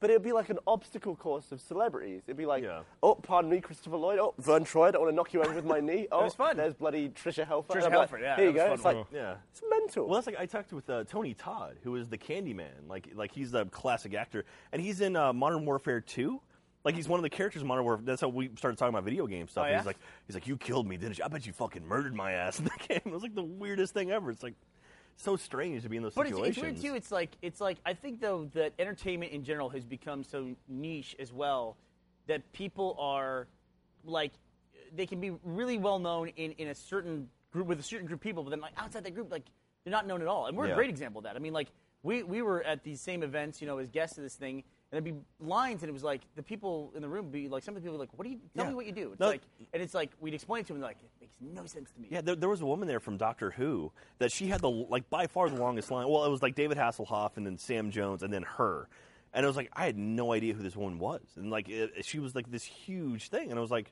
S3: But it'd be like an obstacle course of celebrities. It'd be like,
S2: Yeah.
S3: oh, pardon me, Christopher Lloyd. Oh, Vern Troy. I don't want to knock you over with my
S7: *laughs*
S3: knee. Oh,
S7: was fun.
S3: there's bloody Trisha Helfer.
S7: Tricia
S3: And I'm like,
S7: Helfer, yeah,
S3: Here you
S7: that
S3: go.
S7: was fun
S3: It's like,
S5: one.
S2: yeah.
S3: it's mental.
S2: Well, that's like I talked with uh, Tony Todd, who is the Candyman. Like, like he's the classic actor, and he's in uh, Modern Warfare Two. Like he's one of the characters in Modern Warfare. That's how we started talking about video game stuff.
S7: Oh,
S2: and
S7: yeah?
S2: He's like, he's like, you killed me, didn't you? I bet you fucking murdered my ass in the *laughs* game. It was like the weirdest thing ever. It's like so strange to be in those
S7: But it's,
S2: situations.
S7: it's weird too. It's like it's like I think though that entertainment in general has become so niche as well that people are like they can be really well known in, in a certain group with a certain group of people, but then like outside that group, like they're not known at all. And we're
S2: Yeah.
S7: a great example of that. I mean, like we we were at these same events, you know, as guests to this thing, and there'd be lines, and it was like the people in the room would be like some of the people would be like, "What do you tell
S2: Yeah.
S7: me what you do?" It's
S2: No.
S7: like and it's like we'd explain it to them, like it makes no sense to me.
S2: Yeah, there, there was a woman there from Doctor Who that she had the like by far the longest line. Well, it was like David Hasselhoff and then Sam Jones and then her, and it was like I had no idea who this woman was, and like it, she was like this huge thing, and I was like,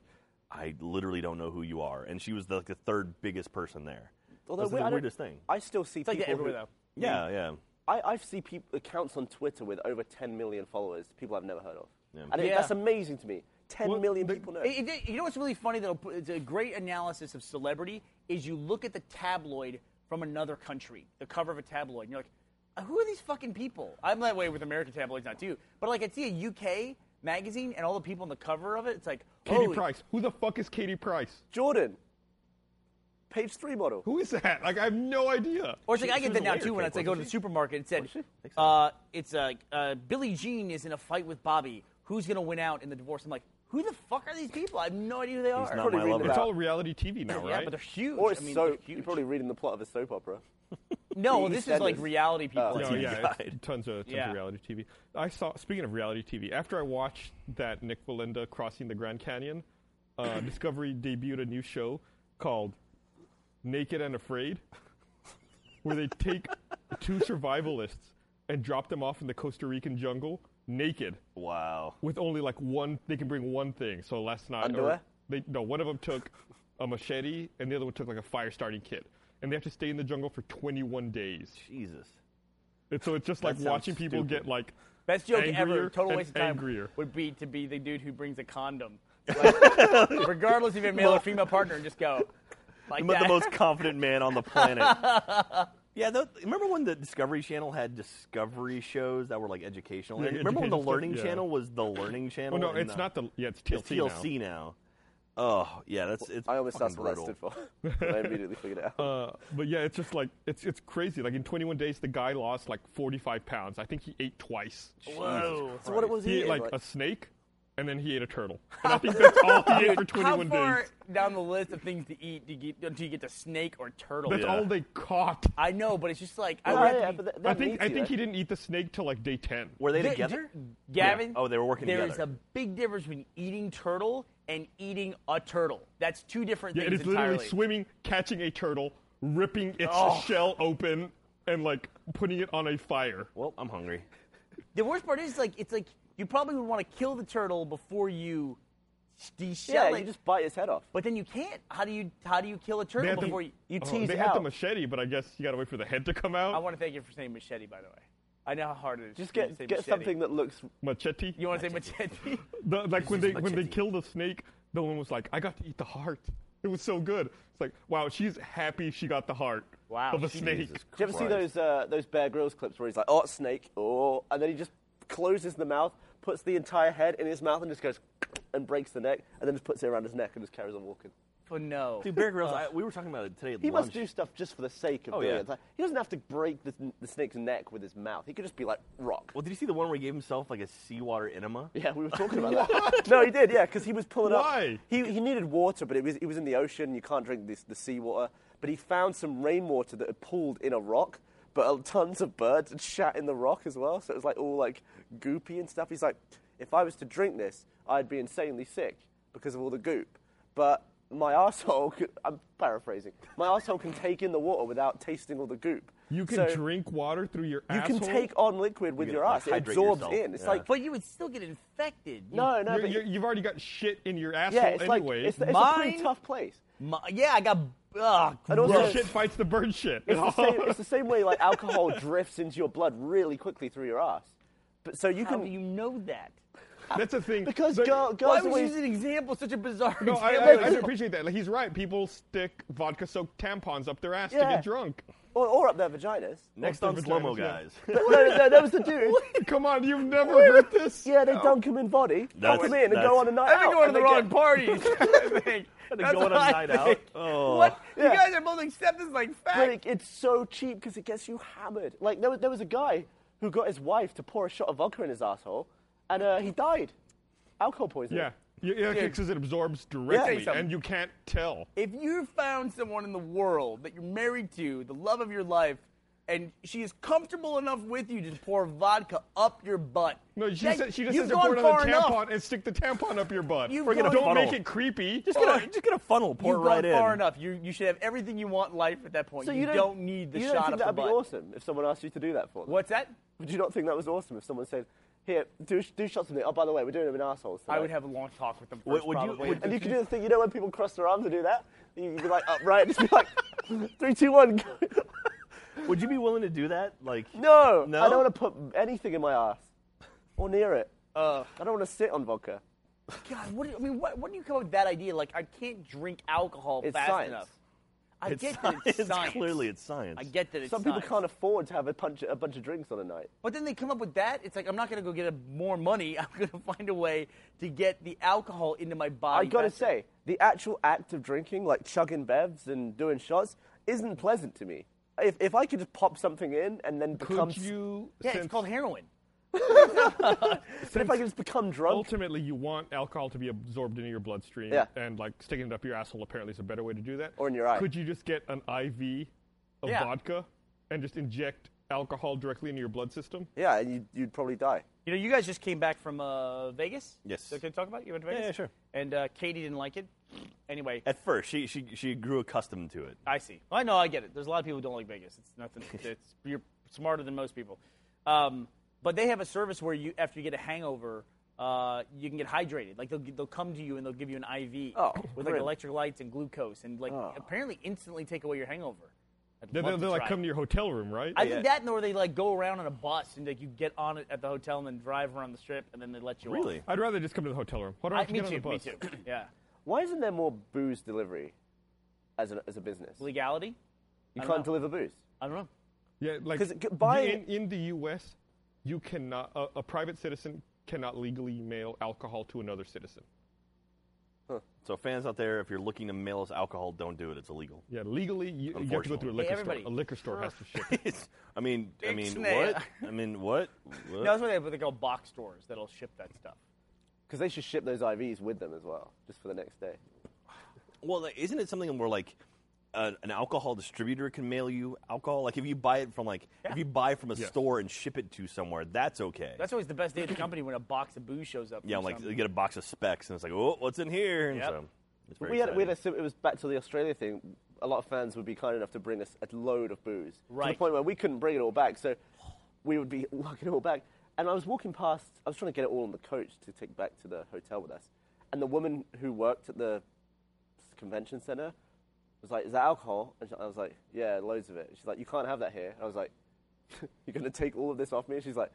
S2: I literally don't know who you are, and she was the, like the third biggest person there.
S3: Although
S2: That's
S3: we-
S2: the
S3: I don't-
S2: weirdest thing.
S3: I still see
S7: like that
S3: people who,
S7: everywhere, though.
S2: yeah, yeah.
S3: I, I've seen peop accounts on Twitter with over 10 million followers, people I've never heard of. And it,
S7: Yeah.
S3: that's amazing to me. 10
S5: Well,
S3: million
S5: the-
S3: people know.
S7: It- it- you know what's really funny though? p- It's a great analysis of celebrity is you look at the tabloid from another country, the cover of a tabloid, and you're like, "Uh, who are these fucking people? I'm that way with American tabloids now too. But like, I see a UK magazine and all the people on the cover of it. It's like,
S5: Katie
S7: oh,
S5: Price. Who the fuck is Katie Price?
S3: Jordan, page three model.
S5: Who is that? Like I have no idea.
S7: Or it's like
S2: She-
S7: I
S2: she
S7: get
S2: was
S7: that
S2: a
S7: now
S2: lawyer
S7: too when
S2: chick,
S7: it's like go to
S2: wasn't
S7: the
S2: she? Oh,
S7: supermarket and said,
S2: she? Think so.
S7: uh, "It's uh, uh, Billie Jean is in a fight with Bobby. Who's gonna win out in the divorce?" I'm like, "Who the fuck are these people? I have no idea who they are."
S2: not
S3: Probably
S2: my
S3: reading
S2: lover.
S3: about-
S5: It's all reality
S2: *laughs*
S5: TV now,
S7: yeah,
S5: right?
S7: but they're huge.
S3: Or it's
S7: I mean,
S3: so,
S7: they're
S3: you're
S7: huge.
S3: probably reading the plot of a soap opera.
S7: no,
S3: the
S7: this is like
S3: EastEnders.
S7: reality people.
S5: No,
S2: TV
S5: Oh, yeah, it's
S2: guide.
S5: tons of tons
S7: Yeah.
S5: of reality TV. I saw. Speaking of reality TV, after I watched that Nick Belinda crossing the Grand Canyon, uh, Discovery debuted a new show called Naked and Afraid, where they take two survivalists and drop them off in the Costa Rican jungle naked
S2: Wow.
S5: with only like one. They can bring one thing. So last night, or
S3: Underwear?
S5: they no one of them took a machete and the other one took like a fire starting kit, and they have to stay in the jungle for 21 days.
S2: Jesus.
S5: And so it's just like
S2: sounds
S5: watching people
S2: stupid.
S5: get like
S7: Best joke
S5: angrier
S7: ever, total
S5: and
S7: waste of time,
S5: Angrier.
S7: would be to be the dude who brings
S5: *laughs*
S7: a condom. Like, regardless if you have a male or female partner, and just go. Like
S2: But
S7: that.
S2: the
S7: *laughs*
S2: most confident man on the planet. Yeah, tho- remember when the Discovery Channel had Discovery shows that were like educational?
S5: Like
S2: And remember when the
S5: education stuff,
S2: Learning
S5: yeah.
S2: Channel was the Learning Channel?
S5: Oh no,
S2: and
S5: it's not the yeah, it's TLC,
S2: It's TLC now. Oh yeah, that's it's.
S3: I almost
S2: fucking
S3: asked what that
S2: brutal.
S3: stood for. but I immediately figured it out.
S5: now. Uh, but yeah, it's just like it's it's crazy. Like in 21 days, the guy lost like 45 pounds. I think he ate twice.
S7: Whoa.
S3: so what it was
S5: He
S3: he
S5: ate
S3: in,
S5: like
S3: like-
S5: a snake, and then he ate a turtle. And I think that's all he ate for
S7: How
S5: 21
S7: far
S5: days.
S7: down the list of things to eat do you get, until you get to snake or turtle?
S5: That's
S2: Yeah.
S5: all they caught.
S7: I know, but it's just like I
S3: Oh,
S7: would have to
S3: yeah,
S7: be-
S3: but that,
S5: I
S3: that
S5: think
S3: needs
S5: I
S3: you,
S5: think
S3: eh?
S5: he didn't eat the snake till like day 10.
S2: Were they
S7: Th-
S2: together?
S7: th- Gavin.
S2: Yeah. Oh, they were working
S7: There is
S2: together.
S7: a big difference between eating turtle and eating a turtle. That's two different
S5: Yeah, it
S7: things
S5: is literally
S7: entirely.
S5: swimming, catching a turtle, ripping its
S7: Oh.
S5: shell open, and like putting it on a fire.
S2: Well, I'm hungry.
S7: The worst part is like it's like you probably would want to kill the turtle before you deshell
S3: Yeah,
S7: it.
S3: you just bite his head off.
S7: but then you can't. How do you how do you kill a turtle
S5: had the-
S7: before you?
S3: You
S5: Oh,
S3: tease
S5: they
S3: it
S5: had the
S3: out.
S5: machete, but I guess you gotta wait for the head to come out.
S7: I want to thank you for saying machete, by the way. I know how hard it is.
S3: Just
S7: for me to
S3: get
S7: say
S3: get
S7: machete.
S3: something that looks.
S5: machete.
S7: You want to say machete?
S5: The- like when
S2: is
S5: they when they
S2: machete.
S5: killed the snake, the one was like, "I got to eat the heart. It was so good." It's like, wow, she's happy she got the heart
S7: Wow,
S5: of a
S7: she-
S5: snake.
S2: Jesus
S3: Do you ever see
S2: Christ.
S3: those uh, those Bear Grylls clips where he's like, "Oh, snake," oh, and then he just closes the mouth, puts the entire head in his mouth, and just goes *clears throat* and breaks the neck, and then just puts it around his neck and just carries on walking.
S7: *laughs* But no.
S2: Dude, Bear Grylls, I, Uh, we were talking about it today at
S3: He
S2: lunch.
S3: must do stuff just for the sake of
S2: Oh,
S3: doing
S2: yeah.
S3: it. It's like, he doesn't have to break the, the snake's neck with his mouth. He could just be like rock.
S2: well, did you see the one where he gave himself like a seawater enema?
S3: Yeah, we were talking
S5: *laughs*
S3: about that. No, he did. Yeah, because he was pulling up.
S5: Why?
S3: He, he needed water, but it was he was in the ocean. You can't drink this, the seawater. But he found some rainwater that had pooled in a rock. But uh, tons of birds had shat in the rock as well. So it was like all like goopy and stuff. He's like, if I was to drink this, I'd be insanely sick because of all the goop. But my *laughs* asshole, could, I'm paraphrasing. My asshole can take in the water without tasting all the goop.
S5: You can
S3: So
S5: drink water through your
S3: You
S5: asshole.
S3: can take on liquid with
S2: can,
S3: your
S2: like,
S3: ass. It
S2: hydrate
S3: absorbs
S2: yourself.
S3: in. It's
S2: Yeah.
S3: like
S7: But you would still get infected. You-
S3: no, no.
S5: You're-
S3: but
S5: you're- you've already got shit in your asshole
S3: Yeah, it's like
S5: anyway.
S3: it's, it's a
S7: Mine-
S3: pretty tough place.
S7: My, yeah, I got. Ugh,
S3: And also-
S5: your
S3: Yeah.
S5: shit fights the bird shit.
S3: It's
S5: *laughs*
S3: the same. It's the same way like alcohol drifts into your blood really quickly through your ass. But so you
S7: how
S3: can
S7: do you know that?
S5: That's the thing.
S3: because
S5: The-
S3: girl,
S7: Why
S3: girls
S7: would you
S3: always
S7: use an example, such a bizarre
S5: No, I,
S7: example?
S5: I, I do appreciate that. Like he's right. People stick vodka soaked tampons up their ass to
S3: Yeah.
S5: get drunk.
S3: or, or up their vaginas.
S2: Next
S5: Well,
S2: on
S5: they're
S2: slow mo,
S5: vaginas, yeah.
S2: guys.
S3: *laughs* But no, no, there was the
S7: *laughs*
S3: dude.
S5: Come on, you've never heard this.
S3: Yeah, they dunk him in body,
S2: That's-
S3: dunk him in, and
S2: that's-
S3: go on a night
S7: I've
S3: out.
S7: been going to
S3: and
S7: the
S3: they
S7: wrong
S3: get-
S7: *laughs* parties. I think.
S2: They
S7: That's
S2: go on a
S7: what I
S2: night out?
S7: think.
S2: Oh.
S7: What? You
S3: Yeah.
S7: guys are both accept this like fact.
S3: But it, it's so cheap because it gets you hammered. Like there was, there was a guy who got his wife to pour a shot of vodka in his asshole, and uh, he died, alcohol poisoning.
S5: Yeah. Yeah, because it absorbs directly,
S7: something.
S5: and you can't tell.
S7: if you found someone in the world that you're married to, the love of your life, and she is comfortable enough with you to pour vodka up your butt.
S5: No, she,
S7: that-
S5: said, she just
S7: you've
S5: says to
S7: gone
S5: put it
S7: far
S5: on the
S7: enough.
S5: tampon and stick the tampon up your butt.
S7: You've
S5: Forget
S7: gone-
S5: it. Don't
S2: funnel.
S5: make it creepy.
S2: Just get a just get a funnel, pour
S7: You've
S2: it right
S7: gone
S2: in.
S7: far enough. You you should have everything you want in life at that point.
S3: So
S7: you,
S3: you don't,
S7: need the
S3: you don't
S7: shot
S3: think
S7: up
S3: that'd
S7: the
S3: be
S7: butt.
S3: awesome if someone asked you to do that for them.
S7: What's that?
S3: Would you not think that was awesome if someone said, "Here, do, do shots of me"? Oh, by the way, we're doing them in assholes.
S7: I would have a long talk with them
S2: Would-
S7: first,
S2: would you-
S7: probably.
S2: would-
S3: And you can do the thing, you know, when people cross their arms and do that, you can be like upright, just be like *laughs* three, two, one. go. *laughs*
S2: Would you be willing to do that? Like
S3: no,
S2: No?
S3: I don't want to put anything in my ass or near it.
S7: Uh.
S3: I don't want to sit on vodka.
S7: God, what do you, I mean, what, what do you come up with that idea? Like, I can't drink alcohol
S3: It's
S7: fast
S3: science.
S7: enough. I
S2: *laughs* it's
S7: get
S2: science.
S7: that it's science.
S2: Clearly, it's science.
S7: I get that it's
S3: Some people
S7: science.
S3: can't afford to have a, punch, a bunch of drinks on a night.
S7: But then they come up with that. It's like I'm not going to go get a, more money. *laughs* I'm going to find a way to get the alcohol into my
S3: I
S7: body.
S3: gotta
S7: faster.
S3: say, the actual act of drinking, like chugging bevs and doing shots, isn't pleasant to me. If, if I could just pop something in and then become,
S5: Could you?
S7: yeah,
S5: since
S7: it's called heroin.
S3: but if I could just become drunk,
S5: ultimately, you want alcohol to be absorbed into your bloodstream,
S3: Yeah.
S5: and like sticking it up your asshole apparently is a better way to do that.
S3: Or in your eye.
S5: Could you just get an IV of
S7: Yeah.
S5: vodka and just inject alcohol directly into your blood system?
S3: yeah, and you'd, you'd probably die.
S7: You know, you guys just came back from uh, Vegas.
S2: Yes.
S7: So can I talk about it? you went to Vegas?
S2: yeah, sure.
S7: And uh, Katie didn't like it. Anyway,
S2: At first, she she she grew accustomed to it.
S7: I see. I know. I get it. There's a lot of people who don't like Vegas. It's nothing. It's, you're smarter than most people. Um, but they have a service where you, after you get a hangover, uh, you can get hydrated. Like they'll they'll come to you and they'll give you an IV
S3: Oh,
S7: with like
S3: grim.
S7: electrolytes and glucose and like apparently instantly take away your hangover. I'd
S5: They,
S7: love
S5: they,
S7: to
S5: they like
S7: try
S5: come
S7: it.
S5: to your hotel room, right?
S7: I think that, nor they like go around on a bus and like you get on it at the hotel and then drive around the strip and then they let you off.
S2: Really?
S5: I'd rather just come to the hotel room. Why don't I,
S7: I,
S5: just
S7: me
S5: get on
S7: too.
S5: the
S7: Me
S5: bus?
S7: too. Yeah.
S3: Why isn't there more booze delivery as a, as a business? You
S7: Legality? I don't
S3: can't
S7: know.
S3: deliver booze.
S7: I don't know.
S5: Yeah, like
S3: 'Cause it could
S5: you-
S3: buy-
S5: in, in the U.S., you cannot a, a private citizen cannot legally mail alcohol to another citizen.
S2: So fans out there, if you're looking to mail us alcohol, don't do it. It's
S3: *laughs*
S2: illegal.
S5: Yeah, legally you, you have to go through
S2: Unfortunately.
S5: a liquor store.
S7: everybody.
S5: A liquor store has to ship. it.
S2: It's- I mean, I
S7: Big
S2: mean,
S7: snare.
S2: what? I mean, what? What?
S7: No, that's what they, what they call box stores that'll ship that stuff.
S3: Because they should ship those IVs with them as well, just for the next day.
S2: well, like, isn't it something where like an an alcohol distributor can mail you alcohol? Like if you buy it from like if you buy from a
S5: Yes.
S2: store and ship it to somewhere, that's okay.
S7: That's always the best
S2: *clears throat*
S7: day at the company when a box of booze shows up.
S2: yeah,
S7: from
S2: I'm like
S7: some-
S2: you get a box of specs and it's like, oh, what's in here? And
S7: Yep.
S2: so it's very
S3: we had, we
S2: exciting.
S3: had a, sim- it was back to the Australia thing. A lot of fans would be kind enough to bring us a load of booze to
S7: Right.
S3: the point where we couldn't bring it all back, so we would be *laughs* lugging it all back. And I was walking past, I was trying to get it all on the coach to take back to the hotel with us, And the woman who worked at the convention center was like, "Is that alcohol?" And she- I was like, "Yeah, loads of it." She's like, "You can't have that here." And I was like, *laughs* "You're gonna take all of this off me?" And she's like,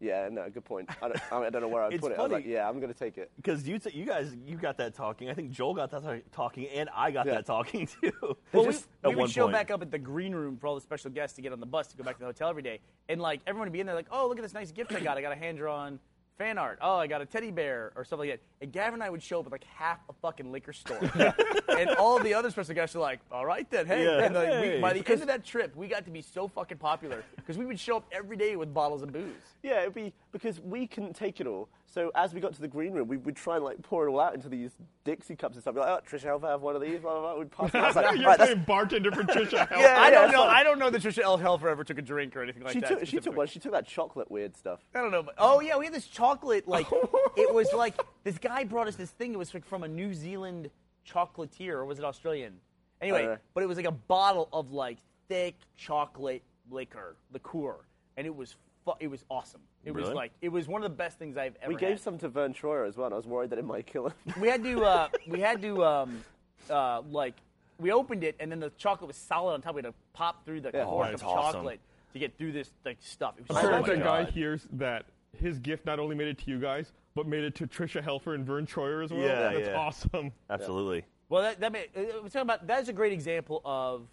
S3: "Yeah, no, good point. I don't, I don't know where I'd
S2: It's
S3: put it." I was like,
S2: funny.
S3: "Yeah, I'm gonna take it."
S2: Because you, t- you guys, you got that talking. I think Joel got that ta- talking, and I got
S3: Yeah.
S2: that talking *laughs* too. At
S7: Well, we, we
S2: one
S7: would show
S2: point.
S7: back up at the green room for all the special guests to get on the bus to go back to the hotel every day, and like everyone would be in there, like, "Oh, look at this nice gift I got! I got a hand drawn fan art. Oh, I got a teddy bear or stuff like that." And Gavin and I would show up with like half a fucking
S2: *laughs*
S7: liquor store, and all the other special guests are like, "All right then, hey."
S2: Yeah.
S7: And like,
S2: Hey.
S7: we, by the end of that trip, we got to be so fucking popular because we would show up every day with bottles of booze.
S3: Yeah, it'd be because we couldn't take it all. So as we got to the green room, we would try and like pour it all out into these Dixie cups and stuff. Be like, oh, Trisha, I'll have one of these. Blah blah blah. We'd pass it. out. I was like,
S5: *laughs* You're
S3: "Right, that's-
S5: playing bartender for Trisha. Help.
S3: Yeah.
S7: I don't
S3: it's
S7: know.
S3: like-
S7: I don't know that Trisha L. Helfer ever took a drink or anything like
S3: she
S7: that.
S3: took she took
S7: specifically.
S3: one. She took that chocolate weird stuff.
S7: I don't know. But, oh yeah, we had this chocolate. Like it was like this guy brought us this thing. It was like from a New Zealand chocolatier, or was it Australian? Anyway,
S3: know.
S7: but it was like a bottle of like thick chocolate liquor, liqueur, and it was fu- it was awesome. It was
S2: Really?
S7: like it was one of the best things I've ever.
S3: We gave
S7: had.
S3: some to Vern Troyer as well, and I was worried that it might
S7: *laughs*
S3: kill him.
S7: We had to uh, we had to um, uh, like we opened it, and then the chocolate was solid on top. We had to pop through the
S3: Yeah. Oh,
S7: cork
S2: that's
S7: of
S2: awesome.
S7: chocolate to get through this like stuff. It was
S5: I'm
S7: so
S5: sure
S2: Oh
S5: if
S2: my
S7: much
S5: that guy
S2: God.
S5: hears that his gift not only made it to you guys, but made it to Trisha Helfer and Vern Troyer as well.
S2: Yeah,
S5: That's
S2: yeah.
S5: awesome.
S2: Absolutely.
S7: Well, that, that may, uh, we're talking about that's a great example of.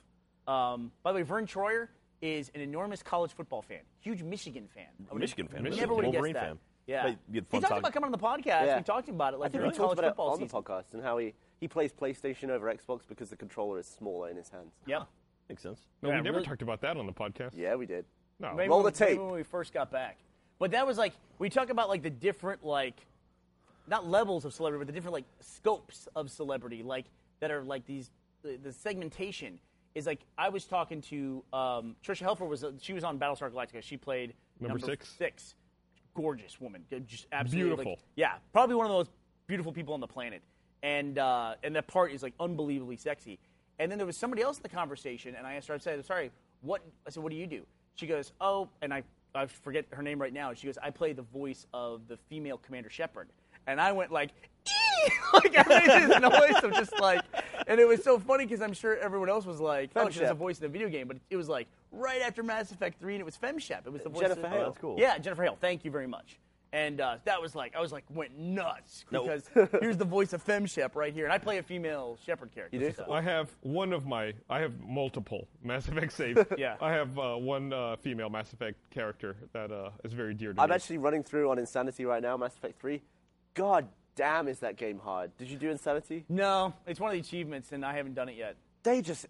S7: Um, by the way, Vern Troyer is an enormous college football fan, huge Michigan fan. I would've
S2: Michigan fan, really?
S7: Never would have guessed
S2: Wolverine
S7: that.
S2: fan.
S7: Yeah,
S2: But you had
S7: he
S2: fun
S7: talked
S2: talking-
S7: about coming on the podcast.
S3: Yeah.
S7: We talked about it like
S3: I
S7: during
S3: think we
S7: college
S3: talked about it
S7: football
S3: on the
S7: season.
S3: podcast and how he, he plays PlayStation over Xbox because the controller is smaller in his hands.
S7: Yep.
S2: Makes sense.
S5: No,
S7: Yeah,
S5: we never
S7: really-
S5: talked about that on the podcast.
S3: Yeah, we did.
S5: No.
S7: Maybe
S3: Roll
S7: when-
S3: the
S7: maybe
S3: tape.
S7: when we first got back. But that was like we talk about like the different like not levels of celebrity, but the different like scopes of celebrity, like that are like these the, the segmentation is like I was talking to um, Trisha Helfer was uh, she was on Battlestar Galactica. She played
S5: Number six?
S7: six, gorgeous woman, Uh, just absolutely like-
S5: Beautiful.
S7: yeah, probably one of the most beautiful people on the planet, and uh, and that part is like unbelievably sexy. And then there was somebody else in the conversation, and I asked her, I said, "Sorry, what?" I said, "What do you do?" She goes, "Oh," and I I forget her name right now. She goes, "I play the voice of the female Commander Shepard," and I went like. "Ee!" *laughs* like I made this noise of just like, and it was so funny because I'm sure everyone else was like, "Oh, she has a
S3: Femshep.
S7: voice in the video game," but it was like right after Mass Effect Three, and it was FemShep. It was the voice
S3: Jennifer
S7: of,
S3: Hale. Oh,
S2: that's cool.
S7: Yeah, Jennifer Hale. Thank you very much. And uh, that was like I was like went nuts
S2: No.
S7: because here's the voice of FemShep right here, and I play a female shepherd character.
S3: do?
S7: so-
S5: I have one of my. I have multiple Mass Effect saves.
S7: Yeah.
S5: I have uh, one uh, female Mass Effect character that uh, is very dear to
S3: I'm
S5: me.
S3: actually running through on Insanity right now, Mass Effect 3. God damn, is that game hard. Did you do Insanity?
S7: no, it's one of the achievements, and I haven't done it yet.
S3: They just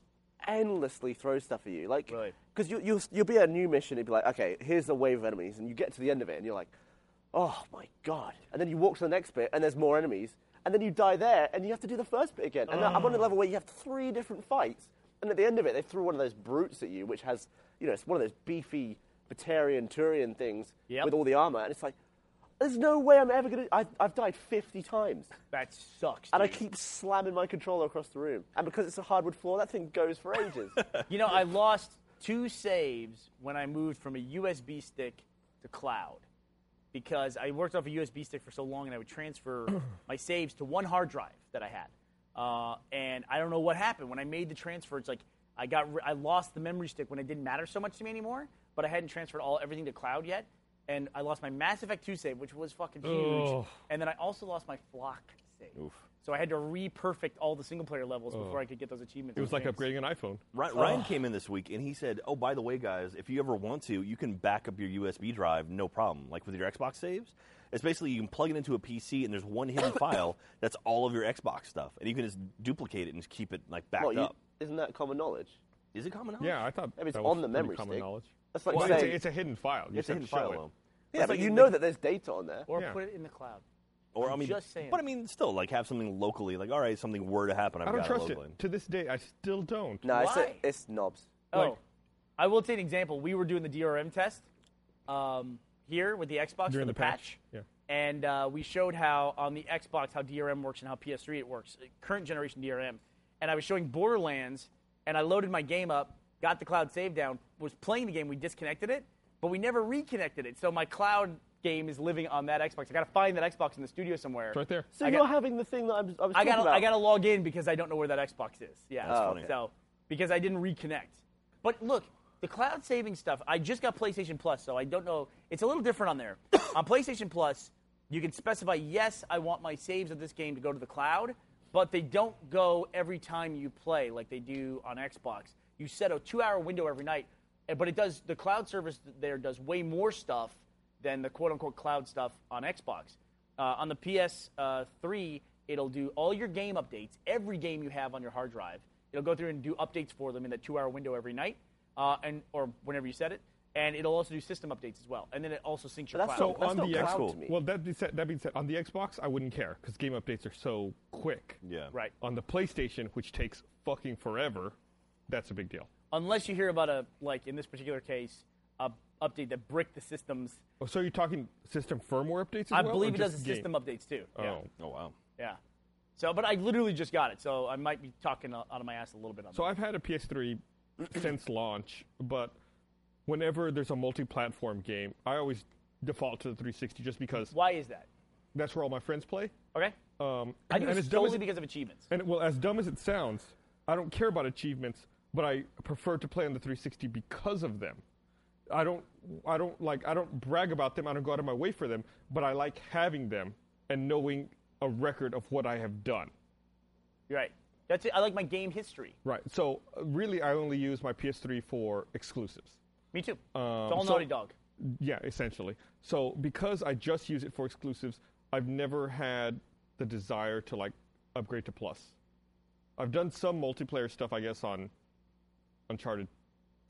S3: endlessly throw stuff at you. Like,
S7: Really?
S3: Because you, you'll, you'll be at a new mission, it'd be like, okay, here's the wave of enemies, and you get to the end of it, and you're like, oh my god. And then you walk to the next bit, and there's more enemies, and then you die there, and you have to do the first bit again. And now I'm on a level where you have three different fights, and at the end of it, they threw one of those brutes at you, which has, you know, it's one of those beefy Batarian Turian things
S7: Yep.
S3: with all the armor, and it's like, there's no way I'm ever gonna. I've, I've died 50 times.
S7: That sucks.
S3: And I
S7: dude.
S3: keep slamming my controller across the room. And because it's a hardwood floor, that thing goes for ages.
S7: You know, I lost two saves when I moved from a USB stick to cloud because I worked off a USB stick for so long, and I would transfer
S5: *clears throat*
S7: my saves to one hard drive that I had. Uh, and I don't know what happened when I made the transfer. It's like I got ri- I lost the memory stick when it didn't matter so much to me anymore. But I hadn't transferred all everything to cloud yet, and I lost my Mass Effect 2 save, which was fucking huge.
S5: Oh.
S7: And then I also lost my Flock save. So I had to re-perfect all the single player levels before I could get those achievements.
S5: it was like
S7: upgrading.
S5: upgrading an iPhone.
S2: Ryan, Ryan came in this week and he said, "Oh, by the way, guys, if you ever want to, you can back up your USB drive, no problem. Like with your Xbox saves, it's basically you can plug it into a PC and there's one
S7: *laughs*
S2: hidden file that's all of your Xbox stuff, and you can just duplicate it and just keep it like backed
S3: Well, you-
S2: up.
S3: isn't that common knowledge?
S2: Is it common knowledge?
S5: Yeah, I thought
S3: Maybe it's
S5: that
S3: on
S5: was
S3: the
S5: pretty
S3: memory
S5: common
S3: stick.
S5: knowledge.
S3: That's like
S5: Well, it's,
S3: saying,
S5: a, it's a hidden file. You
S2: it's a
S5: just
S2: hidden
S5: have to show
S2: file.
S5: it.
S2: though.
S3: yeah, but you know that there's data on there.
S7: or
S5: Yeah.
S7: put it in the cloud.
S2: Or I mean,
S7: just saying.
S2: but I mean, still like have something locally. Like, all right, something were to happen, I've
S5: I don't
S2: got
S5: trust
S2: it
S5: it.
S2: locally.
S5: To this day, I still don't.
S3: No, it's,
S7: Why?
S3: it's knobs.
S5: Like-
S7: oh, I will take an example. We were doing the DRM test um, here with the Xbox for
S5: During
S7: the,
S5: the patch, yeah.
S7: and uh, we showed how on the Xbox how DRM works and how PS3 it works, uh, current generation DRM. And I was showing Borderlands, and I loaded my game up, got the cloud save down, was playing the game. We disconnected it, but we never reconnected it. So my cloud game is living on that Xbox. I gotta find that Xbox in the studio somewhere.
S5: It's right there.
S3: So
S7: I
S3: you're
S7: got-
S3: having the thing that I'm, I was talking
S7: I gotta
S3: about.
S7: I gotta log in because I don't know where that Xbox is. Yeah,
S2: That's Oh, funny.
S7: so because I didn't reconnect. But look, the cloud saving stuff. I just got PlayStation Plus, so I don't know. It's a little different on there. *coughs* on PlayStation Plus, you can specify yes, I want my saves of this game to go to the cloud, but they don't go every time you play like they do on Xbox. You set a two-hour window every night, and- but it does the cloud service there does way more stuff than the quote-unquote cloud stuff on Xbox. Uh, on the PS3, it'll do all your game updates, every game you have on your hard drive. It'll go through and do updates for them in that two-hour window every night, uh, and or whenever you set it. And it'll also do system updates as well. And then it also syncs your
S3: But that's
S7: cloud.
S3: so
S5: So on
S3: not
S5: the
S3: cloud
S5: Xbox,
S3: to me.
S5: well, that being, said, that being said, on the Xbox, I wouldn't care because game updates are so quick.
S2: Yeah.
S7: Right.
S5: On the PlayStation, which takes fucking forever, that's a big deal.
S7: Unless you hear about a like in this particular case, a update that bricked the systems.
S5: Oh, so you're talking system firmware updates? As
S7: I
S5: well, or
S7: believe it
S5: just
S7: does the
S5: game?
S7: system updates too.
S5: Oh,
S7: Yeah.
S2: Oh wow.
S7: Yeah. So, but I literally just got it, so I might be talking out of my ass a little bit on
S5: so I've had
S3: *clears throat*
S5: a PS3 since launch, but whenever there's a multi-platform game, I always default to the 360 just because
S7: that. Why is that?
S5: that's where all my friends play.
S7: Okay.
S5: Um,
S7: I
S5: and
S7: do
S5: as
S7: it
S5: dumb as
S7: solely
S5: it-
S7: because of achievements.
S5: And well, as dumb as it sounds, I don't care about achievements, but I prefer to play on the 360 because of them. I don't, I don't like, I don't brag about them. I don't go out of my way for them, but I like having them and knowing a record of what I have done.
S7: You're right. That's it. I like my game history.
S5: Right. So uh, really, I only use my PS3 for exclusives.
S7: Me too.
S5: Um,
S7: it's all
S5: so-
S7: Naughty Dog.
S5: Yeah, essentially. So because I just use it for exclusives, I've never had the desire to like upgrade to Plus. I've done some multiplayer stuff, I guess, on Uncharted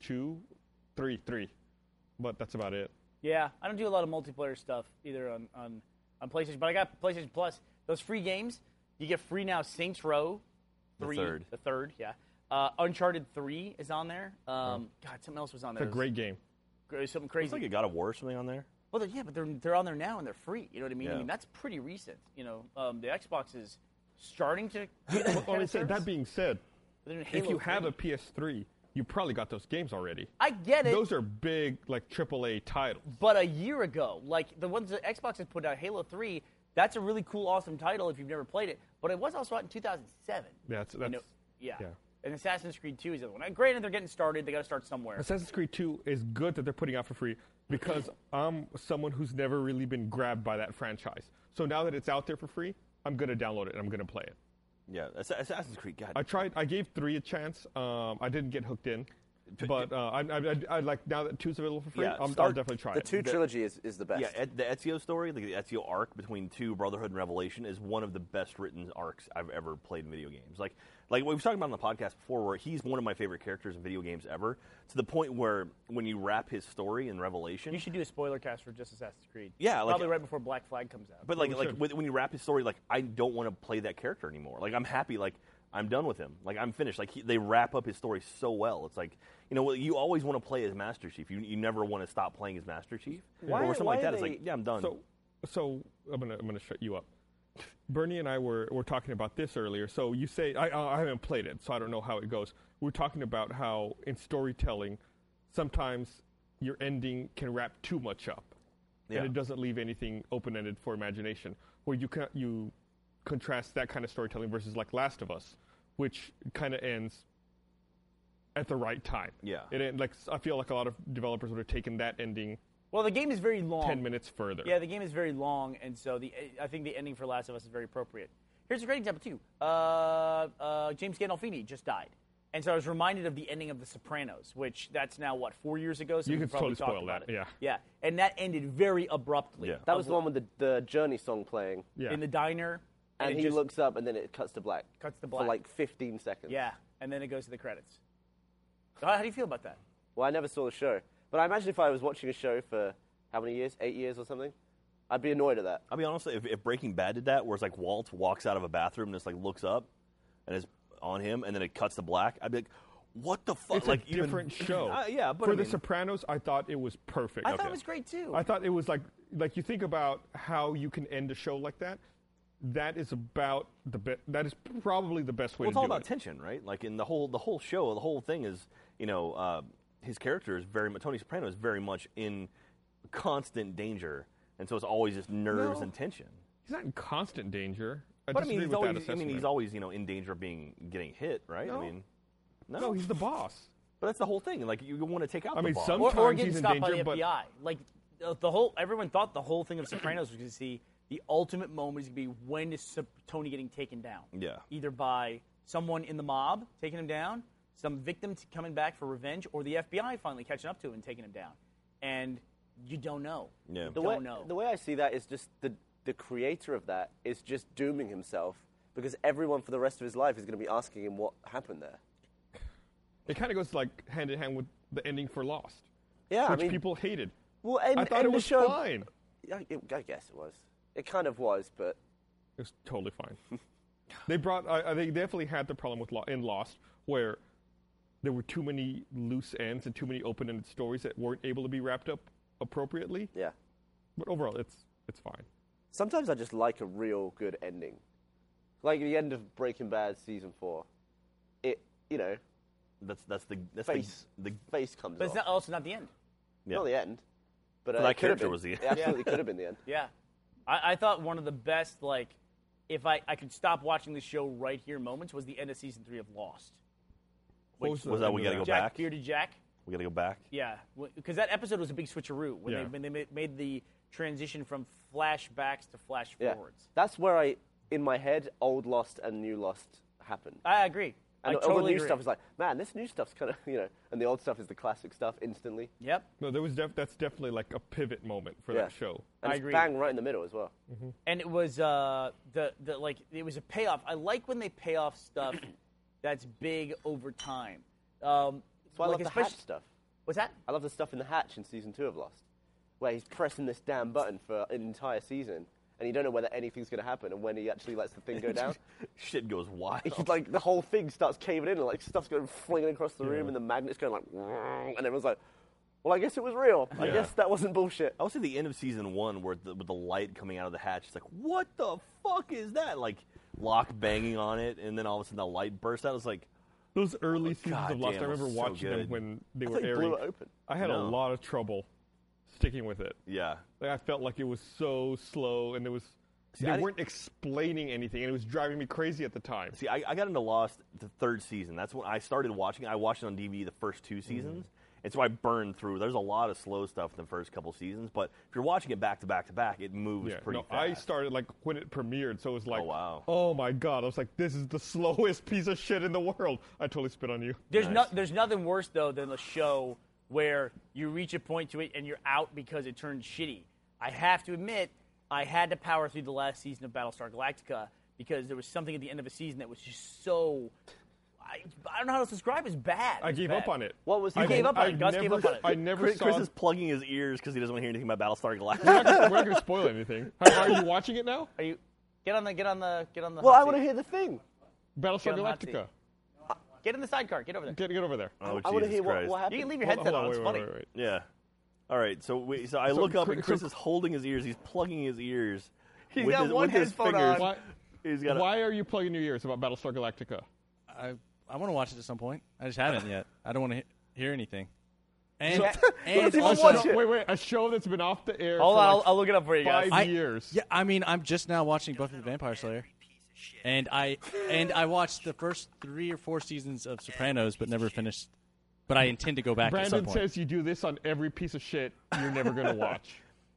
S5: two, three, three, but that's about it.
S7: Yeah, I don't do a lot of multiplayer stuff either on, on, on PlayStation, but I got PlayStation Plus. Those free games, you get free now Saints Row 3.
S2: third.
S7: The third, yeah. Uh, Uncharted 3 is on there. Um, God, something else was on there.
S5: It's a great game.
S7: It was something crazy.
S2: It's like a God of War or something on there.
S7: Well, they're, yeah, but they're they're on there now and they're free. You know what I mean? I
S2: Yeah.
S7: mean that's pretty recent. You know, um, the Xbox is starting to.
S5: *coughs* Well, it's- that being said,
S7: But then
S5: if
S7: Halo
S5: you have
S7: 3.
S5: a PS3, you probably got those games already.
S7: I get it.
S5: Those are big, like AAA titles.
S7: but a year ago, like the ones that Xbox has put out, Halo Three. That's a really cool, awesome title if you've never played it. But it was also out in 2007.
S5: That's
S7: You know,
S5: that's
S7: yeah.
S5: yeah.
S7: And Assassin's Creed 2 is the other one. Now, granted, they're getting started. They got to start somewhere.
S5: Assassin's Creed 2 is good that they're putting out for free because I'm someone who's never really been grabbed by that franchise. So now that it's out there for free, I'm going to download it and I'm going to play it.
S2: Yeah. Assa- Assassin's Creed. God.
S5: I tried, I gave 3 a chance. Um, I didn't get hooked in. But uh, I, I, I, I like now that two's available for free,
S2: Yeah,
S5: I'm, I'll
S2: start
S5: definitely try
S3: the
S5: it.
S3: two trilogy is, is the best.
S2: yeah, Et- the Ezio story, like the Ezio arc between two Brotherhood and Revelation, is one of the best written arcs I've ever played in video games. Like, like we were talking about on the podcast before, where he's one of my favorite characters in video games ever. To the point where when you wrap his story in Revelation,
S7: you should do a spoiler cast for just Assassin's Creed.
S2: Yeah, like-
S7: probably right before Black Flag comes out.
S2: But like,
S5: we
S2: like
S5: should.
S2: when, when you wrap his story, like I don't want to play that character anymore. Like I'm happy, like I'm done with him. Like I'm finished. Like he, they wrap up his story so well. It's like you know, you always want to play as Master Chief. You, you never want to stop playing as Master Chief
S3: Why-
S2: or something
S3: why
S2: like that.
S3: are
S2: It's like
S3: they-
S2: yeah, I'm done.
S5: So, so I'm gonna I'm gonna shut you up. Bernie and I were were talking about this earlier. So you say I I I haven't played it, so I don't know how it goes. We're talking about how in storytelling, sometimes your ending can wrap too much up,
S2: Yeah.
S5: and it doesn't leave anything open ended for imagination. Where you can you contrast that kind of storytelling versus like Last of Us, which kind of ends at the right time.
S2: Yeah.
S5: it end, like s- I feel like a lot of developers would have taken that ending
S7: well, the game is very
S2: Um,
S7: long.
S5: ten minutes further.
S7: Yeah, the game is very long, and so the I think the ending for Last of Us is very appropriate. Here's a great example too. Uh, uh, James Gandolfini just died, and so I was reminded of the ending of The Sopranos, which that's now what four years ago. So
S5: You
S7: we
S5: could
S7: probably
S5: totally
S7: talked
S5: spoil
S7: about
S5: that,
S7: it.
S5: yeah.
S7: yeah, and that ended very abruptly.
S2: Yeah.
S3: That was the one with the, the Journey song playing.
S5: Yeah.
S7: in the diner,
S3: And,
S7: it
S3: he
S7: just-
S3: looks up and then it cuts to black.
S7: Cuts to
S3: For
S7: black.
S3: like 15 seconds.
S7: Yeah, and then it goes to the credits. How, how do you feel about that?
S3: Well, I never saw the show. But I imagine if I was watching a show for how many years? Eight years or something? I'd be annoyed at that.
S2: I'll be honest, if, if Breaking Bad did that, where it's like Walt walks out of a bathroom and just like looks up, and it's on him, and then it cuts to black, I'd be like, what the fuck?
S5: It's
S2: like
S5: a different show.
S2: *laughs* Uh, yeah, but
S5: for
S2: I
S5: The
S2: mean-
S5: Sopranos, I thought it was perfect.
S7: I thought it was great too.
S5: I thought it was like like you think about how you can end a show like that. That is about the be- that is probably the best way
S2: Well, it's
S5: to
S2: all
S5: do
S2: about
S5: it.
S2: tension, right? Like in the whole the whole show, the whole thing is you know uh, his character is very much Tony Soprano is very much in constant danger and so it's always just nerves
S5: No.
S2: and tension.
S5: He's not in constant danger. I
S2: But I
S5: disagree
S2: mean, he's
S5: with that
S2: always. I
S5: assessment.
S2: mean, he's always you know in danger of being getting hit, right?
S5: No.
S2: I mean, no,
S5: no,
S2: *laughs*
S5: he's the boss.
S2: but that's the whole thing. Like you, you want to take out.
S5: I
S2: the
S5: mean,
S2: boss.
S5: some-
S7: or, or
S5: Sometimes
S7: getting
S5: he's in
S7: stopped
S5: danger, but-
S7: by the FBI. Like uh, the whole everyone thought the whole thing of Sopranos was going to see the ultimate moment is going to be when is Sup- Tony getting taken down?
S2: Yeah.
S7: either by someone in the mob taking him down, some victim t- coming back for revenge, or the FBI finally catching up to him and taking him down. And you don't know.
S2: Yeah.
S7: You
S2: The
S7: don't
S3: way,
S7: know.
S3: The way I see that is just the, the creator of that is just dooming himself because everyone for the rest of his life is going to be asking him what happened there.
S5: It kind of goes like hand in hand with the ending for Lost,
S3: Yeah,
S5: which
S3: I mean,
S5: people hated.
S3: Well, and-
S5: I thought
S3: and
S5: it
S3: the
S5: was
S3: show-
S5: fine.
S3: Yeah, it- I guess it was. It kind of was, but
S5: It was totally fine. *laughs* they brought. I, I, they definitely had the problem with Lo- in Lost where there were too many loose ends and too many open-ended stories that weren't able to be wrapped up appropriately.
S3: yeah.
S5: But overall, it's it's fine.
S3: Sometimes I just like a real good ending, like the end of Breaking Bad season four. It you know
S2: that's that's the that's
S3: face
S2: the, the
S3: face comes
S7: but it's
S3: off.
S7: not, also not the end.
S2: yeah.
S3: Not the end, but uh,
S2: that
S3: it could have
S2: character
S3: been.
S2: was the
S3: It
S2: end.
S3: absolutely could have been the end.
S7: Yeah. I, I thought one of the best, like, if I, I could stop watching the show right here moments was the end of season three of Lost.
S5: What
S2: was that
S5: end
S2: we
S5: of
S2: gotta go
S7: Jack,
S2: back?
S7: Bearded Jack.
S2: We got to go back. *laughs*
S7: Yeah. Because that episode was a big switcheroo when,
S5: Yeah.
S7: they, when they ma- made the transition from flashbacks to flash
S3: Yeah,
S7: forwards.
S3: that's where I in my head old Lost and new Lost happened.
S7: I agree.
S3: And
S7: I
S3: all
S7: totally
S3: the new
S7: agree.
S3: stuff is like, man, this new stuff's kind of, *laughs* you know, and the old stuff is the classic stuff instantly.
S7: Yep.
S5: No, there was def- that's definitely like a pivot moment for that show.
S3: And
S7: I
S3: it's
S7: agree. Mm-hmm.
S3: bang right in the middle as well.
S7: and it was uh, the the like it was a payoff. I like when they pay off stuff
S3: *clears throat*
S7: that's big over time. Um,
S3: So I
S7: like
S3: love the
S7: especially-
S3: hatch stuff.
S7: What's that?
S3: I love the stuff in the hatch in season two of Lost, where he's pressing this damn button for an entire season, and you don't know whether anything's going to happen, and when he actually lets the thing
S7: *laughs*
S3: go down,
S2: Shit goes wild.
S3: it's like the whole thing starts caving in, and like stuff's going flinging across the room, and the magnet's going like, and everyone's like, well, I guess it was real. I
S5: Yeah.
S3: guess that wasn't bullshit.
S2: I would say the end of season one, where the, with the light coming out of the hatch, it's like, what the fuck is that? Like Locke banging on it, and then all of a sudden the light bursts out. It's like,
S5: Those
S3: Oh,
S5: early seasons
S2: God
S5: of Lost,
S2: damn,
S5: I
S2: it was
S5: remember
S2: so
S5: watching them
S2: good.
S5: when they
S3: I
S5: were
S3: thought you
S5: airing.
S3: blew it open.
S5: I had a
S2: No.
S5: lot of trouble sticking with it.
S2: yeah,
S5: Like, I felt like it was so slow, and there was they
S2: I didn't-
S5: weren't explaining anything, and it was driving me crazy at the time.
S2: See, I, I got into Lost the third season. That's when I started watching. it. I watched it on DVD the first two
S5: Mm-hmm.
S2: seasons, and so I burned through. There's a lot of slow stuff in the first couple seasons, but if you're watching it back to back to back, it moves
S5: yeah,
S2: pretty
S5: no,
S2: fast.
S5: I started like when it premiered, so it was like,
S2: wow.
S5: oh my god, I was like, this is the *laughs* slowest piece of shit in the world. I totally spit on you.
S7: There's
S2: Nice.
S7: no there's nothing worse though than a show where you reach a point to it and you're out because it turned shitty. I have to admit, I had to power through the last season of Battlestar Galactica because there was something at the end of a season that was just so. I, I don't know how to describe. It. It's bad.
S5: I
S7: It's
S5: gave up
S7: bad.
S5: on it.
S3: What was- You
S5: I,
S7: gave up on
S5: I
S7: it. Gus gave
S5: never-
S7: up on it.
S5: I never
S2: Chris,
S5: saw.
S2: Chris is plugging his ears because he doesn't want to hear anything about Battlestar
S5: *laughs* we're
S2: Galactica.
S5: not going to spoil anything. How- are you watching it now?
S7: Are you? Get on the get on the get on the.
S3: Well,
S7: hot
S3: I want to
S7: seat.
S3: hear the thing.
S5: Battlestar
S7: Get on hot seat.
S5: Galactica.
S7: Get in the sidecar. Get over there.
S5: Get, get over there.
S2: oh,
S3: I want to
S2: Jesus
S3: hear what,
S2: Christ.
S3: what
S7: You
S3: happened.
S7: can leave your
S5: Hold
S7: headset
S5: on,
S7: on.
S5: hold
S7: It's
S5: on,
S7: funny.
S5: wait, wait, wait.
S2: Yeah. All right. So we, so I
S5: So
S2: look up and
S5: Chris- so-
S2: Chris is holding his ears. He's plugging his ears. He's
S7: got
S2: his,
S7: one
S2: with his
S7: headphone
S2: fingers.
S7: on.
S5: Why,
S2: He's got.
S5: why are you plugging your ears about Battlestar Galactica?
S9: I I want to watch it at some point. I just haven't yet. I don't want to he- hear anything. And, and
S3: even
S9: also,
S3: watch it.
S5: wait, wait, a show that's been off the air.
S7: Oh, Hold
S5: for
S7: on, I'll,
S5: like
S7: I'll look it up for you guys.
S5: five
S9: I,
S5: years.
S9: Yeah, I mean, I'm just now watching Buffy the Vampire Slayer, and I and I watched the first three or four seasons of Sopranos, but never finished. But I intend to go back at some
S5: Brandon
S9: point.
S5: says you do this on every piece of shit you're never gonna watch.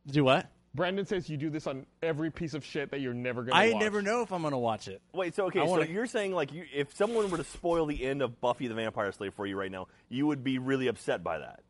S9: Do what?
S5: Brandon says you do this on every piece of shit that you're never gonna.
S9: I
S5: watch.
S9: never know if I'm gonna watch it.
S2: Wait, so okay,
S9: I wanna-
S2: so you're saying like you, if someone were to spoil the end of Buffy the Vampire Slayer for you right now, you would be really upset by that.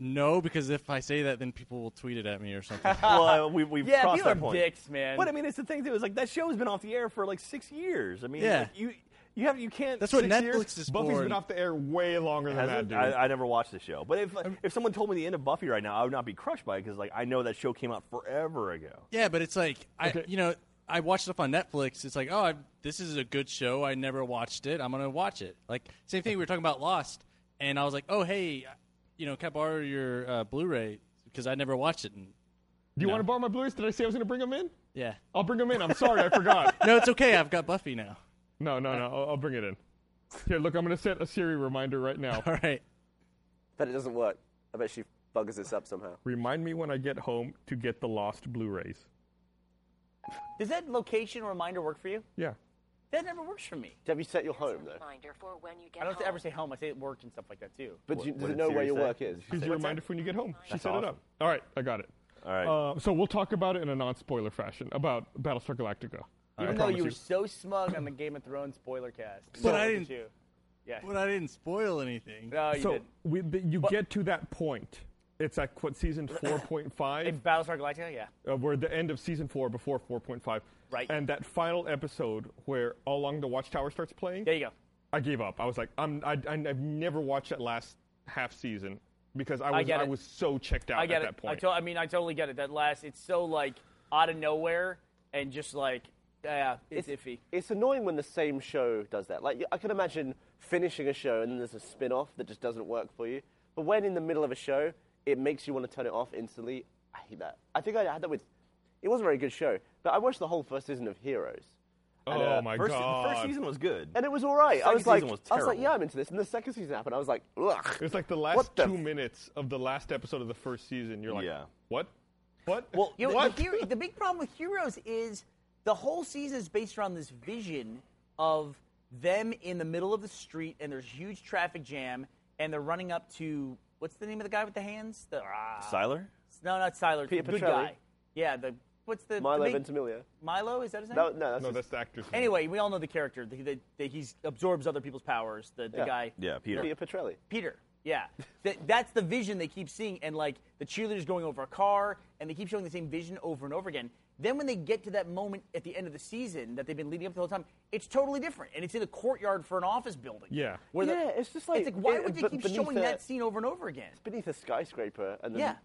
S9: No, because if I say that, then people will tweet it at me or something.
S2: well, we, we've
S7: *laughs* yeah,
S2: crossed
S7: people are
S2: that point.
S7: dicks, man.
S2: But I mean, it's the thing too. Is like that show has been off the air for like six years. I mean,
S9: Yeah.
S2: like, you you have you can't.
S9: That's what
S2: six
S9: Netflix
S2: years,
S9: is
S5: Buffy's
S9: for.
S5: been off the air way longer than that,
S2: Hasn't?
S5: dude.
S2: I, I never watched the show, but if if someone told me the end of Buffy right now, I would not be crushed by it because like I know that show came out forever ago.
S9: Yeah, but it's like I,
S5: Okay.
S9: you know, I watch stuff on Netflix. It's like, oh, I, this is a good show. I never watched it. I'm gonna watch it. Like same thing we were talking about Lost, and I was like, oh, hey, you know, can I borrow your uh, Blu-ray because I never watched it. And
S5: do you want to borrow my blues? Did I say I was gonna bring them in?
S9: yeah,
S5: I'll bring them in. I'm sorry, I forgot.
S9: *laughs* no, it's okay. I've got Buffy now.
S5: No, no, no. I'll, I'll bring it in.
S9: *laughs*
S5: Here, look, I'm gonna set a Siri reminder right now.
S9: All right.
S3: But it doesn't work. I bet she buggers this up somehow.
S5: Remind me when I get home to get the lost Blu-rays.
S7: Does that location reminder work for you?
S5: Yeah.
S7: That never works for me.
S3: Have you set your
S4: Here's a
S3: home though?
S4: reminder for when you get
S7: I don't
S4: home.
S7: ever say home. I say work and stuff like that too.
S3: But do you, does
S2: what
S3: it
S2: did
S3: know where
S2: Siri
S3: your
S2: say?
S3: work is?
S5: Here's your reminder for when you get home. she set it
S2: awesome.
S5: up. All right, I got it.
S2: All right.
S5: Uh, so we'll talk about it in a non-spoiler fashion about Battlestar Galactica. I
S7: Even though
S5: promise
S7: you were so smug on the Game of Thrones spoiler cast.
S9: But
S7: Look
S9: I
S7: at
S9: didn't-
S7: you. Yeah.
S9: But I didn't spoil anything.
S7: No, you
S5: so
S7: didn't.
S5: we, th- you get to that point. It's like what
S7: *clears throat*
S5: season 4.5,
S7: In Battlestar Galactica, yeah.
S5: uh, where the end of season four before 4.5.
S7: Right.
S5: And that final episode where All Along the Watchtower starts playing.
S7: There you go.
S5: I gave up. I was like, I'm, I, I, I've never watched that last half season because I was
S7: I
S5: I,
S7: get it.
S5: was so checked out
S7: I get
S5: at
S7: it.
S5: that point.
S7: I, to- I mean, I totally get it. That last, it's so like out of nowhere and just like, yeah, it's, iffy.
S3: It's annoying when the same show does that. Like I can imagine finishing a show and then there's a spin-off that just doesn't work for you. But when in the middle of a show, it makes you want to turn it off instantly. I hate that. I think I had that with. It was a very good show, but I watched the whole first season of Heroes, uh,
S5: oh my
S2: first, the
S5: god!
S2: first season was good.
S3: and it was all right.
S2: Second
S3: I was like,
S2: season was
S3: I was like,
S2: terrible.
S3: yeah, I'm into this. And the second season happened. I was like, ugh.
S5: It was like the last
S3: What the
S5: two
S3: f-
S5: minutes of the last episode of the first season. You're like,
S2: Yeah.
S5: what? What?
S2: Well,
S7: You know,
S5: what?
S7: The, hero- the big problem with Heroes is the whole season is based around this vision of them in the middle of the street and there's huge traffic jam and they're running up to what's the name of the guy with the hands? The, ah,
S2: Siler?
S7: no, not Siler.
S3: Peter
S7: the good
S3: Petrelli.
S7: guy. Yeah, the what's the the
S3: Milo
S7: big-
S3: Ventimiglia.
S7: Milo is that his name?
S3: No, no, that's
S5: no,
S3: just-
S5: that's the actor's name.
S7: Anyway, we all know the character. The, the, the, he absorbs other people's powers. The, the
S3: Yeah.
S7: guy.
S2: Yeah, Peter.
S3: Peter Petrelli.
S7: Peter. Yeah. Th- that's the vision they keep seeing, and like the cheerleaders going over a car, and they keep showing the same vision over and over again. Then when they get to that moment at the end of the season that they've been leading up to the whole time, it's totally different, and it's in a courtyard for an office building.
S5: Yeah.
S7: Where the-
S3: Yeah, it's just like-
S7: it's like why
S3: it-
S7: would they
S3: but
S7: keep
S3: beneath
S7: showing
S3: that-
S7: that scene over and over again?
S3: beneath a skyscraper, and then
S7: Yeah.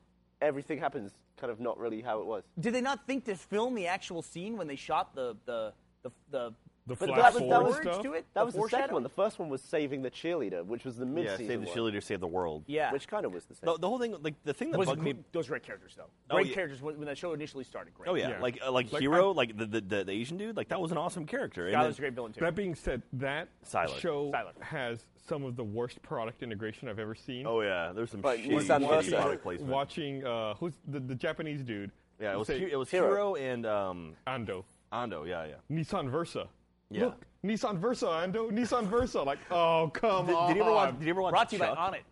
S3: everything happens kind of not really how it was.
S7: Did they not think to film the actual scene when they shot the the the the,
S5: The
S7: but
S5: flash
S7: that was,
S5: forward
S7: that was,
S5: stuff?
S7: to it?
S3: That was the second
S7: foreshadowing?
S3: one. The first one was saving the cheerleader, which was the
S2: yeah,
S3: mid-season
S2: save the
S3: one,
S2: cheerleader, save the world.
S7: Yeah.
S3: which kind of was the same.
S2: The, the whole thing, like the thing that
S7: was
S2: bugged me.
S7: gr- those great characters though.
S2: Oh,
S7: Great
S2: yeah.
S7: characters when, when the show initially started. Great.
S2: Oh yeah,
S5: Yeah.
S2: like uh, like,
S5: Like,
S2: hero,
S5: I-
S2: like the, the the the Asian dude, like that was an awesome character. And
S7: Guy
S2: then-
S7: was a great villain too.
S5: That being said, that
S2: Siler.
S5: show
S7: Siler.
S5: has some of the worst product integration I've ever seen.
S2: Oh yeah, there's some
S3: Right,
S2: shitty,
S3: was that
S2: shitty
S3: Versa?
S2: product placement.
S5: Watching uh, who's the, the Japanese dude?
S2: yeah, it was
S5: Say
S2: Hu- it was
S3: Hero.
S2: hero and um
S5: Ando,
S2: Ando. Yeah, yeah.
S5: Nissan Versa.
S2: Yeah.
S5: Look, Nissan Versa, Ando, Nissan Versa. Like, oh come
S2: Did,
S5: on!
S2: did you ever watch? Did you ever watch?
S7: Brought to you by
S2: Chuck?
S7: On It.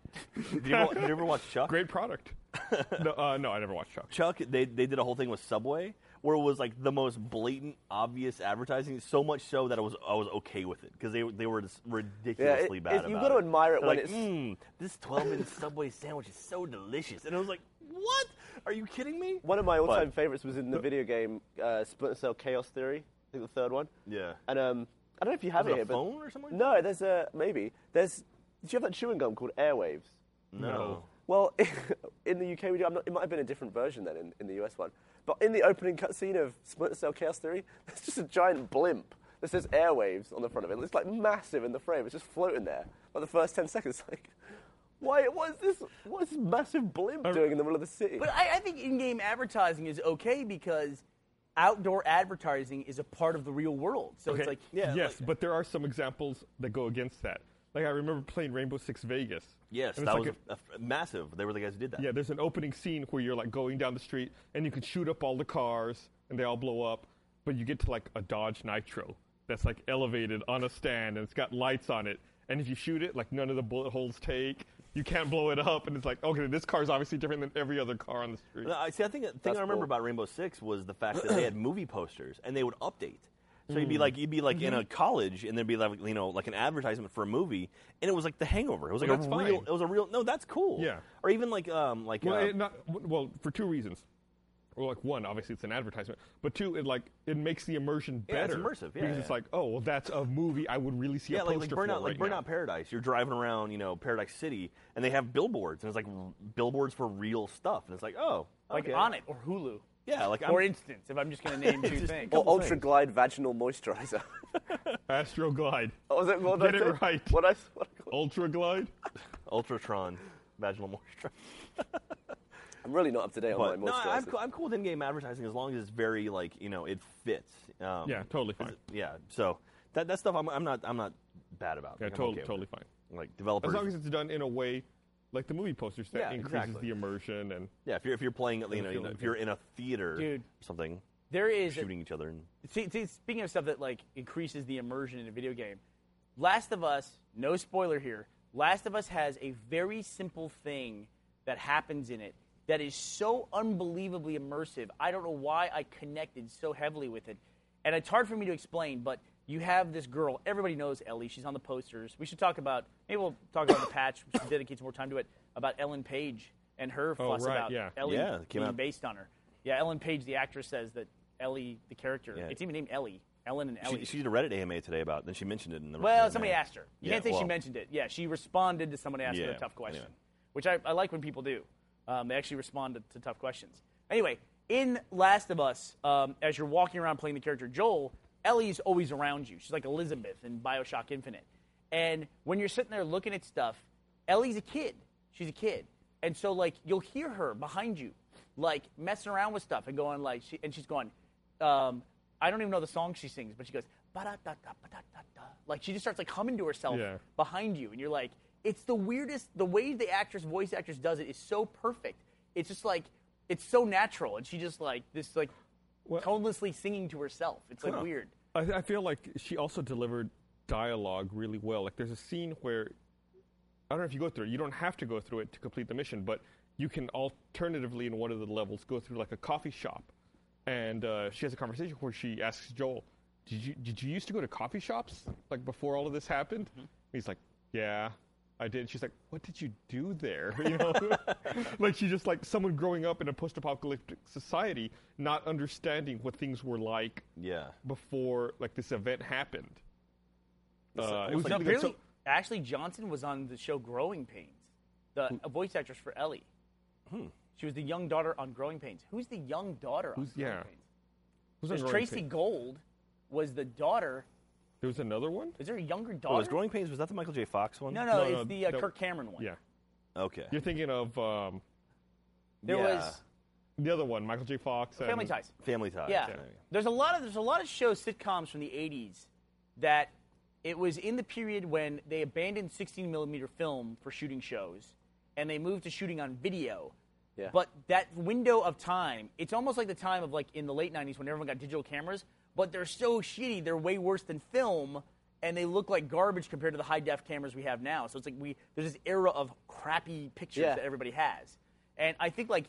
S2: Did you ever, did you ever watch Chuck? *laughs*
S5: Great product. no, uh, no, I never watched Chuck.
S2: Chuck, they, they did a whole thing with Subway where it was like the most blatant, obvious advertising. So much so that I was I was okay with it because they they were just ridiculously
S3: it-
S2: bad.
S3: it- you
S2: about
S3: gotta
S2: it.
S3: admire it
S2: They're
S3: when
S2: like,
S3: it's-
S2: "Mm, this twelve inch Subway sandwich is so delicious, and I was like, what? Are you kidding me?
S3: one of my all-time
S2: But-
S3: favorites was in the video game uh, Splinter Cell Chaos Theory, I think the third one.
S2: Yeah.
S3: And um, I don't know if you have
S2: Was
S3: it
S2: it a
S3: here, but
S2: phone or something like
S3: no, there's a maybe there's. Do you have that chewing gum called Airwaves?
S2: No.
S3: Well, *laughs* in the UK, we do. I'm not, it might have been a different version than in, in the US one. But in the opening cutscene of Splinter Cell Chaos Theory, *laughs* there's just a giant blimp that says airwaves on the front of it. It's like massive in the frame. It's just floating there for the first 10 *laughs* seconds. Like, why? What is this? What is this massive blimp doing in the middle of the city?
S7: But I, I think in-game advertising is okay because outdoor advertising is a part of the real world. So it's
S5: Okay.
S7: like yeah,
S5: yes, but there are some examples that go against that. Like I remember playing Rainbow Six Vegas.
S2: Yes,
S5: And
S2: that
S5: it's
S2: was
S5: like
S2: a- a- massive. They were the guys who did that.
S5: a- yeah. There's an opening scene where you're like going down the street and you can shoot up all the cars and they all blow up, but you get to like a Dodge Nitro that's like elevated on a stand and it's got lights on it. And if you shoot it, like none of the bullet holes take. You can't blow it up, and it's like okay, this car's obviously different than every other car on the street.
S2: No, I see. I think the thing I remember
S3: cool.
S2: about Rainbow Six was the fact that they
S5: *clears throat*
S2: had movie posters and they would update. So you'd
S5: Hmm.
S2: be like, you'd be like in
S5: Mm-hmm.
S2: a college, and there'd be like, you know, like an advertisement for a movie, and it was like The Hangover. It was like a
S5: Well, that's
S2: real.
S5: fine.
S2: It was a real. No, that's cool.
S5: Yeah.
S2: Or even like, um, like,
S5: Well,
S2: uh,
S5: it not, well, for two reasons. Well, like one, obviously it's an advertisement, but two, it like it makes the immersion
S2: Yeah, it's
S5: better.
S2: immersive, yeah,
S5: because it's
S2: yeah.
S5: like, oh, well, that's a movie I would really see
S2: yeah,
S5: a
S2: like,
S5: poster
S2: like
S5: for
S2: Burnout, like
S5: right
S2: Burnout
S5: now.
S2: Paradise. You're driving around, you know, Paradise City, and they have billboards, and it's like r- billboards for real stuff, and it's like, oh,
S7: like
S2: okay.
S7: on it or Hulu.
S2: Yeah, like I'm,
S7: or instance, if I'm just
S2: *laughs*
S7: going to name two
S2: Just-
S7: things.
S3: or
S2: couple
S3: Ultra
S2: things.
S3: Glide Vaginal Moisturizer. *laughs*
S5: Astro Glide,
S3: Oh, was it, *laughs* what did
S5: Get
S3: I
S5: it
S3: say?
S5: right.
S3: What I, what I call-
S5: Ultra Glide.
S2: Ultratron, vaginal
S5: *laughs*
S2: moisturizer.
S3: I'm really not up to date on my
S2: But no,
S3: moisturizer.
S2: I- I'm, cool, I'm cool with in-game advertising as long as it's very like you know it fits. Um,
S5: Yeah, totally fine.
S2: Yeah, so that, that stuff I'm, I'm not I'm not bad about.
S5: Yeah,
S2: Like, I'm
S5: totally,
S2: okay with
S5: totally
S2: it.
S5: fine.
S2: Like
S5: As
S2: developers,
S5: long as it's done in a way like the movie poster set
S2: Yeah,
S5: increases
S2: exactly.
S5: the immersion and
S2: Yeah, if you're if you're playing at you know, you know, if you're in a theater
S7: Dude.
S2: or something,
S7: There is a-
S2: shooting each other and
S7: See, see, speaking of stuff that like increases the immersion in a video game, Last of Us, no spoiler here. Last of Us has a very simple thing that happens in it that is so unbelievably immersive. I don't know why I connected so heavily with it. And it's hard for me to explain, but you have this girl, everybody knows Ellie, she's on the posters. We should talk about maybe we'll talk about the patch, we should dedicate some more time to it, about Ellen Page and her fuss
S5: Oh, right,
S7: about
S5: yeah.
S7: Ellie
S2: Yeah, it came
S7: being
S2: out-
S7: based on her. Yeah, Ellen Page, the actress, says that Ellie, the character,
S2: Yeah.
S7: it's even named Ellie. Ellen and Ellie.
S2: she, she did a Reddit AMA today about. it, Then she mentioned it in the.
S7: well,
S2: in
S7: somebody
S2: there.
S7: asked her. You
S2: Yeah,
S7: can't say she
S2: well,
S7: mentioned it. Yeah, she responded to someone asking
S2: Yeah,
S7: a tough question,
S2: anyway.
S7: which I, I like when people do. Um, they actually respond to, to tough questions. Anyway, in Last of Us, um, as you're walking around playing the character Joel, Ellie's always around you. She's like Elizabeth in Bioshock Infinite. And when you're sitting there looking at stuff, Ellie's a kid. She's a kid. And so, like, you'll hear her behind you, like, messing around with stuff and going, like, she, and she's going, um, I don't even know the song she sings, but she goes, "Ba-da-da-da, ba-da-da-da." like she just starts like humming to herself
S5: Yeah.
S7: behind you, and you're like, it's the weirdest. The way the actress, voice actress, does it is so perfect. It's just like it's so natural, and she just like this like tonelessly singing to herself. It's like weird.
S5: I, I feel like she also delivered dialogue really well. Like there's a scene where I don't know if you go through it. You don't have to go through it to complete the mission, but you can alternatively in one of the levels go through like a coffee shop, and uh, she has a conversation where she asks Joel, "Did you did you used to go to coffee shops like before all of this happened?" And he's like, "Yeah." I did. She's like, "What did you do there?" *laughs* You know, like she's just like someone growing up in a post-apocalyptic society, not understanding what things were like
S2: Yeah.
S5: before like this event happened. Uh, it was
S7: No,
S5: like-
S7: really,
S5: so-
S7: Ashley Johnson was on the show Growing Pains, the uh, voice actress for Ellie.
S5: Hmm.
S7: She was the young daughter on Growing Pains. Who's the young daughter on
S5: Who's-
S7: Growing
S5: yeah.
S7: Pains?
S5: who's
S7: Because
S5: on Growing
S7: Tracy
S5: Pains?
S7: Gold was the daughter.
S5: There was another one.
S7: Is there a younger
S2: Oh,
S7: daughter?
S2: was Growing Pains was that the Michael J. Fox one?
S7: No, no,
S5: No, no,
S7: it's the uh,
S5: that-
S7: Kirk Cameron one.
S5: Yeah,
S2: Okay.
S5: you're thinking of um,
S7: There
S2: Yeah.
S7: was
S5: the other one, Michael J. Fox.
S7: Family
S5: and-
S7: Ties.
S2: Family Ties.
S7: Yeah.
S2: there you go.
S7: There's a lot of there's a lot of shows sitcoms from the 80s that it was in the period when they abandoned 16 millimeter film for shooting shows and they moved to shooting on video.
S3: Yeah.
S7: But that window of time, it's almost like the time of like in the late 90s when everyone got digital cameras, but they're so shitty, they're way worse than film and they look like garbage compared to the high def cameras we have now. So it's like we there's this era of crappy pictures
S3: Yeah.
S7: that everybody has. And I think like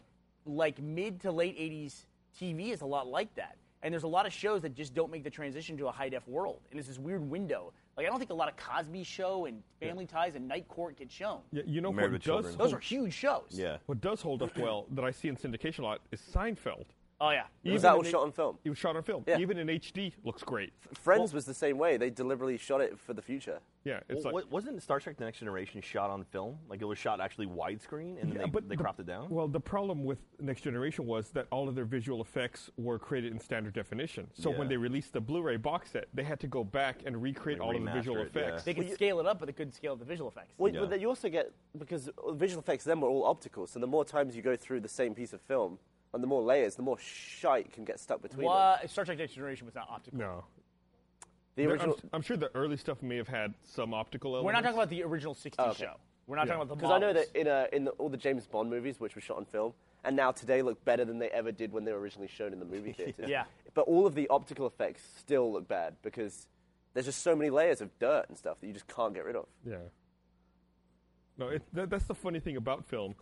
S7: like mid to late 80s TV is a lot like that. And there's a lot of shows that just don't make the transition to a high def world. And it's this weird window. Like I don't think a lot of Cosby Show and Family Ties and Night Court get shown.
S5: Yeah, you know
S2: Married
S5: what
S2: with
S5: does
S2: Children.
S7: Those
S5: hold-
S7: are huge shows.
S2: Yeah.
S5: what does hold up well that I see in syndication a lot is Seinfeld.
S7: Oh yeah.
S5: Even
S3: that
S5: in
S3: all
S5: H-
S3: shot on film?
S5: It was shot on film.
S3: Yeah.
S5: Even in HD, looks great.
S3: Friends was the same way. They deliberately shot it for the future.
S5: Yeah,
S2: Well,
S5: it's like.
S2: what, wasn't Star Trek: The Next Generation shot on film? Like it was shot actually widescreen, and then
S5: Yeah,
S2: they,
S5: but
S2: they
S5: the-
S2: cropped it down.
S5: Well, the problem with Next Generation was that all of their visual effects were created in standard definition. So when
S2: Yeah.
S5: they released the Blu-ray box set, they had to go back and recreate
S2: Like
S5: all of the
S2: remaster
S5: visual
S2: it,
S5: effects.
S7: They could scale it up, but they couldn't scale the visual effects.
S3: Well,
S2: Yeah.
S3: But then you also get because visual effects then were all optical. So the more times you go through the same piece of film, and the more layers, the more shite can get stuck between them.
S7: Wha- Star Trek Next Generation was not optical.
S5: No,
S3: The
S5: There-
S3: original.
S5: I'm, I'm sure the early stuff may have had some optical elements.
S7: We're not talking about the original 60s
S3: okay.
S7: show. We're not
S5: Yeah.
S7: talking about the
S3: Because I know
S7: models.
S3: that in, uh in the, all the James Bond movies, which were shot on film, and now today look better than they ever did when they were originally shown in the
S7: *laughs*
S3: movie theater.
S7: Yeah.
S3: But all of the optical effects still look bad because there's just so many layers of dirt and stuff that you just can't get rid of.
S5: Yeah. No, it, that, that's the funny thing about film,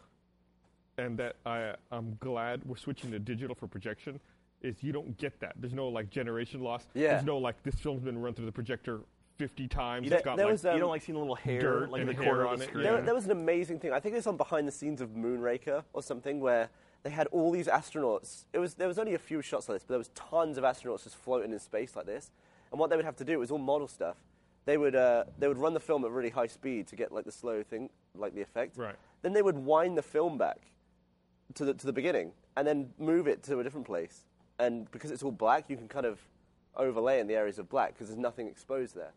S5: and that I I'm glad we're switching to digital for projection. Is you don't get that. There's no like generation loss.
S3: Yeah.
S5: There's no like this film's been run through the projector 50 times.
S3: There-
S5: it's got
S3: there
S5: like
S3: was a-
S2: you don't
S3: um,
S2: like seeing the little hair
S5: dirt
S2: like in
S5: and
S2: the
S5: hair
S2: corner of
S5: on
S2: the
S5: it,
S2: screen.
S5: yeah.
S3: There, there was an amazing thing. I think it was on behind the scenes of Moonraker or something where they had all these astronauts. It was there was only a few shots like this, but there was tons of astronauts just floating in space like this. And what they would have to do was all model stuff. They would uh, they would run the film at really high speed to get like the slow thing, like the effect.
S5: Right.
S3: Then they would wind the film back to the to the beginning and then move it to a different place. And because it's all black, you can kind of overlay in the areas of black because there's nothing exposed there.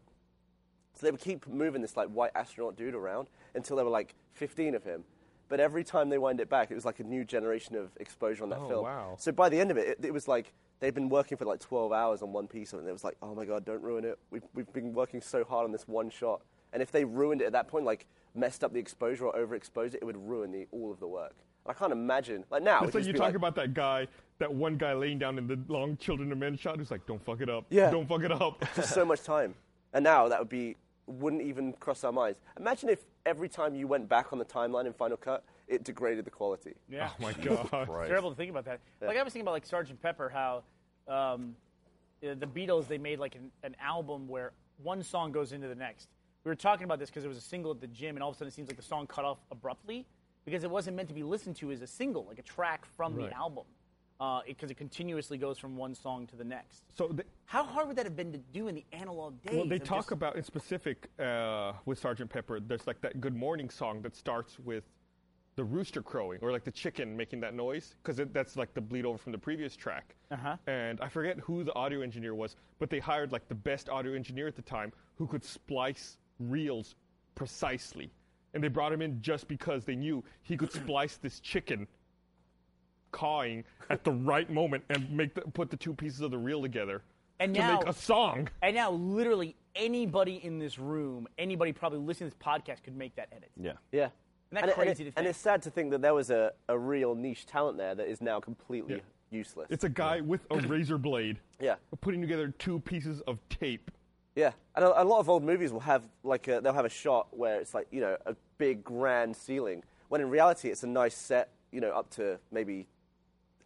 S3: So they would keep moving this like white astronaut dude around until there were like 15 of him. But every time they wind it back, it was like a new generation of exposure on that
S5: Oh,
S3: film.
S5: wow.
S3: So by the end of it, it, it was like they'd been working for like 12 hours on one piece of it. And it was like, oh my god, don't ruin it. We've, we've been working so hard on this one shot. And if they ruined it at that point, like messed up the exposure or overexposed it, it would ruin the, all of the work. I can't imagine. Like now,
S5: That's
S3: it's
S5: like you talk about that guy, that one guy laying down in the long children of men shot who's like, don't fuck it up.
S3: Yeah.
S5: Don't fuck
S3: *laughs*
S5: it up.
S3: just so much time. And now that would be wouldn't even cross our minds. Imagine if every time you went back on the timeline in Final Cut, it degraded the quality.
S7: Yeah.
S5: oh my God.
S7: It's terrible to think about that. Like I was thinking about like Sergeant Pepper, how um, uh, the Beatles they made like an, an album where one song goes into the next. We were talking about this because there was a single at the gym, and all of a sudden it seems like the song cut off abruptly because it wasn't meant to be listened to as a single, like a track from
S5: Right.
S7: the album, because it, 'cause it continuously goes from one song to the next.
S5: So they,
S7: How hard would that have been to do in the analog days?
S5: Well, they
S7: of
S5: talk
S7: just-
S5: about in specific uh, with Sergeant Pepper. There's like that Good Morning song that starts with the rooster crowing or like the chicken making that noise because that's like the bleed over from the previous track.
S7: Uh-huh.
S5: And I forget who the audio engineer was, but they hired like the best audio engineer at the time who could splice reels precisely. And they brought him in just because they knew he
S7: *coughs*
S5: could splice this chicken cawing at the right moment and make the, put the two pieces of the reel together
S7: And
S5: to make
S7: now-
S5: a song.
S7: And now, literally anybody in this room, anybody probably listening to this podcast, could make that edit.
S2: Yeah.
S3: Yeah.
S7: that
S3: and, it- and
S7: crazy
S3: it-
S7: to
S3: and
S7: think?
S3: it's sad to think that there was a, a real niche talent there that is now completely
S5: Yeah.
S3: useless.
S5: It's a guy with a razor blade.
S3: Yeah.
S5: Putting together two pieces of tape.
S3: Yeah, and a, a lot of old movies will have like a, they'll have a shot where it's like you know a big grand ceiling, when in reality it's a nice set, you know, up to maybe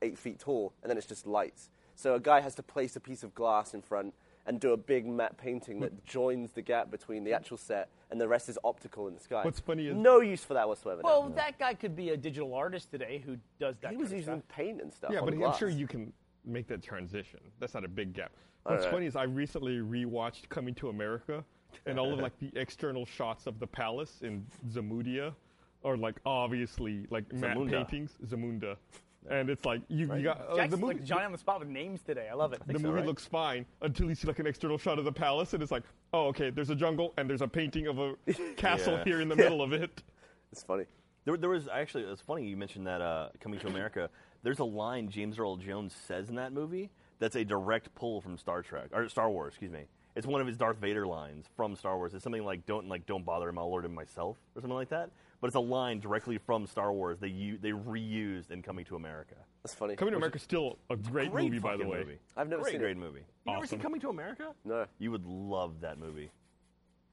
S3: eight feet tall, and then it's just lights. So a guy has to place a piece of glass in front and do a big matte painting
S5: *laughs*
S3: that joins the gap between the actual set and the rest is optical in the sky.
S5: What's funny is-
S3: no use for that whatsoever. now.
S7: Well, that guy could be a digital artist today who does that.
S3: he was
S7: kind of
S3: using
S7: stuff.
S3: paint and stuff.
S5: Yeah,
S3: on
S5: but
S3: glass.
S5: I'm sure you can make that transition. That's not a big gap. What's funny is I recently rewatched Coming to America, and all of like the external shots of the palace in Zamudia are like obviously like matte
S2: Zamunda.
S5: paintings, Zamunda, and it's like you, you got uh,
S7: Jackson's
S5: the movie.
S7: like Johnny on the spot with names today. I love it.
S5: the movie looks fine until you see like an external shot of the palace, and it's like, oh, okay, there's a jungle, and there's a painting of a castle
S2: Yeah.
S5: here in the middle of it.
S3: it's funny.
S2: There, there was actually. It's funny you mentioned that uh, coming to America. There's a line James Earl Jones says in that movie that's a direct pull from Star Trek or Star Wars. Excuse me. It's one of his Darth Vader lines from Star Wars. It's something like "Don't like don't bother my lord and myself" or something like that. But it's a line directly from Star Wars. They u- they reused in Coming to America.
S3: That's funny.
S5: Coming to America is still a great,
S2: Great
S5: movie, by the
S2: fucking
S5: way.
S2: movie.
S3: I've never
S2: great,
S3: seen it.
S2: great movie. You never seen
S5: Awesome.
S2: Coming to America?
S3: No.
S2: You would love that movie.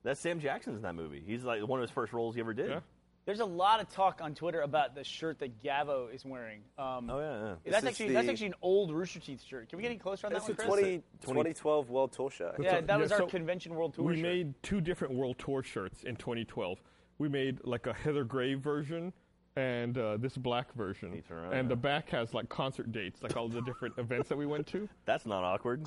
S2: That's Sam Jackson's in that movie. He's like one of his first roles he ever did.
S5: Yeah.
S7: There's a lot of talk on Twitter about the shirt that Gavo is wearing. Um,
S2: Oh yeah. yeah.
S7: That's
S3: This is
S7: actually that's
S3: the-
S7: actually an old Rooster Teeth shirt. Can we get any closer on
S3: That's the
S7: that one,
S3: 20,
S7: Chris?
S3: 2012 World Tour show. I think.
S7: Yeah,
S5: So-
S7: that was our
S5: so
S7: convention world tour.
S5: We
S7: shirt.
S5: made two different world tour shirts in 2012. We made like a Heather Gray version and uh, this black version.
S2: turn
S7: uh,
S2: around
S5: And the
S2: now.
S5: back has like concert dates, like all the
S7: *laughs*
S5: different events that we went to,
S2: That's not
S5: *laughs*
S2: awkward.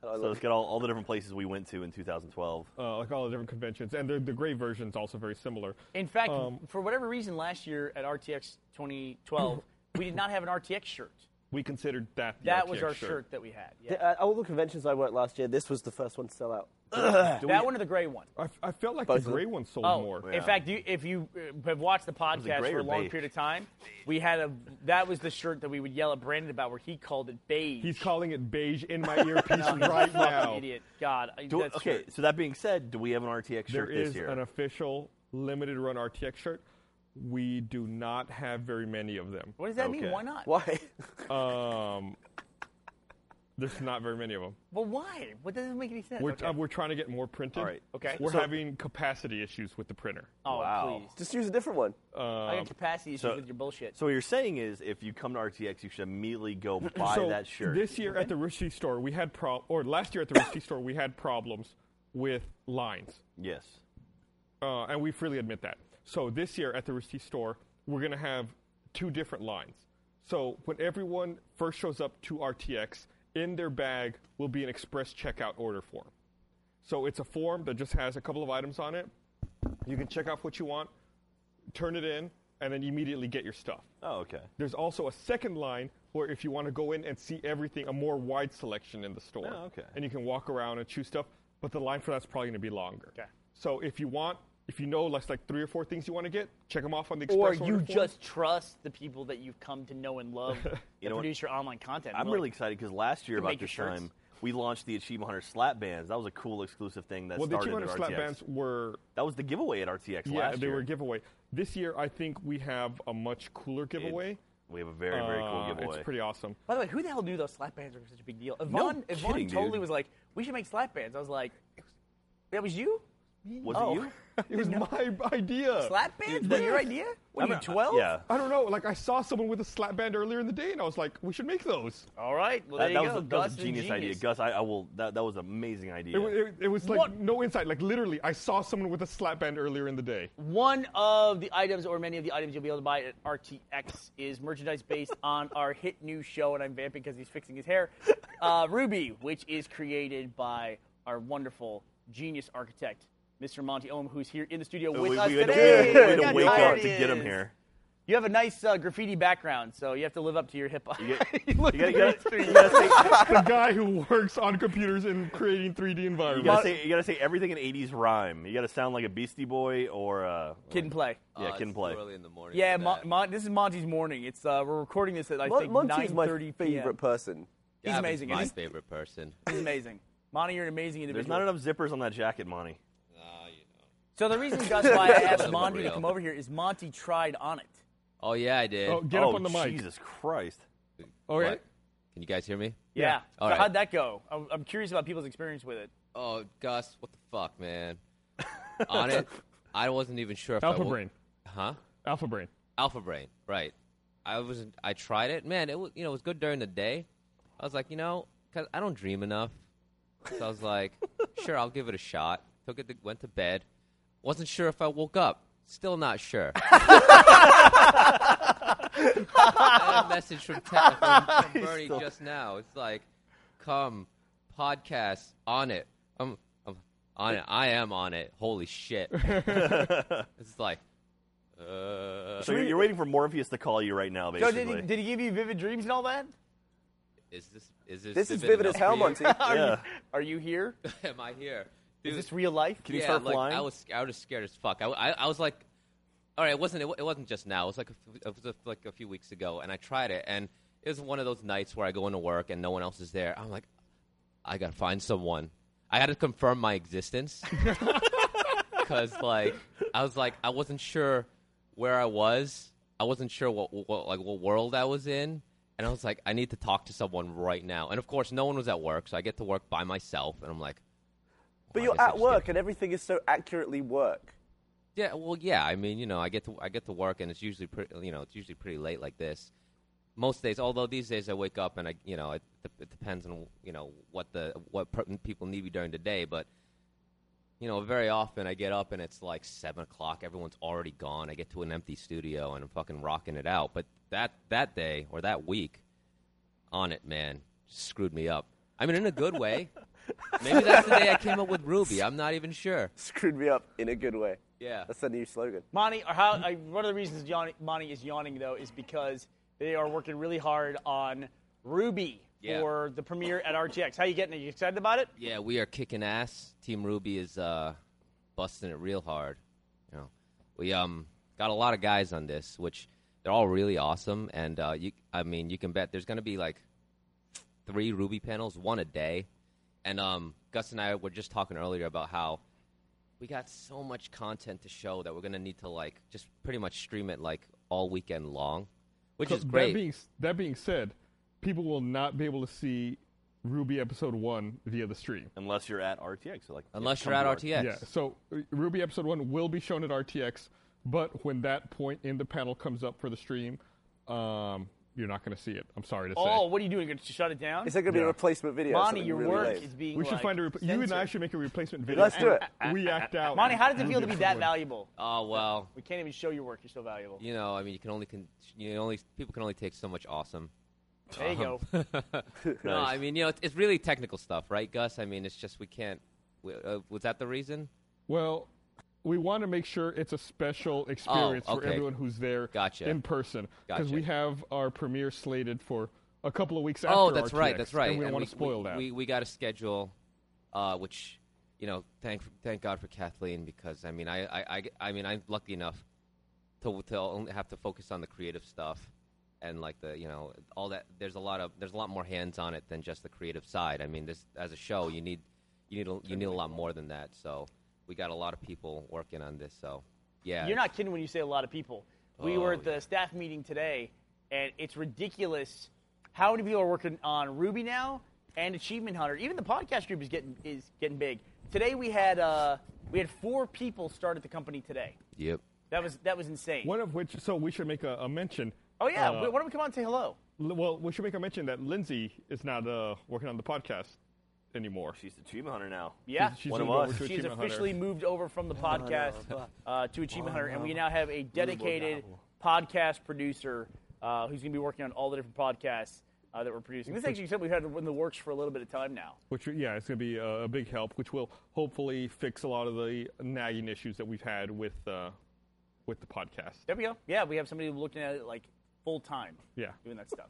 S2: so it's got all, all the different places we went to in 2012.
S5: uh, like all the different conventions. And the, the Gray version's also very similar.
S7: In fact,
S5: Um,
S7: for whatever reason, last year at RTX 2012, we did not have an RTX shirt.
S5: we considered that the
S7: That was
S5: RTX
S7: our shirt. that we had. Yeah.
S3: Uh, all the conventions I worked last year, this was the first one to sell out.
S7: Uh. that one or the gray one.
S5: I, f- I felt like
S3: Both of
S5: the
S3: them.
S5: Gray one sold
S7: Oh,
S5: more.
S7: in fact, you, if you uh, have watched the podcast
S2: gray
S7: for
S2: or
S7: a long
S2: beige?
S7: period of time, we had a that was the shirt that we would yell at Brandon about, where he called it beige.
S5: He's calling it beige in
S7: *laughs*
S5: my earpiece
S7: No, he's a
S5: right
S7: fucking
S5: now.
S7: idiot. God, I-
S2: Do-
S7: that's
S2: okay,
S7: true.
S2: so that being said, do we have an RTX
S5: There
S2: shirt
S5: is
S2: this year?
S5: an official limited run RTX shirt. We do not have very many of them.
S7: What does that mean?
S2: Okay.
S7: Why not?
S3: Why?
S5: Um, there's not very many of them.
S7: Well, why? What doesn't make any sense?
S5: We're,
S7: Okay.
S5: uh, we're trying to get more printed.
S2: All right.
S7: Okay.
S5: We're
S7: So-
S5: having capacity issues with the printer.
S7: oh,
S2: Wow.
S7: please.
S3: Just use a different one.
S7: I got capacity issues with your bullshit.
S2: so what you're saying is, if you come to RTX, you should immediately
S5: *clears throat*
S2: go buy
S5: so
S2: that shirt.
S5: This year at the Rishi store, we had pro- or last year at the Rishi store, we had problems with lines.
S2: yes.
S5: uh, and we freely admit that. So this year at the Rusty store, we're going to have two different lines. So when everyone first shows up to RTX, in their bag will be an express checkout order form. So it's a form that just has a couple of items on it. You can check off what you want, turn it in, and then immediately get your stuff.
S2: Oh, okay.
S5: There's also a second line where if you want to go in and see everything, a more wide selection in the store.
S2: Oh, okay.
S5: And you can walk around and choose stuff, but the line for that's probably going to be longer.
S7: Okay.
S5: So if you want, if you know like, like three or four things you want to get, check them off on the
S7: or
S5: express order form.
S7: you just trust the people that you've come to know and love to *laughs*
S2: know what?
S7: produce your online content.
S2: I'm
S7: We're
S2: really
S7: like,
S2: excited because last year
S7: You can
S2: about
S7: make your
S2: this
S7: shirts.
S2: time we launched the Achievement Hunter slap bands. That was a cool exclusive thing that
S5: Well, the
S2: started
S5: Achievement Hunter
S2: at
S5: slap
S2: RTX.
S5: bands were
S2: that was the giveaway at RTX
S5: yeah,
S2: last
S5: they
S2: year.
S5: were a giveaway. This year, I think we have a much cooler giveaway.
S2: we have a very very
S5: Uh,
S2: cool giveaway.
S5: It's
S2: *laughs*
S5: pretty awesome.
S7: By the way, who the hell knew those slap bands were such a big deal? Yvonne, Yvonne
S2: kidding,
S7: totally
S2: dude.
S7: was like, we should make slap bands. I was like, that was you?
S2: Was
S7: Oh. *laughs*
S2: it you?
S5: It was my *laughs* idea.
S7: Slap bands? Was that your idea? What,
S2: I
S7: are you,
S2: mean,
S7: 12?
S2: Yeah.
S5: I don't know. Like I saw someone with a slap band earlier in the day, and I was like, we should make those.
S7: All right. Well, there
S2: that, that
S7: you
S2: was,
S7: go.
S2: a, that
S7: Gus
S2: was a
S7: and
S2: genius, idea, Gus. I, I will. That, that was an amazing idea.
S5: It, wa- it, it was like
S7: What?
S5: no insight. Like literally, I saw someone with a slap band earlier in the day.
S7: One of the items, or many of the items you'll be able to buy at RTX, is
S2: *laughs*
S7: merchandise based on our hit new show, and I'm vamping because he's fixing his hair, uh, Ruby, which is created by our wonderful genius architect, Mr. Monty Ohm, who's here in the studio
S2: we,
S7: with
S2: we
S7: us
S2: had to-
S7: today.
S2: we had to
S7: Look how
S2: wake up
S7: tired
S2: to
S7: he
S2: get him
S7: is.
S2: here.
S7: You have a nice uh, graffiti background, so you have to live up to your hip hop.
S2: You get-
S7: *laughs* You look
S2: you gotta- you
S7: good.
S2: gotta- you gotta say-
S5: the guy who works on computers and creating 3D
S2: You
S5: environments.
S2: gotta, say, you gotta say everything in 80s rhyme. You gotta sound like a Beastie Boy or uh,
S7: Kid Oh, and play.
S2: Yeah,
S4: it's
S2: kid and
S4: too
S2: play.
S4: Early in the morning.
S7: Yeah,
S4: for
S7: Mon-
S4: that.
S7: Mon- this is Monty's morning. It's uh, we're recording this at I
S3: Mon-
S7: think
S3: Monty's
S7: 9:30
S3: my
S7: p.m.
S3: favorite person.
S7: He's
S4: Gavin's
S7: amazing.
S4: My
S7: He's,
S4: favorite person.
S7: he's amazing. Monty, you're an amazing individual.
S2: There's not enough zippers on that jacket, Monty.
S4: Ah, you know.
S7: So
S3: *laughs*
S7: the reason, Gus, why I asked
S4: Wasn't
S7: Monty to
S4: real.
S7: come over here is Monty tried on it.
S4: Oh yeah, I did.
S5: Oh, get
S2: oh,
S5: up on the mic.
S2: Jesus Christ.
S5: All right.
S4: Can you guys hear me?
S7: Yeah. So
S4: Oh, All right.
S7: how'd that go? I'm, I'm curious about people's experience with it.
S4: Oh, Gus, what the fuck, man? On it, I wasn't even sure if I
S5: Alpha
S4: wa-
S5: Brain.
S4: Huh?
S5: Alpha Brain.
S4: Alpha Brain, right? I was I tried it, man. It was you know it was good during the day. I was like, you know, 'cause I don't dream enough, so I was like, *laughs* sure, I'll give it a shot. Took it, to, went to bed. Wasn't sure if I woke up. Still not sure. *laughs* I had a message from, Ta- from, from Bernie just now. It's like, come, podcast on it. I'm, I'm on it. I am on it. Holy shit! it's like, uh,
S2: So you're, you're waiting for Morpheus to call you right now,
S7: So
S2: basically.
S7: did he, did he give you vivid dreams and all that?
S4: Is this is this?
S3: This is vivid as
S4: enough
S3: hell,
S4: for you?
S3: Monty. *laughs*
S2: yeah.
S7: Are you here?
S4: Am I here?
S7: Is
S4: Dude,
S7: this real life?
S2: you
S4: yeah,
S2: start
S4: like,
S2: flying?
S4: I was I was scared as fuck. I, I, I was like, all right, it wasn't it, wa- it wasn't just now. It was like a, f- it was a, like a few weeks ago, and I tried it, and it was one of those nights where I go into work and no one else is there. I'm like, I gotta find someone. I had to confirm my
S2: *laughs*
S4: existence because like I was like I wasn't sure where I was. I wasn't sure what, what like what world I was in, and I was like, I need to talk to someone right now. And of course, no one was at work, so I get to work by myself, and I'm like,
S3: But
S4: "Oh, I
S3: you're
S4: guess I
S3: at
S4: just
S3: work
S4: get-"
S3: and everything is so accurately work. *laughs*
S4: Yeah, well, yeah. I mean, you know, I get to I get to work, and it's usually pretty, you know, it's usually pretty late like this. Most days, although these days I wake up and I, you know, it, it depends on you know what the what per- people need me during the day, but you know, very often I get up and it's like seven o'clock. Everyone's already gone. I get to an empty studio and I'm fucking rocking it out. But that that day or that week, on it, man, screwed me up. I mean, in a good way. Maybe that's the day I came up with Ruby. I'm not even sure.
S3: Screwed me up in a good way.
S4: Yeah.
S3: That's a new slogan.
S7: Monty, or how, I, one of the reasons yawn, Monty is yawning, though, is because they are working really hard on Ruby
S4: Yeah.
S7: for the premiere at RTX. How you getting? Are you excited about it?
S4: Yeah, we are kicking ass. Team Ruby is uh, busting it real hard. You know, we um got a lot of guys on this, which they're all really awesome. And uh, you, I mean, you can bet there's gonna be like three Ruby panels, one a day. And um, Gus and I were just talking earlier about how we got so much content to show that we're gonna need to like just pretty much stream it like all weekend long, which is
S5: That
S4: great.
S5: being, s- that being said, people will not be able to see Ruby episode one via the stream.
S2: Unless you're at RTX. So like, yeah,
S4: Unless
S2: come
S4: you're at
S2: to
S4: RTX.
S5: Yeah. So uh, Ruby episode one will be shown at RTX, but when that point in the panel comes up for the stream, um, you're not going to see it. I'm sorry to say.
S7: Oh, what are you doing? You're going to shut it down?
S3: Is there going to be a replacement video? or
S7: Monty,
S3: something
S7: your
S3: really
S7: work
S3: lame?
S7: is being
S5: we should
S7: like,
S5: find a. Re- you and I
S7: censored.
S5: should make a replacement video.
S3: Let's do it.
S5: We act out.
S7: Monty, how does it feel to be
S5: Ruby
S7: that
S5: episode one.
S7: valuable?
S4: Oh well.
S7: We can't even show your work. You're so valuable.
S4: you know, I mean, you can only con- you only people can only take so much awesome.
S7: There you
S4: Uh-huh.
S7: go.
S4: No, I mean, you know, it's, it's really technical stuff, right, Gus? I mean, it's just we can't. We, uh, was that the reason?
S5: Well, we want to make sure it's a special experience for
S4: Oh, okay.
S5: everyone who's there
S4: Gotcha.
S5: in person. Because
S4: Gotcha.
S5: we have our premiere slated for a couple of weeks
S4: oh,
S5: after
S4: that's
S5: RTX,
S4: right, that's right.
S5: And we
S4: And
S5: don't want to spoil
S4: we,
S5: that.
S4: We, we got a schedule, uh, which, you know, thank thank God for Kathleen because I mean, I I, I, I mean, I'm lucky enough to to only have to focus on the creative stuff, and like the you know all that. There's a lot of there's a lot more hands on it than just the creative side. I mean, this as a show, you need you need a, you need a lot more than that. So we got a lot of people working on this. So yeah,
S7: You're not kidding when you say a lot of people. We were
S4: Oh,
S7: at the
S4: yeah.
S7: staff meeting today, and it's ridiculous how many people are working on Ruby now and Achievement Hunter. Even the podcast group is getting is getting big. Today we had uh, we had four people start at the company today.
S4: Yep.
S7: That was that was insane.
S5: One of which, so we should make a, a mention.
S7: oh yeah,
S5: Uh,
S7: why don't we come on and say hello?
S5: L- Well, we should make a mention that Lindsay is not uh, working on the podcast anymore.
S2: She's the achievement hunter now.
S7: Yeah,
S5: she's
S2: One of
S5: moved
S2: us.
S5: over to
S7: She's
S5: Achievement Hunter.
S7: officially moved over from the podcast uh, to Achievement Hunter, and we now have a dedicated podcast producer uh, who's going to be working on all the different podcasts uh, that we're producing. This is actually something we've had in the works for a little bit of time now.
S5: Which, yeah, it's going to be a, a big help, which will hopefully fix a lot of the nagging issues that we've had with uh, with the podcast.
S7: There we go. Yeah, we have somebody looking at it like full time.
S5: Yeah.
S7: doing that stuff.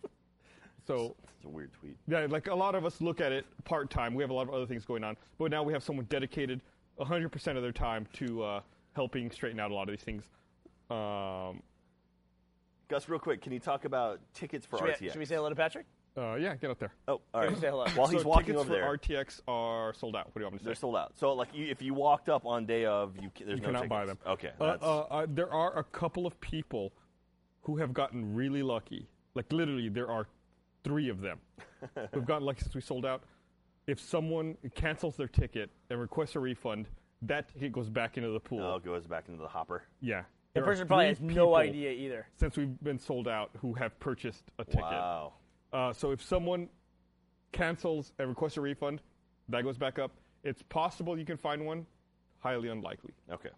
S5: So,
S2: It's a weird tweet.
S5: yeah, like a lot of us look at it part time. We have a lot of other things going on, but now we have someone dedicated 100% of their time to uh, helping straighten out a lot of these things. Um,
S2: Gus, real quick, can you talk about tickets for
S7: Should we,
S2: RTX?
S7: should we say hello to Patrick?
S5: uh, yeah, get up there.
S2: Oh, all right.
S7: say hello?
S2: While he's
S5: so
S2: walking
S5: tickets
S2: over there,
S5: for RTX are sold out. What do you want me to say?
S2: they're sold out. So, like, you, if you walked up on day of, you ca- there's
S5: you
S2: no
S5: cannot buy them.
S2: tickets. Okay,
S5: Uh,
S2: that's,
S5: uh, uh, there are a couple of people who have gotten really lucky. Like literally, there are three
S2: *laughs*
S5: of them who've gotten lucky since we sold out. If someone cancels their ticket and requests a refund, that ticket goes back into the pool.
S2: no, it goes back into the hopper.
S5: Yeah.
S7: The
S5: There are
S7: person probably
S5: three
S7: has no
S5: people
S7: idea either.
S5: Since we've been sold out, who have purchased a ticket.
S2: Wow.
S5: Uh, so if someone cancels and requests a refund, that goes back up. It's possible you can find one, highly unlikely.
S2: Okay.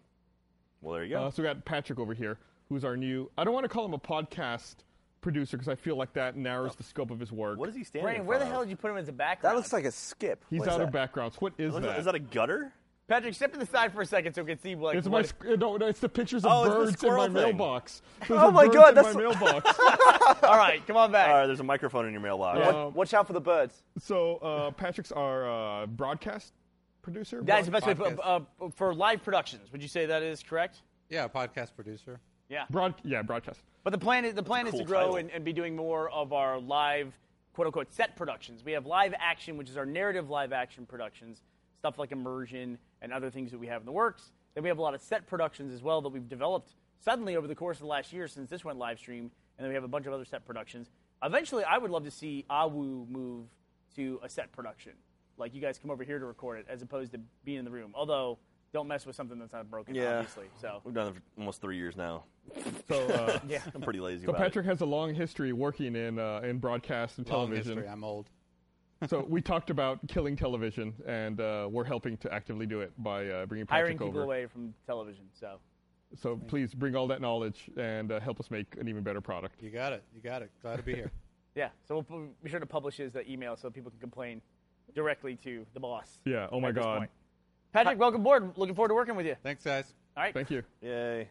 S2: Well, there you go.
S5: Uh, so we got Patrick over here, who's our new. I don't want to call him a podcast producer because I feel like that narrows the scope of his work.
S2: what is he standing?
S7: Brandon,
S2: in
S7: where the
S2: front
S7: hell
S2: of?
S7: did you put him as a background?
S10: That looks like a skip.
S5: He's
S10: What is
S5: out of
S10: that?
S5: background. What is
S2: Looks
S5: that?
S2: like- Is that a gutter?
S7: Patrick, step to the side for a second so we can see like
S5: it's my
S7: what-
S5: squ- no, no, it's the pictures of
S2: Oh, it's the
S5: birds in my
S2: squirrel thing.
S5: mailbox. There's
S10: Oh
S5: a
S10: my
S5: birds
S10: God,
S5: in
S10: that's
S5: my
S10: so-
S5: mailbox.
S7: All right, come on back.
S2: All right, there's a microphone in your mailbox.
S5: Yeah.
S3: Wa- Um, Watch out for the birds.
S5: so uh, Patrick's our uh, broadcast producer.
S7: That's the
S5: broad-
S7: best way to put, uh, for live productions. Would you say that is correct?
S10: Yeah, podcast producer.
S7: Yeah.
S5: uh, broad, yeah, broadcast.
S7: But the plan is the plan is
S2: cool
S7: to grow
S2: title.
S7: and, and be doing more of our live quote unquote set productions. We have live action, which is our narrative live action productions, stuff like immersion and other things that we have in the works. Then we have a lot of set productions as well that we've developed suddenly over the course of the last year since this went live stream, and then we have a bunch of other set productions. Eventually I would love to see Awu move to a set production. Like you guys come over here to record it as opposed to being in the room. Although don't mess with something that's not broken,
S2: Yeah.
S7: obviously. So
S2: We've done it for almost three years now.
S5: So,
S7: *laughs*
S5: uh,
S2: I'm pretty lazy.
S5: so
S2: about it.
S5: Patrick has a long history working in uh, in broadcast and
S10: Long
S5: television.
S10: history. I'm old.
S5: *laughs* so we talked about killing television, and uh, we're helping to actively do it by uh, bringing Patrick
S7: hiring people
S5: over.
S7: away from television. So
S5: So please bring all that knowledge and uh, help us make an even better product.
S10: You got it. You got it. Glad to be here.
S7: Yeah, so we'll pu- be sure to publish his uh, email so people can complain directly to the boss.
S5: Yeah. Oh my
S7: at this
S5: God.
S7: point. Patrick, welcome aboard. Looking forward to working with you.
S10: Thanks, guys.
S7: All right.
S5: Thank you.
S2: Yay.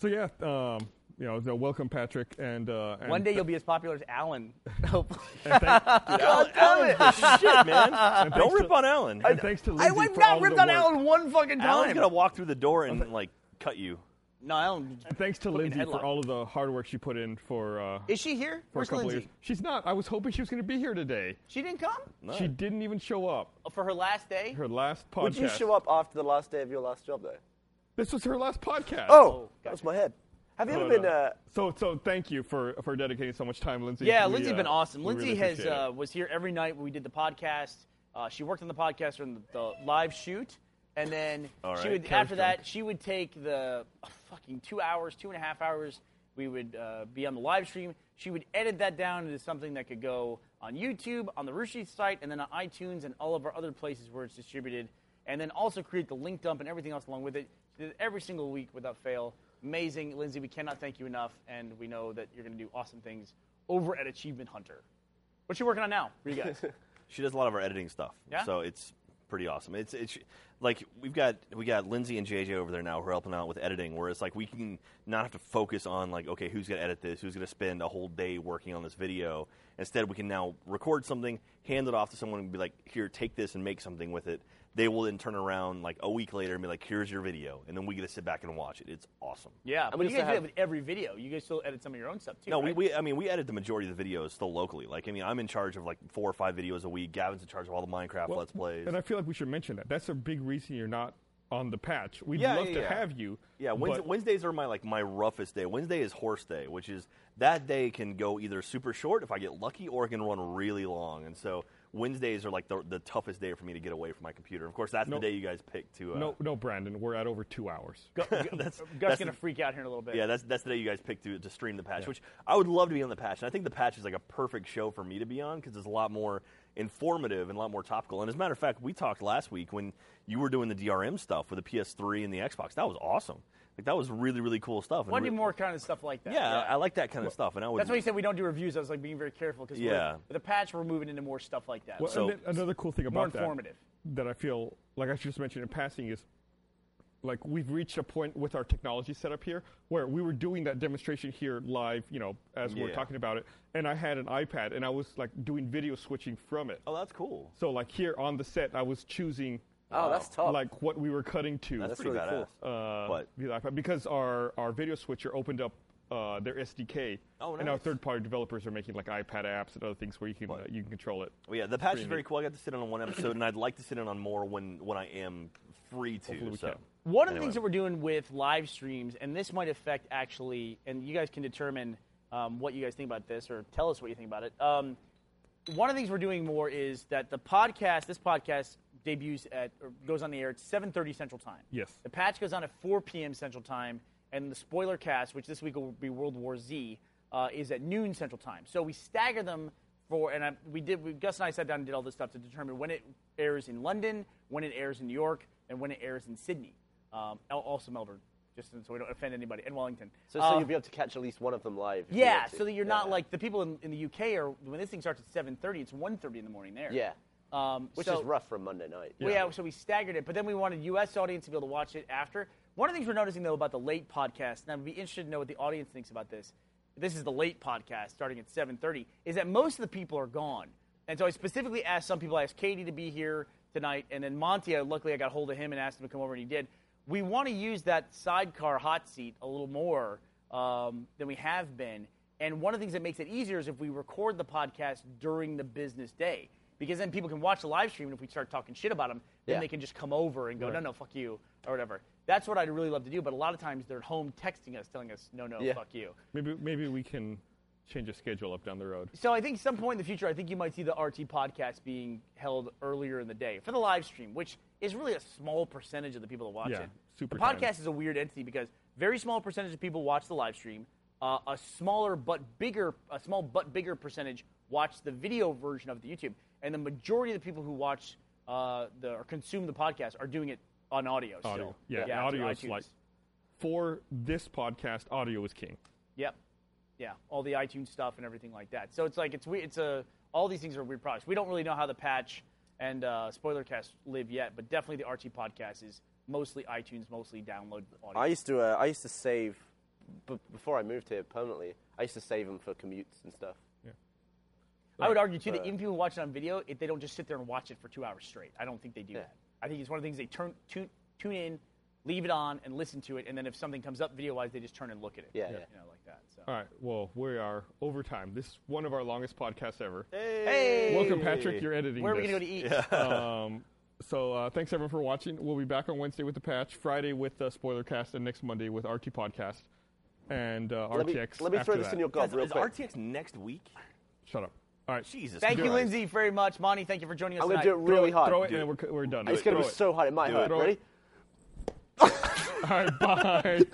S5: So yeah, um, you know, so welcome Patrick, and, uh, and
S7: One day you'll be as popular as *laughs* Alan. Hopefully. *laughs*
S5: and thank-
S2: Alan, Alan's
S5: *laughs*
S2: the shit, man. Don't rip on Alan.
S5: and thanks to Lindsay
S7: I went
S5: for all
S7: not
S5: of
S7: ripped
S5: the
S7: on
S5: work.
S7: Alan one fucking
S2: Alan's
S7: time.
S2: gonna walk through the door and like cut you.
S7: no, Alan.
S5: Thanks to Lindsay for
S7: headlock.
S5: all of the hard work she put in for uh,
S7: Is she here?
S5: for a
S7: Where's
S5: couple
S7: Lindsay?
S5: of years. She's not. I was hoping she was going to be here today.
S7: She didn't come
S5: She didn't even show up.
S7: for her last day.
S5: Her last podcast.
S3: Would you show up after the last day of your last job, though?
S5: This was her last podcast.
S3: Oh, that was my head. Have you ever
S5: But,
S3: been?
S5: uh,
S3: Uh,
S5: so so thank you for for dedicating so much time, Lindsay.
S7: Yeah,
S5: We,
S7: Lindsay's
S5: uh,
S7: been awesome.
S5: we
S7: Lindsay
S5: really
S7: has
S5: appreciate it.
S7: uh, was here every night when we did the podcast. Uh, she worked on the podcast during the, the live shoot, and then
S2: All
S7: she
S2: right,
S7: would
S2: Kara's
S7: after that she would take the uh, fucking two hours, two and a half hours. We would uh, be on the live stream. She would edit that down into something that could go on YouTube, on the Rushi site, and then on iTunes and all of our other places where it's distributed. And then also create the link dump and everything else along with it. She did it every single week without fail. Amazing, Lindsay. We cannot thank you enough, and we know that you're going to do awesome things over at Achievement Hunter. What you working on now for you
S2: *laughs*
S7: guys?
S2: She does a lot of our editing stuff.
S7: Yeah?
S2: So it's pretty awesome. It's it's like we've got we got Lindsay and JJ over there now who are helping out with editing, where it's like we can not have to focus on like, okay, who's gonna edit this, who's gonna spend a whole day working on this video. Instead we can now record something, hand it off to someone and be like, here, take this and make something with it. they will then turn around like a week later and be like, "Here's your video," and then we get to sit back and watch it. It's awesome.
S7: Yeah, but
S3: we
S7: you
S3: used
S7: guys
S3: to
S7: do that
S3: have-
S7: with every video. You guys still edit some of your own stuff too.
S2: No,
S7: right? *laughs*
S2: we, *laughs* we I mean we edit the majority of the videos still locally. Like I mean I'm in charge of like four or five videos a week. Gavin's in charge of all the Minecraft
S5: Well,
S2: let's plays.
S5: And I feel like we should mention that. That's a big reason you're not on the patch. We'd
S2: Yeah,
S5: love
S2: yeah,
S5: to
S2: yeah.
S5: have you.
S2: Yeah, Wednesday,
S5: but-
S2: Wednesdays are my like my roughest day. Wednesday is horse day, which is that day can go either super short if I get lucky, or it can run really long. And so Wednesdays are like the, the toughest day for me to get away from my computer. Of course, that's
S5: No.
S2: the day you guys pick to. Uh, *laughs*
S5: no, no, Brandon, we're at over two hours.
S7: Gu- Gu- Gus
S2: that's
S7: gonna
S2: the-
S7: freak out here in a little bit.
S2: Yeah, that's that's the day you guys pick to to stream the patch, which I would love to be on the patch. And I think the patch is like a perfect show for me to be on because it's a lot more informative and a lot more topical. And as a matter of fact, we talked last week when you were doing the DRM stuff with the PS3 and the Xbox. That was awesome. Like that was really really cool stuff. and
S7: want to
S2: re-
S7: do more kind of stuff like that.
S2: Yeah, I, I like that kind of stuff, and I would.
S7: That's why you said we don't do reviews. I was like being very careful because
S2: Yeah.
S7: with the patch, we're moving into more stuff like that.
S5: Well,
S2: So-
S5: and then another cool thing
S7: more
S5: about that,
S7: informative.
S5: that I feel like I should just mention in passing is like we've reached a point with our technology setup here where we were doing that demonstration here live, you know, as we we're
S2: Yeah.
S5: talking about it, and I had an iPad and I was like doing video switching from it.
S2: Oh, that's cool.
S5: So like here on the set, I was choosing uh,
S3: Oh, that's tough.
S5: like what we were cutting to.
S2: That's, pretty
S3: really
S2: badass.
S3: cool.
S5: uh,
S2: But-
S5: via the iPad, because our, our video switcher opened up uh, their SDK,
S2: Oh,
S5: and our
S2: nice.
S5: third-party developers are making like iPad apps and other things where you can uh, you can control it.
S2: Well, yeah, the patch is very cool. I got to sit in on one episode, and I'd like to sit in on more when when I am free to.
S5: we
S2: So.
S5: can.
S7: One of the
S2: Anyway.
S7: things that we're doing with live streams, and this might affect actually, and you guys can determine um, what you guys think about this or tell us what you think about it. Um, one of the things we're doing more is that the podcast, this podcast debuts at, or goes on the air at 7.30 Central Time.
S5: Yes.
S7: The patch goes on at 4 p.m. Central Time, and the spoiler cast, which this week will be World War Z, uh, is at noon Central Time. So we stagger them for, and I, we did. We, Gus and I sat down and did all this stuff to determine when it airs in London, when it airs in New York, and when it airs in Sydney. Um, al- also Melbourne, just so we don't offend anybody, and Wellington.
S3: So, so
S7: Uh,
S3: you'll be able to catch at least one of them live. if you
S7: yeah,
S3: want to.
S7: so that you're
S3: Yeah.
S7: not like the people in, in the UK are when this thing starts at 7:30, it's 1:30 in the morning there.
S3: Yeah.
S7: Um,
S3: Which
S7: so-
S3: is rough for a Monday night.
S7: well, yeah, so we staggered it, but then we wanted U.S. audience to be able to watch it after. One of the things we're noticing though about the late podcast, and I'd be interested to know what the audience thinks about this. This is the late podcast starting at 7:30. Is that most of the people are gone, and so I specifically asked some people. I asked Katie to be here tonight, and then Monty. I, luckily, I got hold of him and asked him to come over, and he did. We want to use that sidecar hot seat a little more um, than we have been. And one of the things that makes it easier is if we record the podcast during the business day because then people can watch the live stream and if we start talking shit about them then
S3: Yeah.
S7: they can just come over and go no no fuck you or whatever that's what i'd really love to do but a lot of times they're at home texting us telling us no no
S3: Yeah.
S7: fuck you
S5: Maybe maybe we can change the schedule up down the road.
S7: so i think some point in the future i think you might see the rt podcast being held earlier in the day for the live stream which is really a small percentage of the people that watch
S5: Yeah,
S7: it
S5: super
S7: the podcast
S5: time.
S7: is a weird entity because very small percentage of people watch the live stream uh, a smaller but bigger a small but bigger percentage watch the video version of the youtube and the majority of the people who watch uh, the, or consume the podcast are doing it on audio,
S5: Audio.
S7: still
S5: Yeah,
S7: through
S5: audio is
S7: iTunes.
S5: like for this podcast, audio is king.
S7: Yep. Yeah, all the iTunes stuff and everything like that. So it's like it's we it's a all these things are weird products. We don't really know how the patch and uh, spoilercast live yet, but definitely the RT podcast is mostly iTunes, mostly download audio.
S3: I used to uh, I used to save b- before I moved here permanently. I used to save them for commutes and stuff.
S7: I would argue too that
S3: uh,
S7: even people who watch it on video, if they don't just sit there and watch it for two hours straight, I don't think they do
S3: Yeah.
S7: that. I think it's one of the things they turn tune, tune in, leave it on, and listen to it, and then if something comes up video wise, they just turn and look at it.
S3: Yeah,
S7: you
S3: yeah.
S7: know, like that. So.
S5: All right. Well, we are over time. This is one of our longest podcasts ever.
S7: Hey,
S5: Welcome, Patrick. You're editing.
S7: Where are we
S5: this.
S7: gonna go to eat?
S3: *laughs*
S5: Um, so uh, thanks everyone for watching. We'll be back on Wednesday with the patch, Friday with uh, Spoilercast, and next Monday with RT Podcast and uh,
S3: Let me,
S5: RTX.
S3: let me
S5: after
S3: throw this
S5: that.
S3: in your gob
S2: Guys,
S3: real
S2: is
S3: quick.
S2: RTX next week?
S5: Shut up. All right.
S2: Jesus.
S7: Thank you,
S2: Christ.
S7: Lindsay, very much. Monty, thank you for joining us.
S3: I'm gonna
S7: tonight.
S3: do it really hard.
S5: Throw it, and we're, we're done.
S3: It's gonna
S5: Throw
S3: be
S5: it.
S3: so hard. It might hurt.
S5: Throw it.
S3: Ready? *laughs*
S5: All right. Bye.